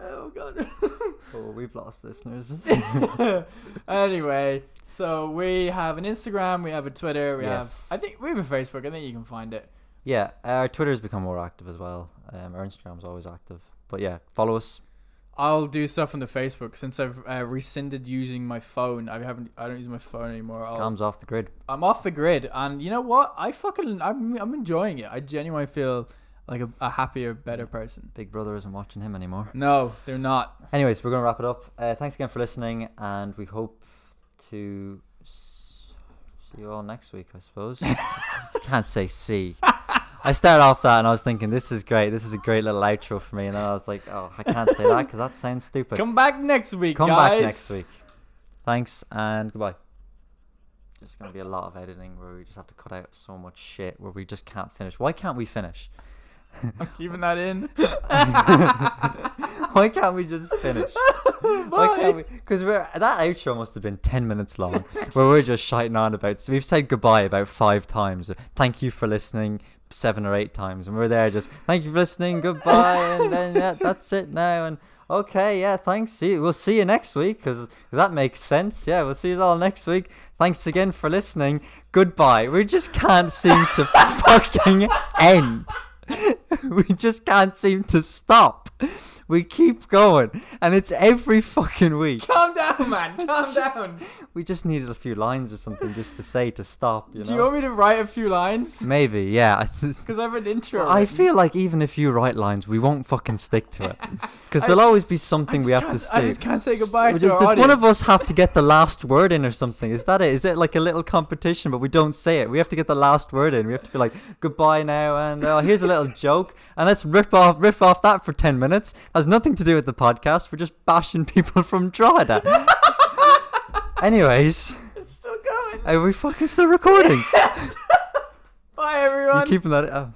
Speaker 1: oh god.
Speaker 2: Oh, we've lost listeners.
Speaker 1: anyway, so we have an Instagram, we have a Twitter, we
Speaker 2: Yes.
Speaker 1: have I think we have a Facebook. I think you can find it.
Speaker 2: yeah, uh, our Twitter's become more active as well. Um, our Instagram's always active. But yeah, follow us.
Speaker 1: I'll do stuff on the Facebook since I've uh, rescinded using my phone. I haven't. I don't use my phone anymore. I'll,
Speaker 2: Cam's off the grid.
Speaker 1: I'm off the grid, and you know what? I fucking I'm I'm enjoying it. I genuinely feel like a, a happier, better person.
Speaker 2: Big Brother isn't watching him anymore.
Speaker 1: No, they're not.
Speaker 2: Anyways, we're going to wrap it up. Uh, thanks again for listening, and we hope to s- see you all next week, I suppose. Can't say see. I started off that and I was thinking, this is great. This is a great little outro for me. And then I was like, oh, I can't say that because that sounds stupid.
Speaker 1: Come back next week,
Speaker 2: Come
Speaker 1: guys.
Speaker 2: back next week. Thanks and goodbye. There's going to be a lot of editing where we just have to cut out so much shit where we just can't finish. Why can't we finish?
Speaker 1: I'm keeping that in.
Speaker 2: Why can't we just finish? Why
Speaker 1: Bye.
Speaker 2: can't we? Because we're that outro must have been ten minutes long, where we're just shiting on about. So we've said goodbye about five times. Thank you for listening seven or eight times, and we're there just thank you for listening, goodbye, and then yeah, that's it now. And okay, yeah, thanks. See, we'll see you next week because that makes sense. Yeah, we'll see you all next week. Thanks again for listening. Goodbye. We just can't seem to fucking end. we just can't seem to stop. We keep going, and it's every fucking week.
Speaker 1: Calm down, man. Calm down.
Speaker 2: We just needed a few lines or something just to say to stop, you know?
Speaker 1: Do you want me to write a few lines?
Speaker 2: Maybe, yeah. I th-
Speaker 1: Because I have an intro.
Speaker 2: I
Speaker 1: written.
Speaker 2: feel like even if you write lines, we won't fucking stick to it. Because
Speaker 1: I-
Speaker 2: there'll always be something
Speaker 1: I
Speaker 2: we
Speaker 1: just
Speaker 2: have to
Speaker 1: can't- I
Speaker 2: say.
Speaker 1: just can't say goodbye
Speaker 2: S-
Speaker 1: to our
Speaker 2: Does one of
Speaker 1: audience.
Speaker 2: us have to get the last word in or something? Is that it? Is it like a little competition, but we don't say it? We have to get the last word in. We have to be like, goodbye now, and oh, here's a little joke, and let's rip off riff off that for 10 minutes. Has nothing to do with the podcast. We're just bashing people from Drogheda. Anyways,
Speaker 1: It's still going.
Speaker 2: are we fucking still recording?
Speaker 1: Bye, everyone.
Speaker 2: You keeping that? Oh.